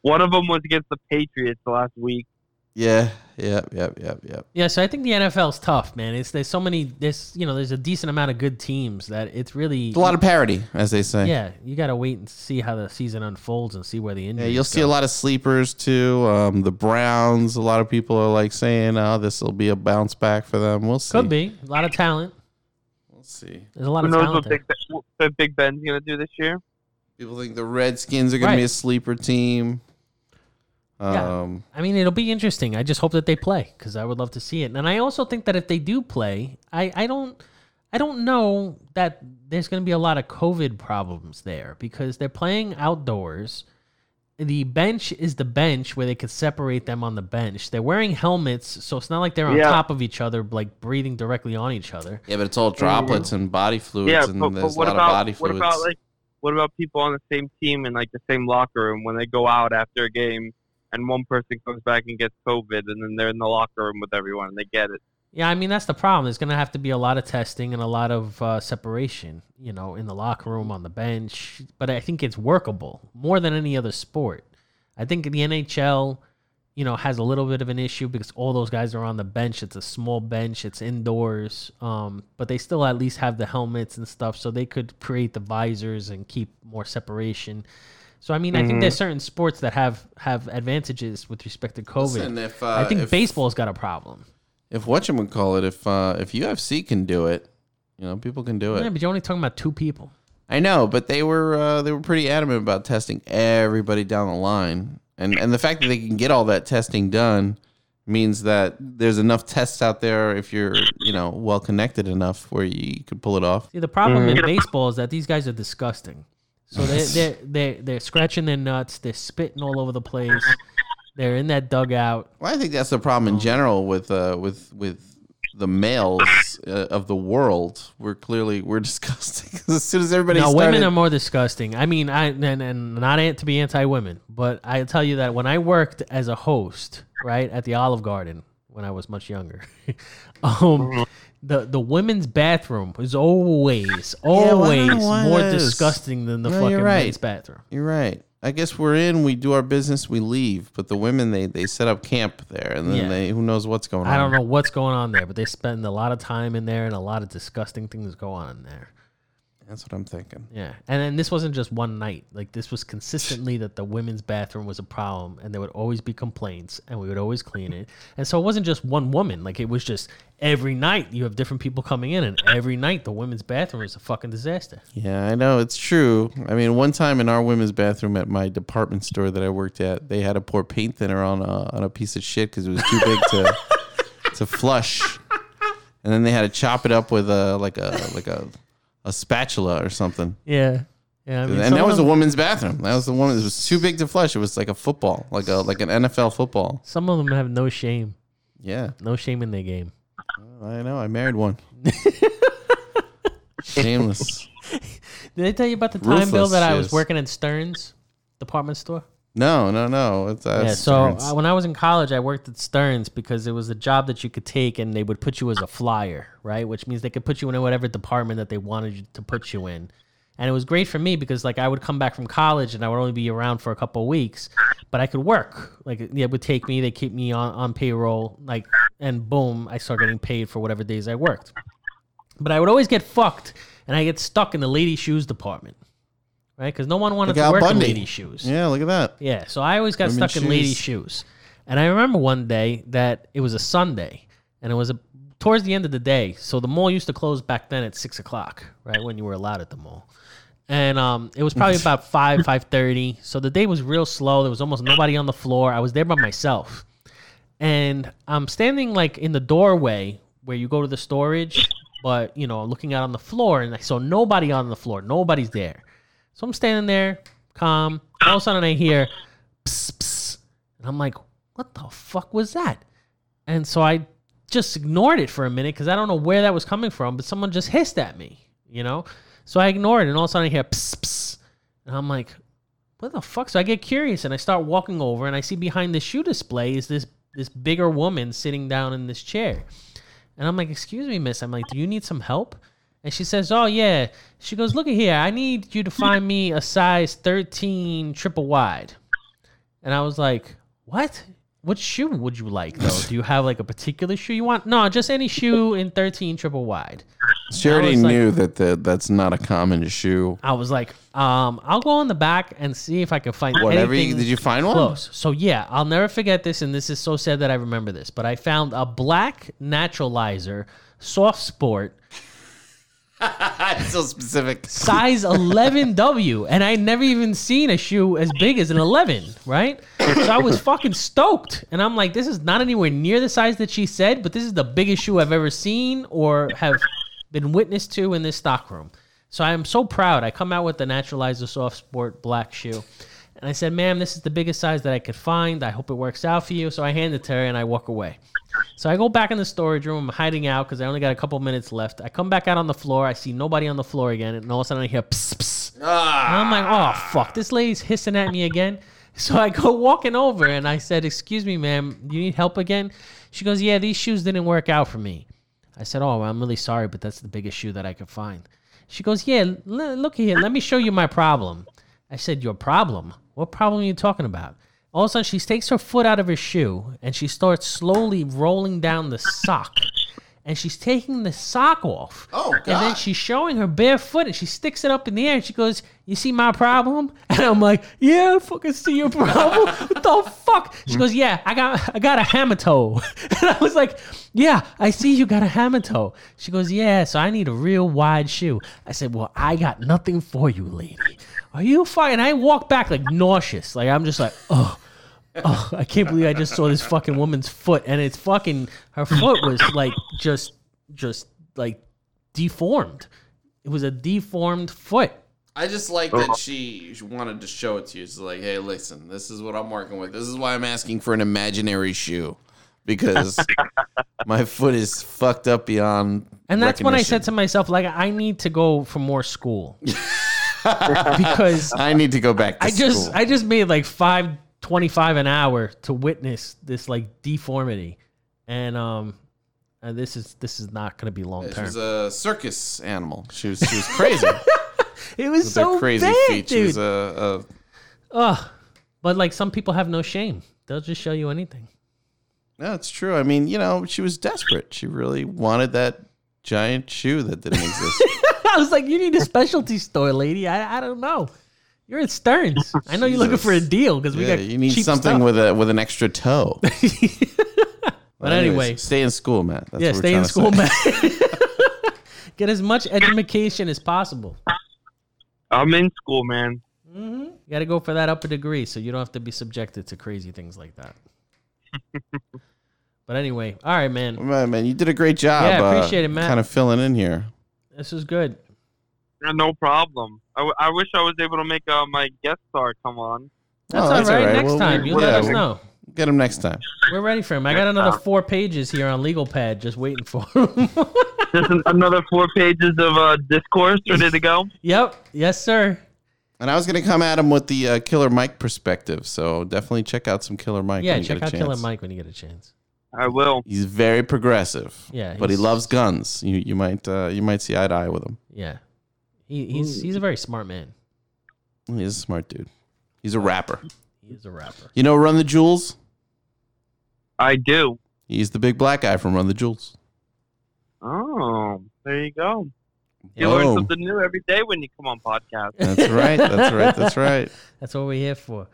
S4: One of them was against the Patriots last week.
S3: Yeah, yep, yep, yep, yep.
S2: Yeah, so I think the NFL's tough, man. It's there's so many there's you know there's a decent amount of good teams that it's really
S3: It's a lot of parity, as they say.
S2: Yeah, you got to wait and see how the season unfolds and see where the
S3: Yeah,
S2: injuries.
S3: you'll see a lot of sleepers too. Um, the Browns, a lot of people are like saying, "Oh, this will be a bounce back for them." We'll see.
S2: could be a lot of talent.
S3: Let's see.
S2: There's a lot
S4: Who
S2: of
S4: knows
S2: talent.
S4: what
S2: there.
S4: Big, ben, what the Big Ben's going to do this year?
S3: People think the Redskins are going to be
S2: Right.
S3: a sleeper team.
S2: Yeah.
S3: Um,
S2: I mean, it'll be interesting. I just hope that they play because I would love to see it. And I also think that if they do play, I, I don't I don't know that there's going to be a lot of COVID problems there because they're playing outdoors. The bench is the bench where they could separate them on the bench. They're wearing helmets, so it's not like they're on
S3: Yeah.
S2: top of each other, like breathing directly on each other.
S3: yeah, but it's all droplets and body fluids,
S4: yeah,
S3: and
S4: but, but
S3: there's a
S4: what
S3: lot
S4: about
S3: of body
S4: what
S3: fluids.
S4: about like what about people on the same team in like the same locker room when they go out after a game and one person comes back and gets COVID and then they're in the locker room with everyone and they get it.
S2: Yeah, I mean that's the problem. There's going to have to be a lot of testing and a lot of uh, separation, you know, in the locker room, on the bench. But I think it's workable more than any other sport. I think the NHL, you know, has a little bit of an issue because all those guys are on the bench. It's a small bench. It's indoors, um, but they still at least have the helmets and stuff, so they could create the visors and keep more separation. So I mean, I think
S3: Mhm.
S2: there's certain sports that have have advantages with respect to COVID.
S3: Listen, if,
S2: I
S3: uh,
S2: think
S3: if-
S2: baseball's got a problem.
S3: if whatchamacallit, if uh, if UFC can do it, you know, people can do it.
S2: Yeah, but you're only talking about two people.
S3: I know, but they were uh, they were pretty adamant about testing everybody down the line, and and the fact that they can get all that testing done means that there's enough tests out there if you're you know well connected enough where you could pull it off.
S2: See, the problem in
S3: Mhm.
S2: baseball is that these guys are disgusting. So they they they they're scratching their nuts. They're spitting all over the place. They're in that dugout.
S3: Well, I think that's the problem in general with uh, with with the males uh, of the world. We're clearly we're (laughs) disgusting. as soon as everybody
S2: no,
S3: started,
S2: women are more disgusting. I mean, I and, and not an- to be anti-women, but I tell you that when I worked as a host, right at the Olive Garden when I was much younger, (laughs) um, the the women's bathroom was always
S3: Yeah, well, I
S2: always
S3: don't know why
S2: more
S3: that is.
S2: disgusting than the
S3: No,
S2: fucking
S3: you're right.
S2: men's bathroom.
S3: You're right. I guess we're in. We do our business. We leave. But the women, they they set up camp there, and then
S2: Yeah.
S3: they who knows what's going on.
S2: I don't know what's going on there, but they spend a lot of time in there and a lot of disgusting things go on in there.
S3: That's what I'm thinking.
S2: Yeah. And then this wasn't just one night. Like this was consistently that the women's bathroom was a problem and there would always be complaints and we would always clean it. And so it wasn't just one woman. Like it was just every night you have different people coming in and every night the women's bathroom is a fucking disaster.
S3: Yeah, I know it's true. I mean, one time in our women's bathroom at my department store that I worked at, they had to pour paint thinner on a on a piece of shit because it was too big to (laughs) to flush, and then they had to chop it up with a like a like a a spatula or something.
S2: Yeah. Yeah. I mean,
S3: and that was a woman's bathroom. That was the woman. It was too big to flush. It was like a football, like a like an NFL football.
S2: Some of them have no shame.
S3: Yeah,
S2: No shame in their game.
S3: I know. I
S2: (laughs)
S3: married one. Shameless.
S2: Did I tell you about the time, Bill,
S3: Ruthless,
S2: that I was
S3: yes.
S2: working at Stern's department store?
S3: No, no, no. It's, uh,
S2: yeah, so
S3: it's-
S2: uh, when I was in college, I worked at Stearns because it was a job that you could take, and they would put you as a flyer, right? Which means they could put you in whatever department that they wanted you to put you in. And it was great for me because like I would come back from college and I would only be around for a couple of weeks, but I could work. Like it it would take me, they keep me on on payroll, like, and boom, I start getting paid for whatever days I worked. But I would always get fucked, and I get stuck in the lady shoes department, right? Because no one wanted
S3: Look
S2: to
S3: out,
S2: work in
S3: Bundy.
S2: lady shoes.
S3: Yeah, look at that.
S2: Yeah, so I always got
S3: Women's
S2: stuck in lady
S3: shoes.
S2: shoes. And I remember one day that it was a Sunday, and it was a, towards the end of the day. So the mall used to close back then at six o'clock, right when you were allowed at the mall. And um, it was
S3: (laughs)
S2: probably about five, five thirty. So the day was real slow. There was almost nobody on the floor. I was there by myself, and I'm standing like in the doorway where you go to the storage, but you know, looking out on the floor, and I saw nobody on the floor. Nobody's there. So I'm standing there, calm. All of a sudden, I hear, pss, pss, and I'm like, "What the fuck was that?" And so I just ignored it for a minute because I don't know where that was coming from, but someone just hissed at me, you know. So I ignored it, and all of a sudden, I hear, pss, pss, and I'm like, "What the fuck?" So I get curious, and I start walking over, and I see behind the shoe display is this this bigger woman sitting down in this chair. And I'm like, excuse me, miss. I'm like, do you need some help? And she says, oh, yeah. She goes, look at here. I need you to find me a size 13 triple wide. And I was like, what? What shoe would you like, though? do you have like a particular shoe you want? No, just any shoe in 13 triple wide.
S3: She already
S2: was like-
S3: knew that the, that's not a common shoe.
S2: I was like, um, I'll go in the back and see if I can find
S3: Whatever you-
S2: anything
S3: did you find one?
S2: close. So yeah, I'll never forget this, and this is so sad that I remember this. But I found a black naturalizer soft sport
S3: It's so specific.
S2: size 11W, and I had never even seen a shoe as big as an 11, right? So I was fucking stoked, and I'm like, this is not anywhere near the size that she said, but this is the biggest shoe I've ever seen or have been witness to in this stockroom. So I am so proud. I come out with the Naturalizer Soft Sport black shoe. And I said, ma'am, this is the biggest size that I could find. I hope it works out for you. So I hand it to her and I walk away. So I go back in the storage room. I'm hiding out because I only got a couple minutes left. I come back out on the floor. I see nobody on the floor again, and all of a sudden I hear pss pss. And I'm like, oh fuck, this lady's hissing at me again. (laughs) So I go walking over and I said, excuse me, ma'am, you need help again? She goes, yeah, these shoes didn't work out for me. I said, oh, well, I'm really sorry, but that's the biggest shoe that I could find. She goes, yeah, l- look here, let me show you my problem. I said, Your problem? What problem are you talking about? All of a sudden, she takes her foot out of her shoe and she starts slowly rolling down the sock. And she's taking the sock off. Oh, God. And then she's showing her bare foot and she sticks it up in the air and she goes, You see my problem? (laughs) And I'm like, Yeah, I fucking see your problem. (laughs) what the fuck? She goes, Yeah, I got I got a hammer toe. (laughs) and I was like, Yeah, I see you got a hammer toe. She goes, Yeah, so I need a real wide shoe. I said, Well, I got nothing for you, lady are you fine? And I walk back like nauseous. Like I'm just like, oh, oh, I can't believe I just saw this fucking woman's foot, and it's fucking her foot was like just, just like deformed. It was a deformed foot.
S3: I just like that she she wanted to show it to you. She's like, hey, listen, this is what I'm working with. This is why I'm asking for an imaginary shoe (laughs) because my foot is fucked up beyond.
S2: And that's when I said
S3: recognition.
S2: to myself, like, I need to go for more
S3: (laughs)
S2: school because
S3: I need to go back to
S2: I just
S3: school.
S2: I just made like five twenty five an hour to witness this like deformity, and um, and this is this is not going to be long
S3: She
S2: term.
S3: was a circus animal. She was she (laughs) was crazy.
S2: It was
S3: With her
S2: so
S3: crazy
S2: bad,
S3: feet. She
S2: dude.
S3: was a,
S2: Ugh. But like some people have no shame; they'll just show you anything. (laughs)
S3: a no. It's true. I mean, you know, she was desperate. She really wanted that giant shoe that didn't exist.
S2: I was like, you need a specialty store, lady. I I don't know. You're at Stearns. I know you're looking
S3: Jesus.
S2: for a deal because we
S3: Yeah,
S2: got
S3: you need
S2: cheap
S3: something
S2: stuff.
S3: with a with an
S2: (laughs)
S3: extra toe.
S2: But anyway.
S3: stay in school, Matt. That's
S2: yeah,
S3: what we're
S2: stay
S3: trying
S2: in
S3: to
S2: school,
S3: say. (laughs)
S2: man. Get as much education as possible.
S4: I'm in school, man.
S2: You got to go for that upper degree so you don't have to be subjected to crazy things like
S3: (laughs)
S2: that. but anyway, all right, man.
S3: Well, man, you did a great job.
S2: Yeah, appreciate it, Matt.
S3: Kind of filling in here.
S2: This is good.
S4: Yeah, no problem. I, w- I wish I was able to make uh, my guest star
S2: (laughs)
S4: come on.
S2: That's
S3: Oh,
S2: all right. Next time, you let us know.
S3: Get him next time.
S2: We're ready for him. I got another four pages here on legal pad just waiting for him. (laughs)
S4: Just an- another four pages of uh, discourse ready to go.
S2: yep. Yes, sir.
S3: And I was going to come at him with the uh, Killer Mike perspective. So definitely check out some Killer Mike.
S2: yeah,
S3: when you
S2: check
S3: get a
S2: out Killer
S3: chance.
S2: Mike when you get a chance.
S4: I will.
S3: He's very progressive.
S2: Yeah,
S3: but he
S2: he's-
S3: loves guns. You you might uh, you might see eye to eye with him.
S2: Yeah. He, he's he's a very smart man.
S3: He's a smart dude. He's a rapper.
S2: He's a rapper.
S3: You know, Run the Jewels.
S4: I do.
S3: He's the big black guy from Run the Jewels.
S4: Oh, there you go. You
S3: Whoa.
S4: learn something new every day when you come on
S2: (laughs)
S4: podcast.
S3: That's right. That's right. That's right.
S2: That's what we're here for.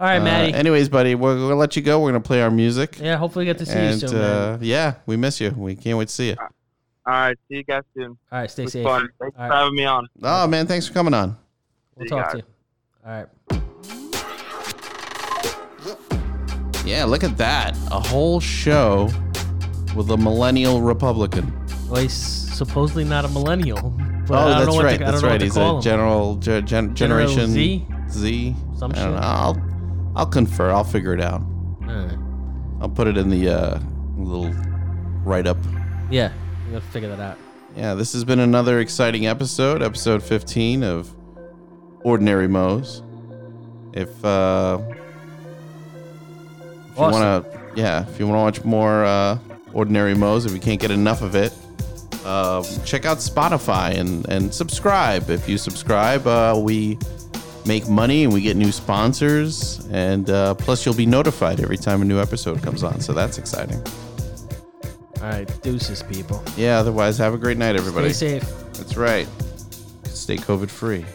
S2: All right,
S3: Uh,
S2: Maddie.
S3: anyways, buddy, we're we'll let you go. We're gonna play our music.
S2: yeah, hopefully we get to see
S3: and
S2: you soon, man.
S3: uh, yeah, we miss you. We can't wait to see you.
S4: All right, see you guys soon.
S2: All right, stay
S4: It was
S2: safe.
S4: fun. Thanks
S2: All
S4: for
S2: right,
S4: having me on.
S3: Oh man, thanks for coming on.
S2: we'll
S4: you
S2: talk to
S4: guys.
S2: you. All right.
S3: Yeah, look at that. A whole show with a millennial Republican.
S2: Well, he's supposedly not a millennial. (laughs) But I
S3: oh,
S2: don't know
S3: that's
S2: what
S3: right.
S2: To, I
S3: that's
S2: don't know
S3: right.
S2: What to
S3: He's
S2: call
S3: a
S2: him.
S3: general ge- gen-
S2: General
S3: generation
S2: Z?
S3: Z.
S2: Some
S3: I don't
S2: shit.
S3: know. I'll I'll confer. I'll figure it out.
S2: All
S3: I'll put it in the uh, little write up.
S2: right. Yeah, we gotta figure that out.
S3: Yeah, this has been another exciting episode, episode 15 of Ordinary Moe's. If, uh, if
S2: Awesome.
S3: you want to, yeah, if you want to watch more uh, Ordinary Moe's, if you can't get enough of it, um, check out Spotify and and subscribe. If you subscribe, uh, we make money and we get new sponsors, and uh, plus you'll be notified every time a new episode comes on. So that's exciting.
S2: All right, deuces, people.
S3: Yeah. Otherwise, have a great night, everybody.
S2: Stay safe.
S3: That's right. Stay COVID free.